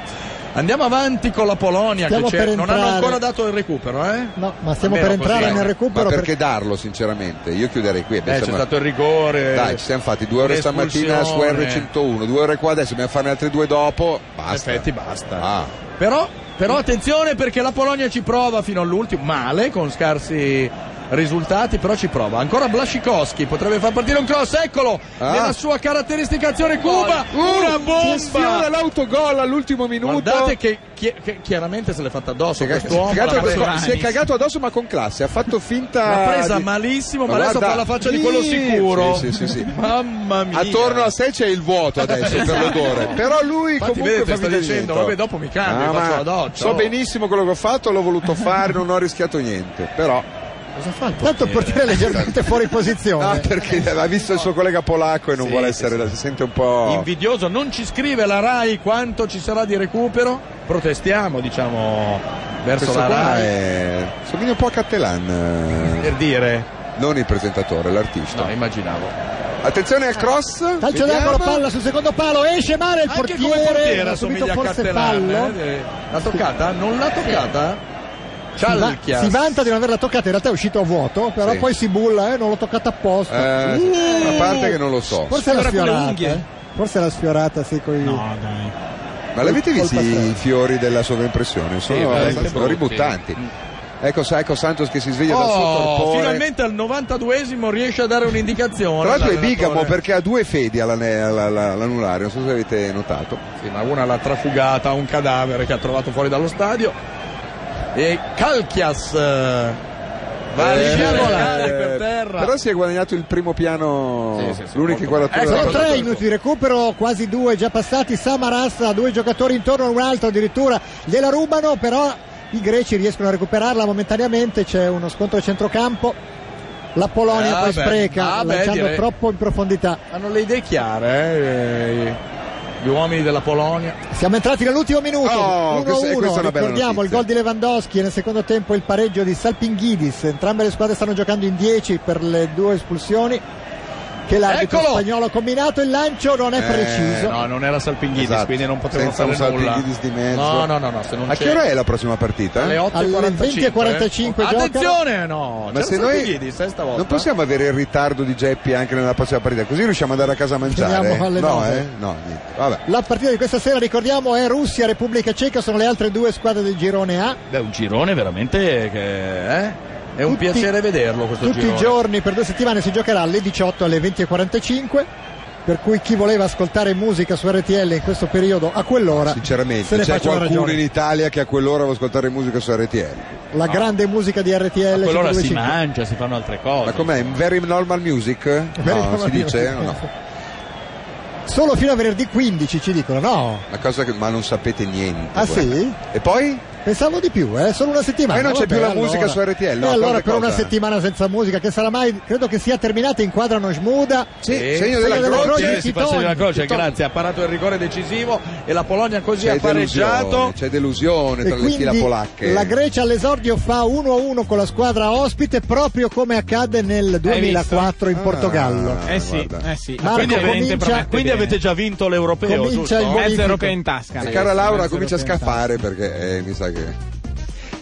Speaker 4: Andiamo avanti con la Polonia
Speaker 3: Stiamo
Speaker 4: che c'è-
Speaker 3: per
Speaker 4: non hanno
Speaker 3: entrare.
Speaker 4: ancora dato il recupero, eh?
Speaker 3: No, ma stiamo
Speaker 4: Almeno
Speaker 3: per entrare
Speaker 4: così,
Speaker 3: nel
Speaker 4: eh.
Speaker 1: Ma
Speaker 3: recupero
Speaker 1: perché darlo sinceramente? Io chiuderei qui.
Speaker 4: Eh,
Speaker 1: abbiamo-
Speaker 4: c'è stato il rigore.
Speaker 1: Dai, ci siamo fatti due ore stamattina su
Speaker 4: l'espulsione.
Speaker 1: R101, due ore qua adesso, dobbiamo farne altre due dopo.
Speaker 4: In
Speaker 1: Basta.
Speaker 4: effetti basta.
Speaker 1: Ah.
Speaker 4: Però, però attenzione perché la Polonia ci prova fino all'ultimo, male, con scarsi risultati, però ci prova. Ancora Blasikowski potrebbe far partire un cross, eccolo!
Speaker 1: Ah.
Speaker 4: Nella sua caratteristica azione Cuba, una
Speaker 1: Che sfiora
Speaker 4: bomba!
Speaker 1: Uh, l'autogol all'ultimo minuto.
Speaker 4: Guardate che, chi- che chiaramente se l'è fatta addosso
Speaker 1: si è, ca-
Speaker 4: quest'uomo.
Speaker 1: si è cagato
Speaker 4: la
Speaker 1: addosso-
Speaker 4: presa-
Speaker 1: si è cagato addosso ma con classe, ha fatto finta.
Speaker 4: L'ha presa
Speaker 1: di-
Speaker 4: malissimo, ma,
Speaker 1: Ma
Speaker 4: adesso
Speaker 1: guarda-
Speaker 4: fa la faccia di quello
Speaker 1: Sì,
Speaker 4: sicuro.
Speaker 1: sì, sì, sì.
Speaker 4: Mamma mia.
Speaker 1: Attorno a sé c'è il vuoto adesso per l'odore. Però lui
Speaker 4: Esatto. Infatti,
Speaker 1: comunque
Speaker 4: vedete,
Speaker 1: fa
Speaker 4: sta
Speaker 1: finta di niente.
Speaker 4: dicendo, vabbè, dopo mi cambio,
Speaker 1: Ah,
Speaker 4: faccio
Speaker 1: ma
Speaker 4: la doccia.
Speaker 1: So
Speaker 4: oh.
Speaker 1: benissimo quello che ho fatto, l'ho voluto fare, non ho rischiato niente. Però
Speaker 4: Cosa fa il
Speaker 3: per... Tanto il
Speaker 4: eh,
Speaker 3: portiere è leggermente fuori
Speaker 4: esatto.
Speaker 3: posizione.
Speaker 1: Ah, perché ha visto il suo collega polacco e non
Speaker 4: Sì,
Speaker 1: vuole essere, si sente un po'.
Speaker 4: Invidioso, non ci scrive la RAI quanto ci sarà di recupero. Protestiamo, diciamo, verso
Speaker 1: Questo
Speaker 4: la
Speaker 1: qua
Speaker 4: RAI.
Speaker 1: è... somiglia un po' a Cattelan, eh,
Speaker 4: Per dire, eh.
Speaker 1: non il presentatore, l'artista.
Speaker 4: no, immaginavo.
Speaker 1: Attenzione al cross.
Speaker 3: Calcio
Speaker 1: vediamo.
Speaker 3: d'angolo, palla sul secondo palo, esce male il
Speaker 4: Anche
Speaker 3: portiere.
Speaker 4: come portiera
Speaker 3: ha subito
Speaker 4: somiglia a
Speaker 3: forse
Speaker 4: Castellan.
Speaker 3: fallo.
Speaker 4: eh. L'ha toccata? Non l'ha toccata?
Speaker 3: Si, va-
Speaker 4: Cialchia.
Speaker 3: si vanta di non averla toccata, in realtà è uscito a vuoto, però
Speaker 1: Sì.
Speaker 3: poi si bulla, eh, non l'ho toccata apposta.
Speaker 1: Eh,
Speaker 3: Uh.
Speaker 1: a parte che non lo so.
Speaker 3: Forse l'ha sfiorata. eh. Forse l'ha sfiorata, sì, coi...
Speaker 1: Ma l'avete
Speaker 3: Colpa
Speaker 1: visti
Speaker 3: strana.
Speaker 1: i fiori della sovraimpressione?
Speaker 4: Sì,
Speaker 1: Sono
Speaker 4: veramente
Speaker 1: abbastanza
Speaker 4: brutti.
Speaker 1: ributtanti. Ecco, sa- ecco Santos che si sveglia dal suo
Speaker 4: Oh,
Speaker 1: torpore.
Speaker 4: finalmente al 92esimo riesce a dare un'indicazione.
Speaker 1: Tra l'altro è
Speaker 4: l'allenatore.
Speaker 1: bigamo perché ha due fedi alla- alla- alla- all'anulare, non so se avete notato.
Speaker 4: Sì, ma una l'ha trafugata a un cadavere che ha trovato fuori dallo stadio. E Calchias eh, va a
Speaker 1: Eh,
Speaker 4: scivolare
Speaker 1: eh,
Speaker 4: per terra.
Speaker 1: Però si è guadagnato il primo piano, l'unica inquadratura.
Speaker 3: Eh, Sono
Speaker 1: della
Speaker 3: tre minuti di recupero, quasi due già passati. Samaras ha due giocatori intorno a un altro addirittura gliela rubano, però i greci riescono a recuperarla momentaneamente. C'è uno scontro a centrocampo. La
Speaker 1: Eh,
Speaker 3: Polonia
Speaker 4: Ah,
Speaker 3: poi
Speaker 4: beh.
Speaker 3: spreca,
Speaker 4: Ah, beh,
Speaker 3: lanciando
Speaker 4: direi-
Speaker 3: troppo in profondità.
Speaker 4: Hanno le idee chiare, eh, gli uomini della Polonia.
Speaker 3: Siamo entrati nell'ultimo minuto,
Speaker 4: Oh,
Speaker 3: 1-1.
Speaker 4: questa- e questa è una bella
Speaker 3: Ricordiamo il
Speaker 4: notizia.
Speaker 3: gol di Lewandowski e nel secondo tempo il pareggio di Salpinghidis. Entrambe le squadre stanno giocando in 10 per le due espulsioni. Che l'arbitro
Speaker 4: Eccolo!
Speaker 3: spagnolo ha combinato, il lancio non è
Speaker 4: Eh,
Speaker 3: preciso.
Speaker 4: No, non era Salpinghidis,
Speaker 1: Esatto.
Speaker 4: quindi non potevano
Speaker 1: Senza
Speaker 4: fare
Speaker 1: un
Speaker 4: nulla.
Speaker 1: Salpinghidis di mezzo.
Speaker 4: No, no, no, no, se non
Speaker 1: A
Speaker 4: c'è-
Speaker 1: che ora è la prossima partita?
Speaker 4: Alle 8.45.
Speaker 3: Alle 20.45
Speaker 4: eh.
Speaker 3: giocano.
Speaker 4: Attenzione, no.
Speaker 1: Ma
Speaker 4: c'era
Speaker 1: se noi
Speaker 4: Salpinghidis, eh, stavolta.
Speaker 1: non possiamo avere il ritardo di Geppi anche nella prossima partita, così riusciamo ad andare a casa a mangiare.
Speaker 3: Finiamo alle
Speaker 1: no,
Speaker 3: nove.
Speaker 1: eh? No, niente. Vabbè.
Speaker 3: La partita di questa sera, ricordiamo, è Russia, Repubblica Ceca, sono le altre due squadre del girone A.
Speaker 4: Beh, un girone veramente che eh? è un
Speaker 3: Tutti-
Speaker 4: piacere vederlo questo
Speaker 3: Tutti i
Speaker 4: girone.
Speaker 3: giorni per due settimane si giocherà alle 18 alle 20.45. Per cui chi voleva ascoltare musica su RTL in questo periodo a quell'ora, se
Speaker 1: Sinceramente,
Speaker 3: ne
Speaker 1: c'è
Speaker 3: faccio una
Speaker 1: qualcuno in
Speaker 3: ragione.
Speaker 1: Italia che a quell'ora va ad ascoltare musica su RTL.
Speaker 3: La grande musica di RTL.
Speaker 6: Quell'ora si
Speaker 3: 102.5.
Speaker 4: eh.
Speaker 6: mangia, si fanno altre
Speaker 1: Ma
Speaker 6: cose.
Speaker 1: com'è? Very normal music?
Speaker 3: Very
Speaker 1: no,
Speaker 3: normal
Speaker 1: si dice?
Speaker 3: music.
Speaker 1: No, no.
Speaker 3: Solo fino a venerdì 15 ci dicono, no?
Speaker 1: Una cosa che ma non sapete niente.
Speaker 3: Ah
Speaker 1: guarda.
Speaker 3: sì?
Speaker 1: E poi?
Speaker 3: Pensavo di più, eh? solo una settimana.
Speaker 1: E non c'è
Speaker 3: Vabbè,
Speaker 1: più la
Speaker 3: allora.
Speaker 1: musica su RTL,
Speaker 3: E
Speaker 1: no?
Speaker 3: allora
Speaker 1: Quante
Speaker 3: per una
Speaker 1: cosa?
Speaker 3: settimana senza musica, che sarà mai, credo che sia terminata in quadrano Schmuda.
Speaker 4: Sì,
Speaker 3: segno della croce,
Speaker 4: Sì,
Speaker 3: di
Speaker 4: si fa segno della
Speaker 3: Titoni.
Speaker 4: croce,
Speaker 3: Titoni.
Speaker 4: grazie, ha parato il rigore decisivo e la Polonia così
Speaker 1: C'è
Speaker 4: ha pareggiato.
Speaker 1: delusione, c'è delusione tra
Speaker 3: E
Speaker 1: le fila
Speaker 3: quindi
Speaker 1: polacche.
Speaker 3: La Grecia all'esordio fa 1-1 con la squadra ospite, proprio come accade nel 2004
Speaker 1: Ah.
Speaker 3: in Portogallo.
Speaker 5: eh sì, eh sì.
Speaker 3: Marco,
Speaker 5: quindi,
Speaker 3: comincia-
Speaker 5: avete, promette
Speaker 3: quindi
Speaker 5: bene.
Speaker 6: avete già vinto l'europeo,
Speaker 3: Comincia giusto? il bonifico.
Speaker 5: Mezzo europeo in tasca.
Speaker 1: E cara Laura comincia a
Speaker 3: europeo in
Speaker 1: scappare perché eh, mi sa che.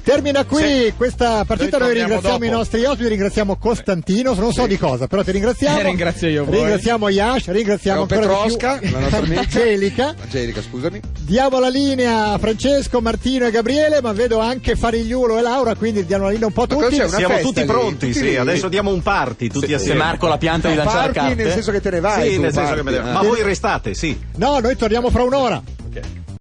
Speaker 3: Termina qui questa partita, noi
Speaker 1: Ritorniamo
Speaker 3: ringraziamo
Speaker 1: dopo.
Speaker 3: i nostri ospiti, ringraziamo Costantino, non so di cosa, però ti ringraziamo.
Speaker 5: Eh, ringrazio io voi.
Speaker 3: Ringraziamo Yash, ringraziamo
Speaker 1: Siamo
Speaker 3: ancora
Speaker 1: Petrosca,
Speaker 3: di più
Speaker 1: la nostra amica.
Speaker 3: Angelica.
Speaker 1: Angelica, scusami.
Speaker 3: Diamo la linea a Francesco, Martino e Gabriele, ma vedo anche Farigliulo e Laura, quindi diamo la linea un po' a
Speaker 1: cosa
Speaker 3: tutti.
Speaker 1: c'è? Una
Speaker 12: Siamo
Speaker 1: festa
Speaker 12: tutti
Speaker 1: lì,
Speaker 12: pronti,
Speaker 1: tutti
Speaker 12: sì,
Speaker 1: lì.
Speaker 12: adesso diamo un party tutti
Speaker 19: Se
Speaker 12: assieme.
Speaker 19: Marco la pianta di
Speaker 1: No,
Speaker 19: lanciare
Speaker 1: parti
Speaker 19: carte.
Speaker 1: eh? nel senso che te ne vai,
Speaker 12: Sì,
Speaker 1: tu
Speaker 12: nel senso
Speaker 1: parti, Ah.
Speaker 12: che me ne-
Speaker 1: eh.
Speaker 12: Ma voi restate, sì.
Speaker 3: No, noi torniamo fra un'ora.